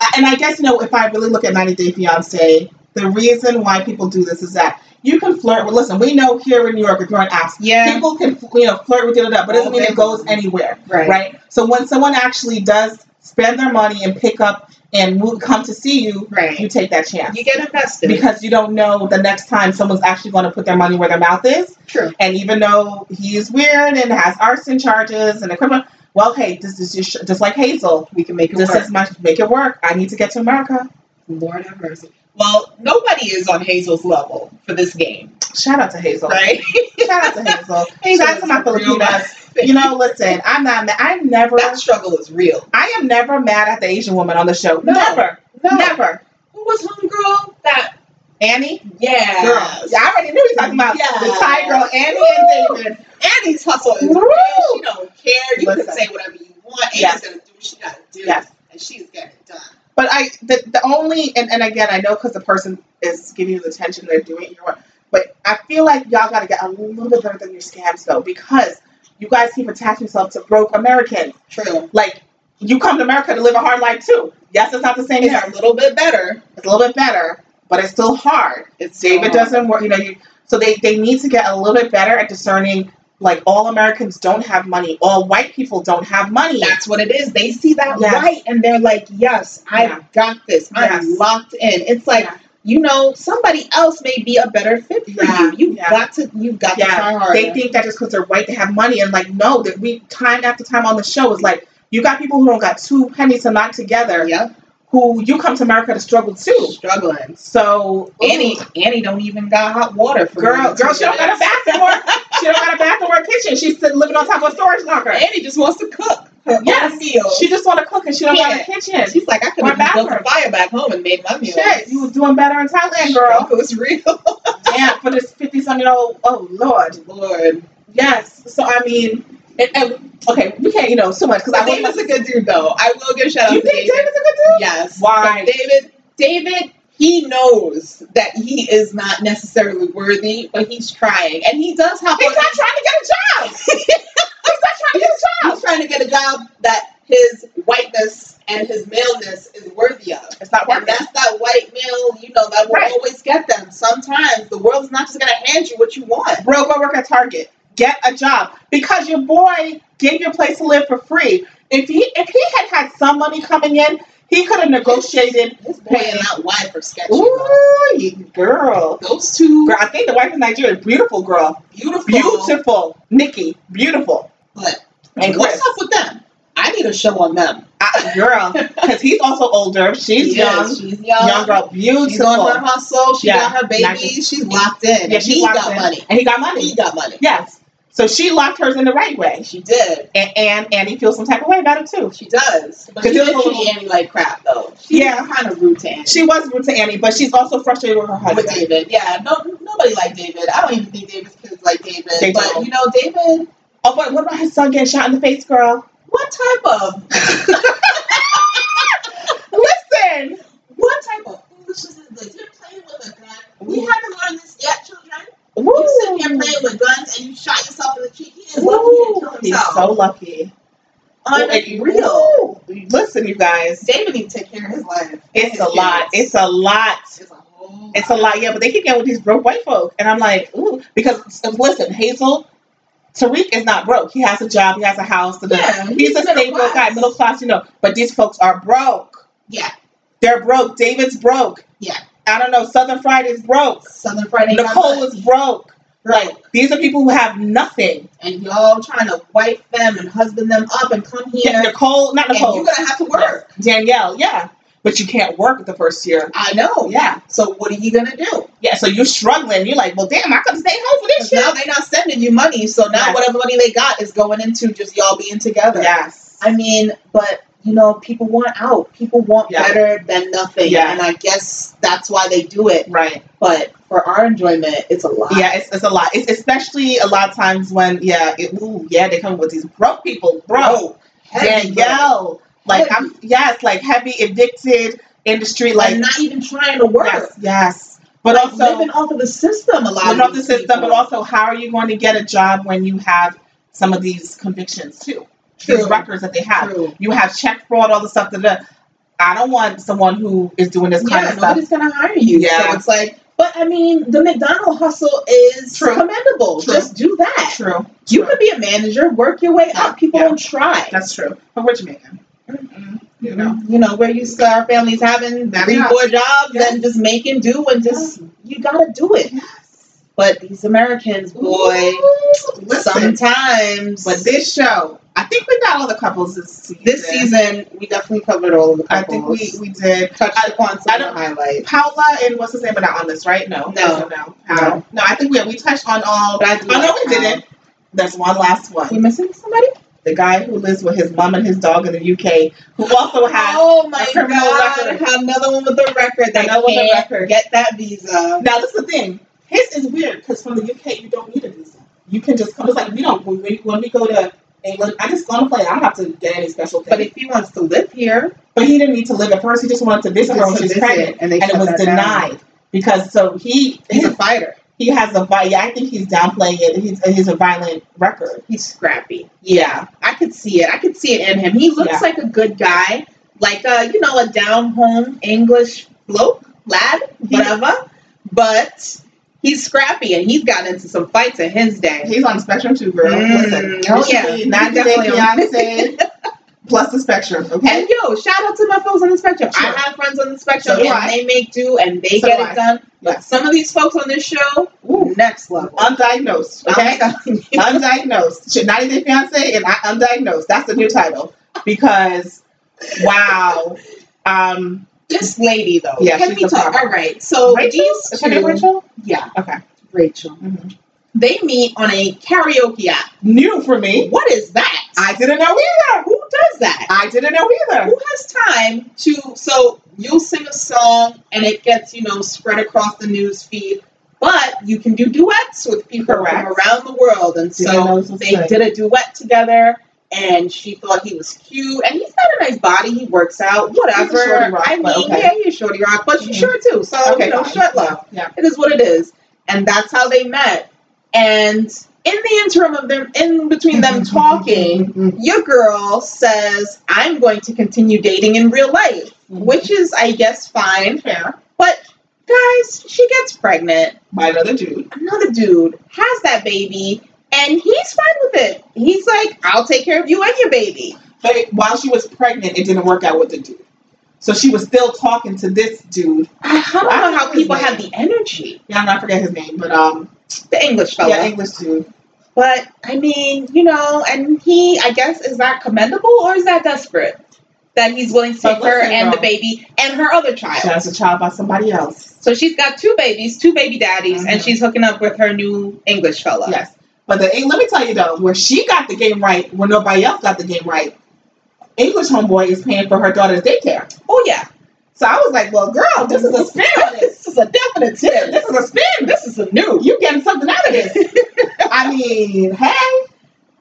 A: I- And I guess, you know, if I really look at 90 Day Fiancé, the reason why people do this is that you can flirt with, listen, we know here in New York, if you're on apps,
B: yeah,
A: people can, you know, flirt with it up, but it doesn't mean
B: Okay.
A: it goes anywhere,
B: right.
A: right? So when someone actually does spend their money and pick up and move, come to see you,
B: Right.
A: you take that chance.
B: You get invested.
A: because you don't know the next time someone's actually going to put their money where their mouth is.
B: True.
A: And even though he is weird and has arson charges and a criminal, well, hey, this is just, just like Hazel.
B: We can make it
A: Just
B: work.
A: as much make it work. I need to get to America.
B: Lord have mercy. Well, nobody is on Hazel's level for this game,
A: Shout out to Hazel.
B: right?
A: Shout out to Hazel.
B: Hazel
A: Shout out to
B: is
A: my
B: real
A: Filipinas. You know, listen, I'm not. ma- I'm never.
B: that struggle is real.
A: I am never mad at the Asian woman on the show.
B: No.
A: Never,
B: No.
A: never.
B: Who was homegirl? That
A: Annie,
B: yeah.
A: girl. Yeah, I already knew you were talking about the
B: Yes.
A: Thai girl, Annie
B: Woo.
A: and David.
B: Annie's hustle is
A: Woo!
B: real. She don't care. You
A: Listen.
B: can say whatever you want. Annie's
A: Yes.
B: gonna do what she gotta do.
A: Yes.
B: And she's getting it done.
A: But I, the, the only, and, and again, I know because the person is giving you the attention, they're doing it, you're, but I feel like y'all got to get a little bit better than your scams though, because you guys keep attaching yourself to broke Americans.
B: True.
A: Like, you come to America to live a hard life too. Yes, it's not the same
B: It's
A: here.
B: a little bit better.
A: It's a little bit better, but it's still hard.
B: It's
A: David doesn't work, you know, you, so they, they need to get a little bit better at discerning, like, all Americans don't have money, all white people don't have money.
B: That's what it is. They see that
A: Yes.
B: light and they're like, yes, I've
A: Yeah.
B: got this. I'm
A: Yes.
B: locked in. It's like,
A: Yeah.
B: you know, somebody else may be a better fit for
A: Yeah.
B: you. You've
A: Yeah.
B: got to you've got to
A: Yeah.
B: try harder.
A: they think that just because they're white they have money and like no that we time after time on the show is like you got people who don't got two pennies to knock together
B: yep.
A: who you come to america to struggle too
B: struggling.
A: so
B: Annie Annie don't even got hot water for
A: girl
B: you.
A: girl she don't got a bathroom or she don't got a bathroom or a kitchen she's sitting living on top of a storage locker
B: Annie just wants to cook her own
A: Yes.
B: meals.
A: she just want to cook and she don't got a kitchen
B: She's like, I could
A: Or
B: have just built a
A: bathroom.
B: fire back home and made my meals.
A: shit you was doing better in thailand girl
B: It was real.
A: damn for this 50 something year old oh lord
B: Lord.
A: yes so i mean and, and, okay we can't you know so much because i
B: David's
A: was
B: a good dude though. I will give shout out
A: you
B: to
A: think
B: David.
A: david's a good dude
B: Yes.
A: Why?
B: But David, David, he knows that he is not necessarily worthy, but he's trying. And he does have
A: He's not trying to get a job. He's not trying to get a job.
B: he's trying to get a job that his whiteness and his maleness is worthy of.
A: It's not
B: And that's that white male, you know, that will
A: Right.
B: always get them. Sometimes the world's not just gonna hand you what you want.
A: Bro, go work at Target. Get a job because your boy gave your place to live for free. If he if he had had some money coming in, he could have negotiated.
B: This boy and that wife are sketchy. though.
A: Ooh, you girl.
B: Those two
A: Girl, I think the wife is Nigerian. Beautiful girl.
B: beautiful,
A: Beautiful. Nikki. Beautiful.
B: but
A: And
B: what's
A: Chris.
B: up with them? I need a show on them.
A: I, girl. Because he's also older. She's
B: Yes,
A: young.
B: She's young.
A: Young girl. Beautiful.
B: She's on her hustle. She
A: Yeah,
B: got her babies.
A: nice.
B: She's locked in.
A: Yeah, she
B: he
A: locked
B: got
A: in.
B: money.
A: And he got money.
B: He got money.
A: Yes. So she locked hers in the right way.
B: She did.
A: And and Annie feels some type of way about it too.
B: She does. But
A: Cause
B: he
A: it was a
B: did
A: little-
B: treat Annie like crap though. She
A: Yeah.
B: kind of rude to Annie.
A: She was rude to Annie, but she's also frustrated with her
B: with
A: husband.
B: David, yeah, no, nobody like David. I don't even think David's kids like David.
A: They
B: but
A: don't.
B: you know, David,
A: Oh, but what about his son getting shot in the face, girl?
B: what type of
A: Listen,
B: what type of foolishness is this? You're playing with a gun. We haven't learned this yet, children.
A: Woo.
B: You sit here playing with guns and you shot yourself in the cheek. He is lucky he
A: Woo.
B: didn't kill
A: He's
B: himself.
A: so lucky.
B: Unreal.
A: Woo. Listen, you guys,
B: David needs to take care of his life.
A: it's a lot. It's a lot.
B: It's a whole.
A: It's a lot. Yeah, but they keep getting with these broke white folk, and I'm like, ooh, because uh, listen, Hazel. Tariq is not broke. He has a job. He has a house. da- da-
B: Yeah,
A: he's a
B: middle
A: stable
B: class.
A: guy, middle class, you know. But these folks are broke.
B: Yeah.
A: They're broke. David's broke.
B: Yeah.
A: I don't know. Southern Fried is broke.
B: Southern Friday. got
A: Nicole
B: money.
A: is broke.
B: right,
A: These are people who have nothing.
B: and y'all trying to wife them and husband them up and come here,
A: Yeah. Nicole, not
B: and
A: Nicole.
B: you're gonna have to work.
A: Danielle, yeah. But you can't work the first year. Oh,
B: I know.
A: Yeah.
B: So what are you gonna do?
A: Yeah, so you're struggling. You're like, well, damn, I could stay home for this
B: 'Cause
A: shit.
B: now they're not sending you money, so now
A: Yes.
B: whatever money they got is going into just y'all being together.
A: Yes.
B: I mean, but you know, people want out. People want
A: Yeah.
B: better than nothing,
A: Yeah.
B: and I guess that's why they do it.
A: right.
B: But for our enjoyment, it's a lot.
A: Yeah, it's, it's a lot. It's especially a lot of times when, yeah, it, ooh, yeah, they come with these broke people. Bro.
B: bro. Oh, heavy, bro.
A: Danielle. Like, I'm, yes, like heavy, evicted industry. Like,
B: and not even trying to work.
A: yes, yes. But
B: Like,
A: also,
B: living off of the system a lot.
A: Well,
B: of
A: not the
B: these
A: system,
B: people.
A: but also how are you going to get a job when you have some of these convictions too? These
B: True.
A: records that they have.
B: True.
A: You have check fraud, all the stuff that. that- I don't want someone who is doing this kind
B: yeah,
A: of stuff.
B: nobody's gonna hire you.
A: Yeah.
B: So it's like, but I mean, the McDonald hustle is
A: True.
B: commendable.
A: True.
B: Just do that.
A: True.
B: You could be a manager, work your way up. People
A: Yeah.
B: don't try.
A: That's true. But we're Jamaican. You know,
B: You know, where you see our families having
A: That
B: three,
A: job.
B: four jobs
A: Yeah.
B: and just making do and just, you gotta do it.
A: yes.
B: But these Americans, boy,
A: Ooh, listen.
B: sometimes.
A: But this show, I think we got all the couples this season.
B: this season, we definitely covered all of the
A: I
B: couples.
A: think we we did.
B: touched
A: I-
B: upon
A: I
B: some
A: don't-
B: of the highlights.
A: Paula and what's his name are not on this, right? No,
B: No.
A: no, no. Paul. no I think we we touched on all.
B: But I do
A: Oh no,
B: like
A: we didn't. There's one last
B: We
A: one.
B: missing somebody?
A: The guy who lives with his mom and his dog in the UK, who also has
B: oh
A: my God.
B: Another one with a record. They
A: Another one with a
B: can't
A: record.
B: get that visa.
A: Now this is the thing. His is weird because from the UK you don't need a visa. You can just come. It's like we don't when we, when we go to England. I just go on a plane. I don't have to get any special thing.
B: But
A: But,
B: if he wants to live here,
A: he didn't need to live at first. He just wanted to visit her
B: just
A: when
B: to
A: she was
B: visit,
A: pregnant,
B: and they
A: and it
B: shut
A: was
B: that down.
A: denied because so he
B: He's
A: his,
B: a fighter.
A: he has a vi- yeah. I think he's downplaying it. He's he's a violent record.
B: He's scrappy.
A: Yeah,
B: I could see it. I could see it in him. He looks
A: Yeah.
B: like a good guy, like a you know a down home English bloke lad,
A: He-
B: whatever. But he's scrappy, and he's gotten into some fights in his day.
A: he's on the spectrum too, girl.
B: Mm,
A: Listen,
B: oh,
A: this should
B: yeah.
A: be not today,
B: Definitely on-
A: Beyonce plus the spectrum. Okay,
B: And yo, shout out to my folks on the spectrum.
A: Sure.
B: I have friends on the spectrum,
A: So do
B: and
A: I.
B: they make do and they
A: So
B: get
A: do
B: it
A: I.
B: done. But
A: Yes.
B: some of these folks on this show,
A: Ooh.
B: next level.
A: undiagnosed. Okay,
B: I'm telling you.
A: undiagnosed. Should 90 Day Fiance and I, undiagnosed. That's the new title because wow. Um,
B: this lady though.
A: Yeah,
B: can
A: she's
B: we
A: the
B: talk?
A: problem.
B: All right, so
A: Rachel?
B: these
A: Is her name
B: two-
A: Rachel?
B: yeah,
A: Okay.
B: Rachel.
A: Mhm.
B: They meet on a karaoke app.
A: New for me.
B: What is that?
A: I didn't know either.
B: Who does that?
A: I didn't know either.
B: Who has time to? So you'll sing a song and it gets you know spread across the news feed, but you can do duets with people
A: Correct.
B: from around the world, and
A: Didn't know
B: so
A: this was
B: they
A: good.
B: did a duet together. And she thought he was cute, and he's got a nice body. He works out, whatever.
A: shorty rock,
B: I mean,
A: but okay.
B: yeah, he's shorty rock, but she's
A: Mhm.
B: short too. So
A: Okay,
B: you know,
A: fine.
B: short love.
A: Yeah.
B: It is what it is. And that's how they met. And in the interim of them, in between them talking,
A: Mhm.
B: your girl says, I'm going to continue dating in real life, which is, I guess, fine.
A: Fair.
B: But guys, she gets pregnant.
A: by another dude.
B: Another dude has that baby, and he's fine with it. He's like, I'll take care of you and your baby.
A: But it- while she was pregnant, it didn't work out with the dude. So she was still talking to this dude.
B: I don't
A: I don't
B: know
A: know
B: how
A: his
B: people
A: name.
B: have the energy.
A: Yeah, I'm not forget his name, but um,
B: The English fella.
A: yeah, English dude.
B: But I mean, you know, and he, I guess, is that commendable or is that desperate that he's willing to
A: But
B: take her
A: listen,
B: and the
A: girl.
B: baby and her other
A: She
B: child?
A: has a child by somebody else.
B: So she's got two babies, two baby daddies, and
A: Mhm.
B: she's hooking up with her new English fella.
A: Yes. But the Eng- let me tell you though, where she got the game right, where nobody else got the game right, English homeboy is paying for her daughter's daycare.
B: Oh yeah,
A: So I was like, well,
B: Oh,
A: girl, this is a spin on this.
B: this is a definite tip.
A: This is a spin. This
B: This is a new.
A: you getting something out of this. I mean, hey,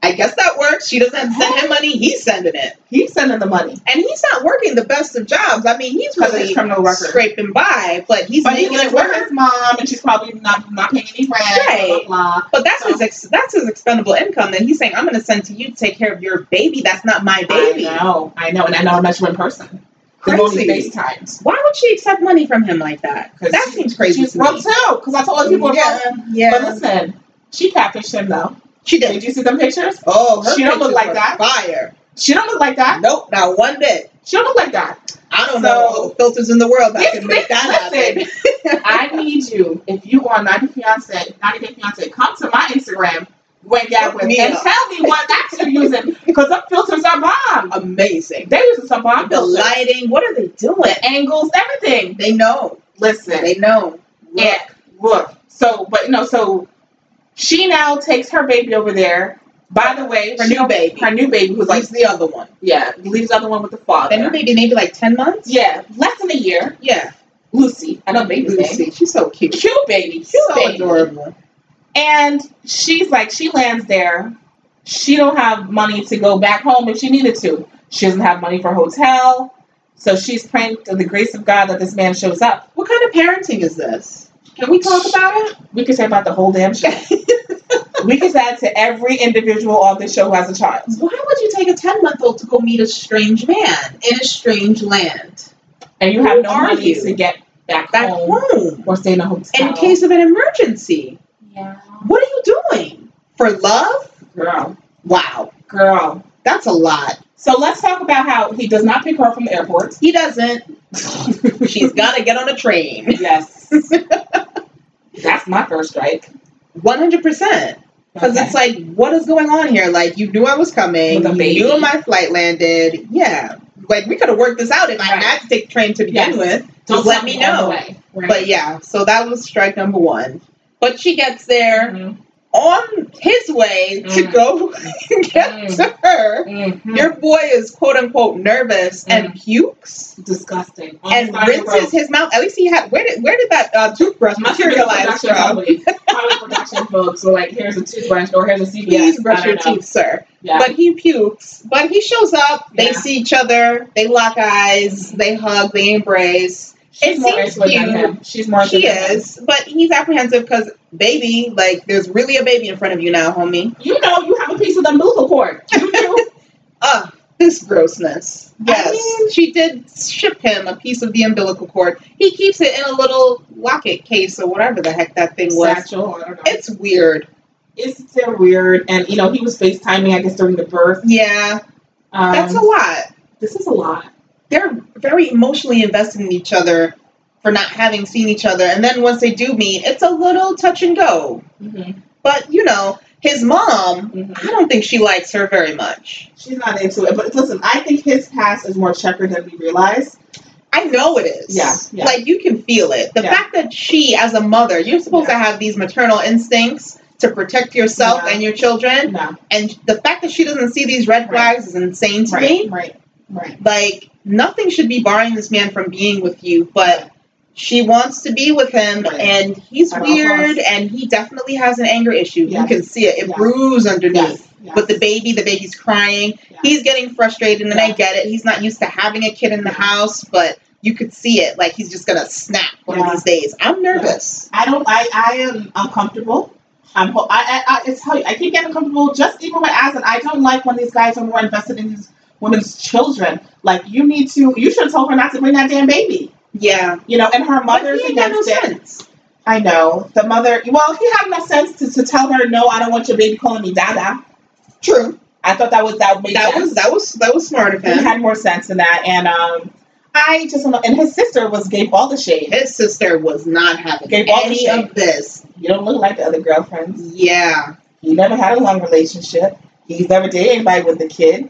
B: I guess that works. She doesn't send him money; he's sending it,
A: he's sending the money.
B: and he's not working the best of jobs. I mean, he's
A: 'Cause of his
B: really
A: criminal record.
B: scraping by, but he's
A: but he
B: making
A: lives
B: it
A: with
B: work.
A: his mom and she's probably not not paying any rent. Blah,
B: Right.
A: blah, blah.
B: But that's
A: So-
B: his ex- that's his expendable income that he's saying I'm going to send to you to take care of your baby. That's not my baby.
A: I know, I know, and I know I met you in person. They've only
B: Crazy.
A: FaceTimes.
B: Why would she accept money from him like that?
A: 'Cause
B: That
A: she-
B: seems crazy
A: She's
B: to me.
A: broke too, because I told people
B: yeah,
A: about
B: yeah.
A: But listen, she catfished him though.
B: she
A: Did
B: did.
A: you see them pictures?
B: Oh,
A: She don't look
B: pictures
A: like
B: were
A: that.
B: Fire.
A: She don't look like that.
B: Nope, not one bit.
A: She don't look like that.
B: I
A: So-
B: don't know all the filters in the world that
A: Yes,
B: can make that
A: listen.
B: happen.
A: I need you if you are 90 fiance, 90 day fiance, come to my Instagram when you're with
B: Me
A: and
B: up.
A: tell me what apps you're using because them filters are bomb.
B: Amazing.
A: They using some bomb
B: The
A: filters,
B: lighting. What are they doing?
A: the angles, everything.
B: They know.
A: Listen,
B: They know. Look.
A: Yeah, look. So, but no, so she now takes her baby over there. By the way,
B: Her
A: she-
B: new baby.
A: her new baby, who's like,
B: Who's the other one?
A: yeah, leaves the other one with the father.
B: The new baby, maybe like ten months.
A: Yeah, less than a year.
B: Yeah.
A: Lucy, I know the baby's name.
B: Lucy, she's so cute.
A: Cute baby, cute
B: so
A: baby.
B: adorable.
A: And she's like, she lands there. She don't have money to go back home if she needed to. She doesn't have money for a hotel. So she's praying to the grace of God that this man shows up.
B: What kind of parenting is this? Can we talk about it?
A: We could say about the whole damn show. we could say that to every individual on this show who has a child.
B: Why would you take a 10 month old to go meet a strange man in a strange land?
A: and you have
B: Who
A: no
B: are
A: money
B: you?
A: to get back,
B: Back
A: home,
B: home.
A: or stay in a hotel.
B: In case of an emergency.
A: yeah,
B: What are you doing? For love?
A: girl,
B: Wow.
A: girl,
B: That's a lot.
A: So let's talk about how he does not pick her up from the airport.
B: He doesn't. She's gotta get on a train.
A: Yes. That's my first strike.
B: One hundred percent. Because
A: Okay.
B: it's like, what is going on here? Like, you knew I was coming.
A: With a
B: You
A: baby.
B: knew my flight landed. Yeah. Like, we could have worked this out if I
A: Right.
B: had to take the train to begin
A: Yes.
B: with.
A: Don't
B: let
A: stop
B: me
A: me on
B: know.
A: the way. Right.
B: But yeah, so that was strike number one. But she gets there
A: Mhm.
B: on his way to
A: Mm.
B: go get
A: Mm.
B: to her.
A: Mhm.
B: Your boy is quote unquote nervous and
A: Mm.
B: pukes
A: disgusting. On
B: and
A: the side of the road.
B: rinses his mouth. At least he had where did where did that uh, toothbrush
A: Must have been a
B: materialize
A: production
B: from?
A: company. Probably production folks were like, here's a toothbrush or here's a CPS.
B: Please
A: I
B: brush your
A: don't know.
B: teeth, sir.
A: Yeah.
B: But he pukes. But he shows up. They
A: Yeah.
B: see each other. They lock eyes. They hug. They embrace.
A: She's
B: it
A: more
B: seems
A: into it than
B: cute.
A: him. She's more into
B: She
A: it than him.
B: is, but he's apprehensive because baby, like, there's really a baby in front of you now, homie.
A: You know, you have a piece of the umbilical cord. You do.
B: Ugh, this grossness.
A: I
B: Yes,
A: mean-
B: she did ship him a piece of the umbilical cord. He keeps it in a little locket case or whatever the heck that thing was.
A: Satchel, I don't know.
B: It's weird.
A: It's still weird. And, you know, he was FaceTiming, I guess, during the birth.
B: Yeah,
A: Um,
B: that's a lot.
A: This is a lot.
B: They're very emotionally invested in each other for not having seen each other, and then once they do meet, it's a little touch and go. Mm-hmm,
A: Mhm,
B: But you know, his mom,
A: mhm.
B: I don't think she likes her very much.
A: She's not into it. But listen, I think his past is more checkered than we realize.
B: I know it is.
A: Yeah, yeah.
B: Like you can feel it. The
A: Yeah.
B: fact that she, as a mother, you're supposed
A: Yeah.
B: to have these maternal instincts to protect yourself
A: Yeah.
B: and your children,
A: No.
B: and the fact that she doesn't see these
A: Right.
B: red flags is insane to
A: Right,
B: me.
A: right, right.
B: Like nothing should be barring this man from being with you, but she wants to be with him,
A: Right.
B: and he's
A: At all
B: weird,
A: costs.
B: and he definitely has an anger issue.
A: Yes.
B: You can see it; it
A: Yes.
B: brews underneath.
A: Yes, yes.
B: With the baby, the baby's crying.
A: Yeah.
B: He's getting frustrated, and I
A: Yeah.
B: get it. He's not used to having a kid in the
A: Yeah.
B: house, but you could see it. Like he's just gonna snap one of
A: Yeah.
B: these days. I'm nervous.
A: I don't. I, I am uncomfortable. I'm. ho- I, I. I. It's how I keep getting uncomfortable. Just even with as and I don't like when these guys are more invested in these women's children. Like you need to. You should have told her not to bring that damn baby.
B: Yeah,
A: You know, and her
B: but
A: mother's
B: he ain't got no
A: against it.
B: sense.
A: I know the mother. Well, he had enough sense to, to tell her no. I don't want your baby calling me Dada.
B: True.
A: I thought that was that made
B: That
A: sense.
B: was that was that was smart of
A: he
B: him.
A: had more sense than that. And um, I just don't know. And his sister was gave all the shade.
B: His sister was not having
A: Gave all the
B: any
A: shade.
B: of this.
A: You don't look like the other girlfriends.
B: Yeah,
A: He never had a long relationship. He's never dated anybody with a kid.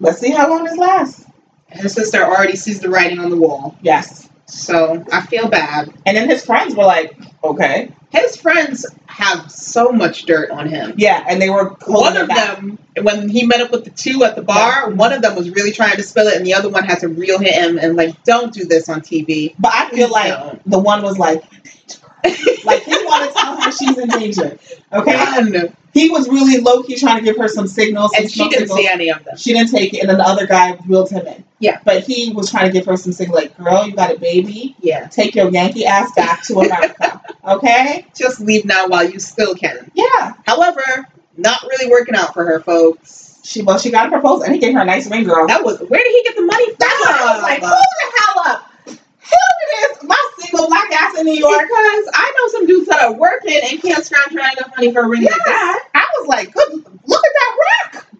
A: Let's see how long this lasts.
B: his sister already sees the writing on the wall.
A: Yes.
B: So I feel bad.
A: And then his friends were like, okay.
B: His friends have so much dirt on him.
A: Yeah, and they were holding
B: one of
A: it back.
B: them, when he met up with the two at the bar, one of them was really trying to spill it, and the other one had to reel him and like, don't do this on TV.
A: But I feel like
B: No.
A: the one was like, like he wanted to tell her she's in danger. Okay.
B: Run.
A: He was really low key trying to give her some signals. some
B: and she
A: smoke
B: didn't
A: signals.
B: see any of them.
A: She didn't take it, and then the other guy reeled him in.
B: Yeah.
A: But he was trying to give her some signals like, girl, you got a baby.
B: Yeah,
A: Take your Yankee ass back to America. okay?
B: just leave now while you still can.
A: Yeah.
B: However, not really working out for her, folks.
A: She well, she got a proposal and he gave her a nice ring, girl.
B: That was where did he get the money from?
A: That's why I was like, who the hell up? Who is my single black ass in New York?
B: because I know some dudes that are working and can't scrounge around enough money for a ring
A: Yes.
B: like that.
A: I was like, good. Look at that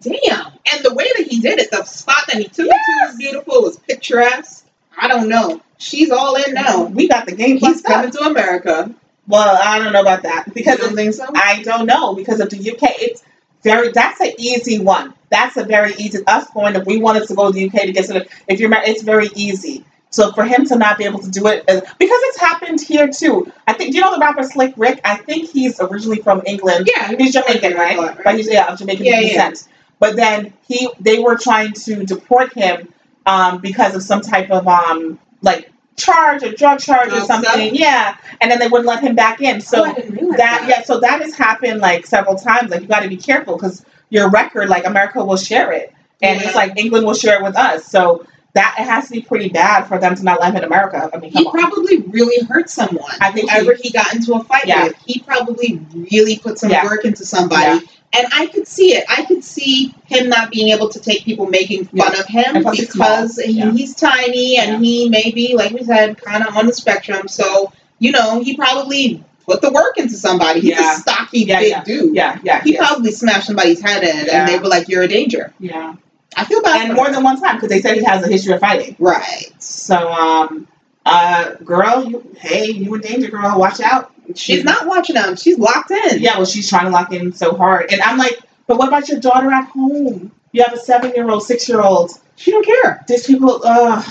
A: ring.
B: Damn. And the way that he did it, the spot that he took it to was beautiful, it was picturesque. I don't know. She's all in now.
A: we got the game.
B: He's
A: He's
B: coming to America.
A: Well, I don't know about that because
B: you don't
A: of-
B: think so?
A: I don't know because of the UK. It's very. That's an easy one. That's a very easy. Us going if we wanted to go to the UK to get to the. If you're married, it's very easy. So for him to not be able to do it uh, because it's happened here too. I think do you know the rapper Slick Rick. I think he's originally from England.
B: yeah.
A: He's Jamaican,
B: Jamaican, I
A: right?
B: thought, right?
A: But he's yeah, of Jamaican
B: Yeah, yeah.
A: descent. But then he, they were trying to deport him um, because of some type of um, like charge or drug charge
B: Drug
A: or something.
B: stuff?
A: Yeah, and then they wouldn't let him back in. So
B: Oh, I didn't realize
A: that yeah, so that has happened like several times. Like you got to be careful because your record, like America will share it, and
B: Yeah.
A: it's like England will share it with us. So that it has to be pretty bad for them to not let him in America. I mean, come
B: He
A: on.
B: probably really hurt someone.
A: I think
B: Whoever he got into a fight
A: Yeah.
B: with, he probably really put some
A: Yeah.
B: work into somebody. And I could see it. I could see him not being able to take people making fun of him
A: And plus he's small.
B: because he,
A: Yeah.
B: he's tiny and
A: Yeah.
B: he may be, like we said, kind of on the spectrum. So, you know, he probably put the work into somebody. He's
A: Yeah.
B: a stocky,
A: Yeah,
B: big dude.
A: yeah, yeah,
B: He
A: yeah,
B: probably smashed somebody's head in
A: Yeah.
B: and they were like, you're a danger.
A: yeah.
B: I feel bad.
A: and
B: for
A: more
B: her.
A: than one time because they said he has a history of fighting.
B: right.
A: So, um, uh, girl, you, hey, you in danger, girl. Watch out.
B: She's not watching them. She's locked in.
A: Yeah, well, she's trying to lock in so hard, and I'm like, but what about your daughter at home? You have a seven-year-old, six-year-old.
B: She don't care.
A: These people, uh,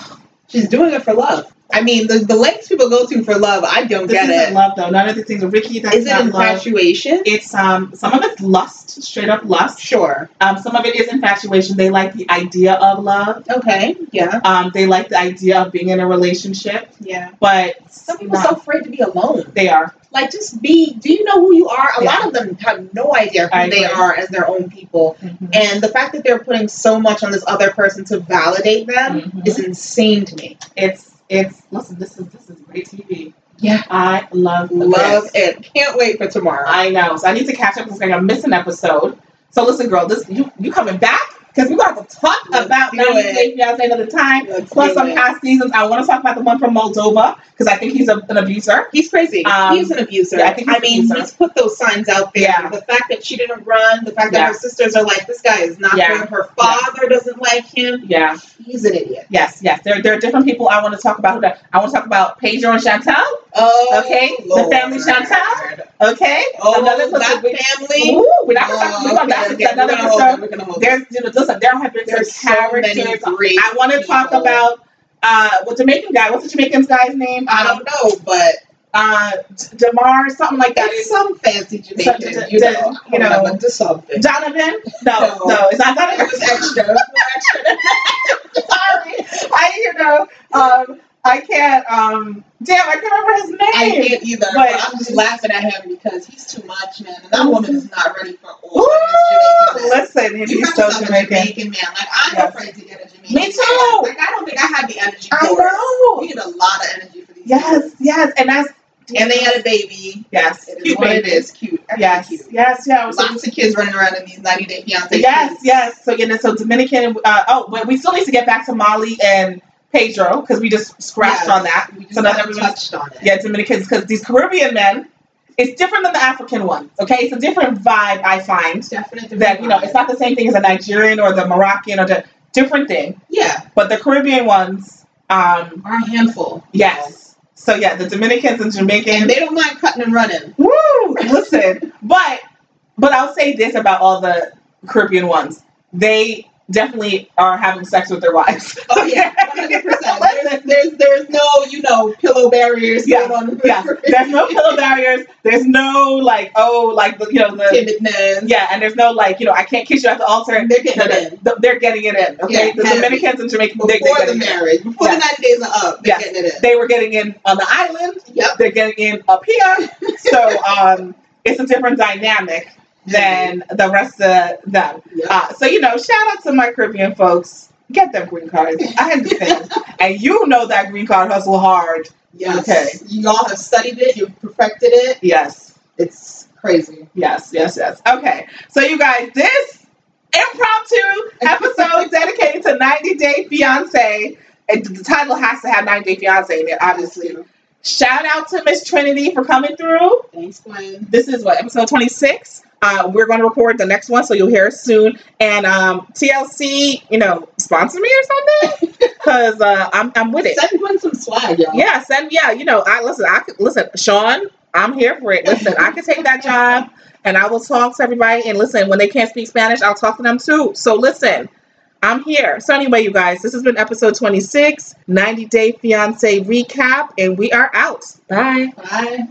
B: She's doing it for love. I mean, the, the lengths people go to for love, I don't
A: this
B: get
A: isn't
B: it.
A: love though. None of the things, Ricky. That's
B: Is it
A: not love.
B: infatuation?
A: It's um, some of it's lust, straight up lust.
B: Sure.
A: Um, some of it is infatuation. They like the idea of love.
B: Okay. Yeah.
A: Um, they like the idea of being in a relationship,
B: Yeah.
A: but
B: Some people are so afraid to be alone.
A: they are.
B: Like, just be. Do you know who you are? A
A: Yeah.
B: lot of them have no idea
A: I
B: who they
A: agree. Mm-hmm.
B: are as their own people. And the fact that they're putting so much on this other person to validate them
A: Mhm.
B: is insane to me.
A: It's it's listen. This is this is great TV.
B: Yeah.
A: I love
B: Love
A: this.
B: it. Can't wait for tomorrow.
A: I know. So I need to catch up because I missed an episode. So listen, girl, this you you coming back because we got to talk
B: Let's
A: about
B: do
A: 90
B: it.
A: Day Fiance another time.
B: Let's
A: Plus
B: do
A: some
B: it.
A: past seasons. I want to talk about the one from Moldova because I think he's a, an abuser.
B: He's crazy.
A: Um,
B: he's an abuser.
A: yeah, I think he's an
B: mean,
A: abuser.
B: he's put those signs out there.
A: Yeah.
B: The fact that she didn't run, the fact that
A: Yeah.
B: her sisters are like, this guy is not
A: Yeah.
B: good. Her father doesn't like him.
A: Yeah.
B: He's an idiot.
A: Yes. Yes. There there are different people I want to talk about. Who that- I want to talk about Pedro and Chantel.
B: Oh,
A: Okay, the
B: Lord.
A: family Chantal? Okay.
B: Oh,
A: Another person
B: that
A: we-
B: family.
A: Ooh, we're not gonna talk
B: Oh,
A: about
B: okay,
A: that.
B: okay.
A: It's another
B: We're gonna hold it.
A: episode.
B: We're gonna hold it.
A: There's you know, listen, there have been
B: There's
A: some
B: so many
A: characters.
B: great.
A: I want to talk
B: people.
A: about uh what Jamaican guy. What's the Jamaican guy's name?
B: I
A: Um,
B: don't know, but
A: uh, Demar, something like that.
B: there's some fancy Jamaican.
A: Something to-
B: you
A: to-
B: know,
A: you know.
B: Hold on, do something.
A: Donovan? No,
B: No.
A: no, it's not
B: It
A: Donovan.
B: was extra.
A: Sorry, I you know, um, I can't. Um, damn, I can't remember his
B: I
A: name.
B: can't either. But,
A: But-
B: I'm just laughing at him because he's too much, man. And that woman is not ready for all
A: Ooh,
B: this Jamaican. mess.
A: listen,
B: You
A: he's
B: have
A: so
B: yourself a
A: Jamaican.
B: Jamaican man. Like I'm
A: Yes.
B: afraid to get a Jamaican.
A: Me
B: Man.
A: too.
B: Like I don't think I have the energy.
A: I
B: for it.
A: know.
B: We need a lot of energy for these.
A: Yes, yes, and that's
B: people. And they had a baby.
A: yes,
B: It is
A: cute
B: what it
A: baby.
B: is. Cute. Everything
A: Yes,
B: Cute.
A: yes, yeah. I was so-
B: Lots of kids running around in these 90 Day Fiance.
A: yes,
B: suits.
A: yes. So you know, so Dominican. Uh, oh, but we still need to get back to Molly and Pedro because we just scratched
B: Yeah.
A: on that.
B: We just
A: So not
B: haven't
A: everyone's-
B: touched on it.
A: Yeah, Dominicans because these Caribbean men, it's different than the African ones. Okay, it's a different vibe I find.
B: It's definitely
A: That you know, it's not the same thing as a Nigerian or the Moroccan or the different thing.
B: Yeah,
A: But the Caribbean ones, um,
B: our handful.
A: yes. So yeah, the Dominicans and Jamaicans.
B: And they don't mind cutting and running.
A: Woo! Listen, but but I'll say this about all the Caribbean ones: they definitely are having sex with their wives.
B: Oh yeah, 100%. There's, there's there's no you know pillow barriers
A: Yeah,
B: going on.
A: yeah, there's no pillow barriers. There's no like, oh, like the you know the
B: timidness.
A: yeah, and there's no like, you know, I can't kiss you at the altar.
B: They're getting
A: No, no,
B: it in
A: th- they're getting it in. Okay,
B: Yeah,
A: the
B: heavy.
A: Dominicans and Jamaicans
B: before
A: they, they're
B: the
A: getting it in.
B: marriage. Before
A: Yeah.
B: the ninety days are up, they're
A: Yes.
B: getting it
A: They were getting in on the island.
B: in. Yep.
A: They're getting in up here. So um, it's a different dynamic than the rest of them.
B: Yep.
A: Uh, so you know, shout out to my Caribbean folks. Get them green cards. I understand, and you know that green card hustle hard.
B: Yes.
A: okay.
B: You all have studied it. You've perfected it.
A: Yes,
B: It's crazy.
A: yes, yes, yes. Okay, so you guys, this impromptu episode dedicated to 90 Day Fiance. And the title has to have 90 Day Fiance in it, obviously. Shout out to Miss Trinity for coming through.
B: Thanks, Gwen.
A: This is what episode 26. Uh, we're going to record the next one, so you'll hear us soon. And um, TLC, you know, sponsor me or something, because uh, I'm I'm with it.
B: Send Gwen some swag, y'all.
A: Yeah, send yeah. You know, I listen. I could- listen, Sean. I'm here for it. Listen, I can take that job, and I will talk to everybody. And listen, when they can't speak Spanish, I'll talk to them too. So listen. I'm here. So, anyway, you guys, this has been episode 26, 90 Day Fiance Recap, and we are out. Bye.
B: Bye.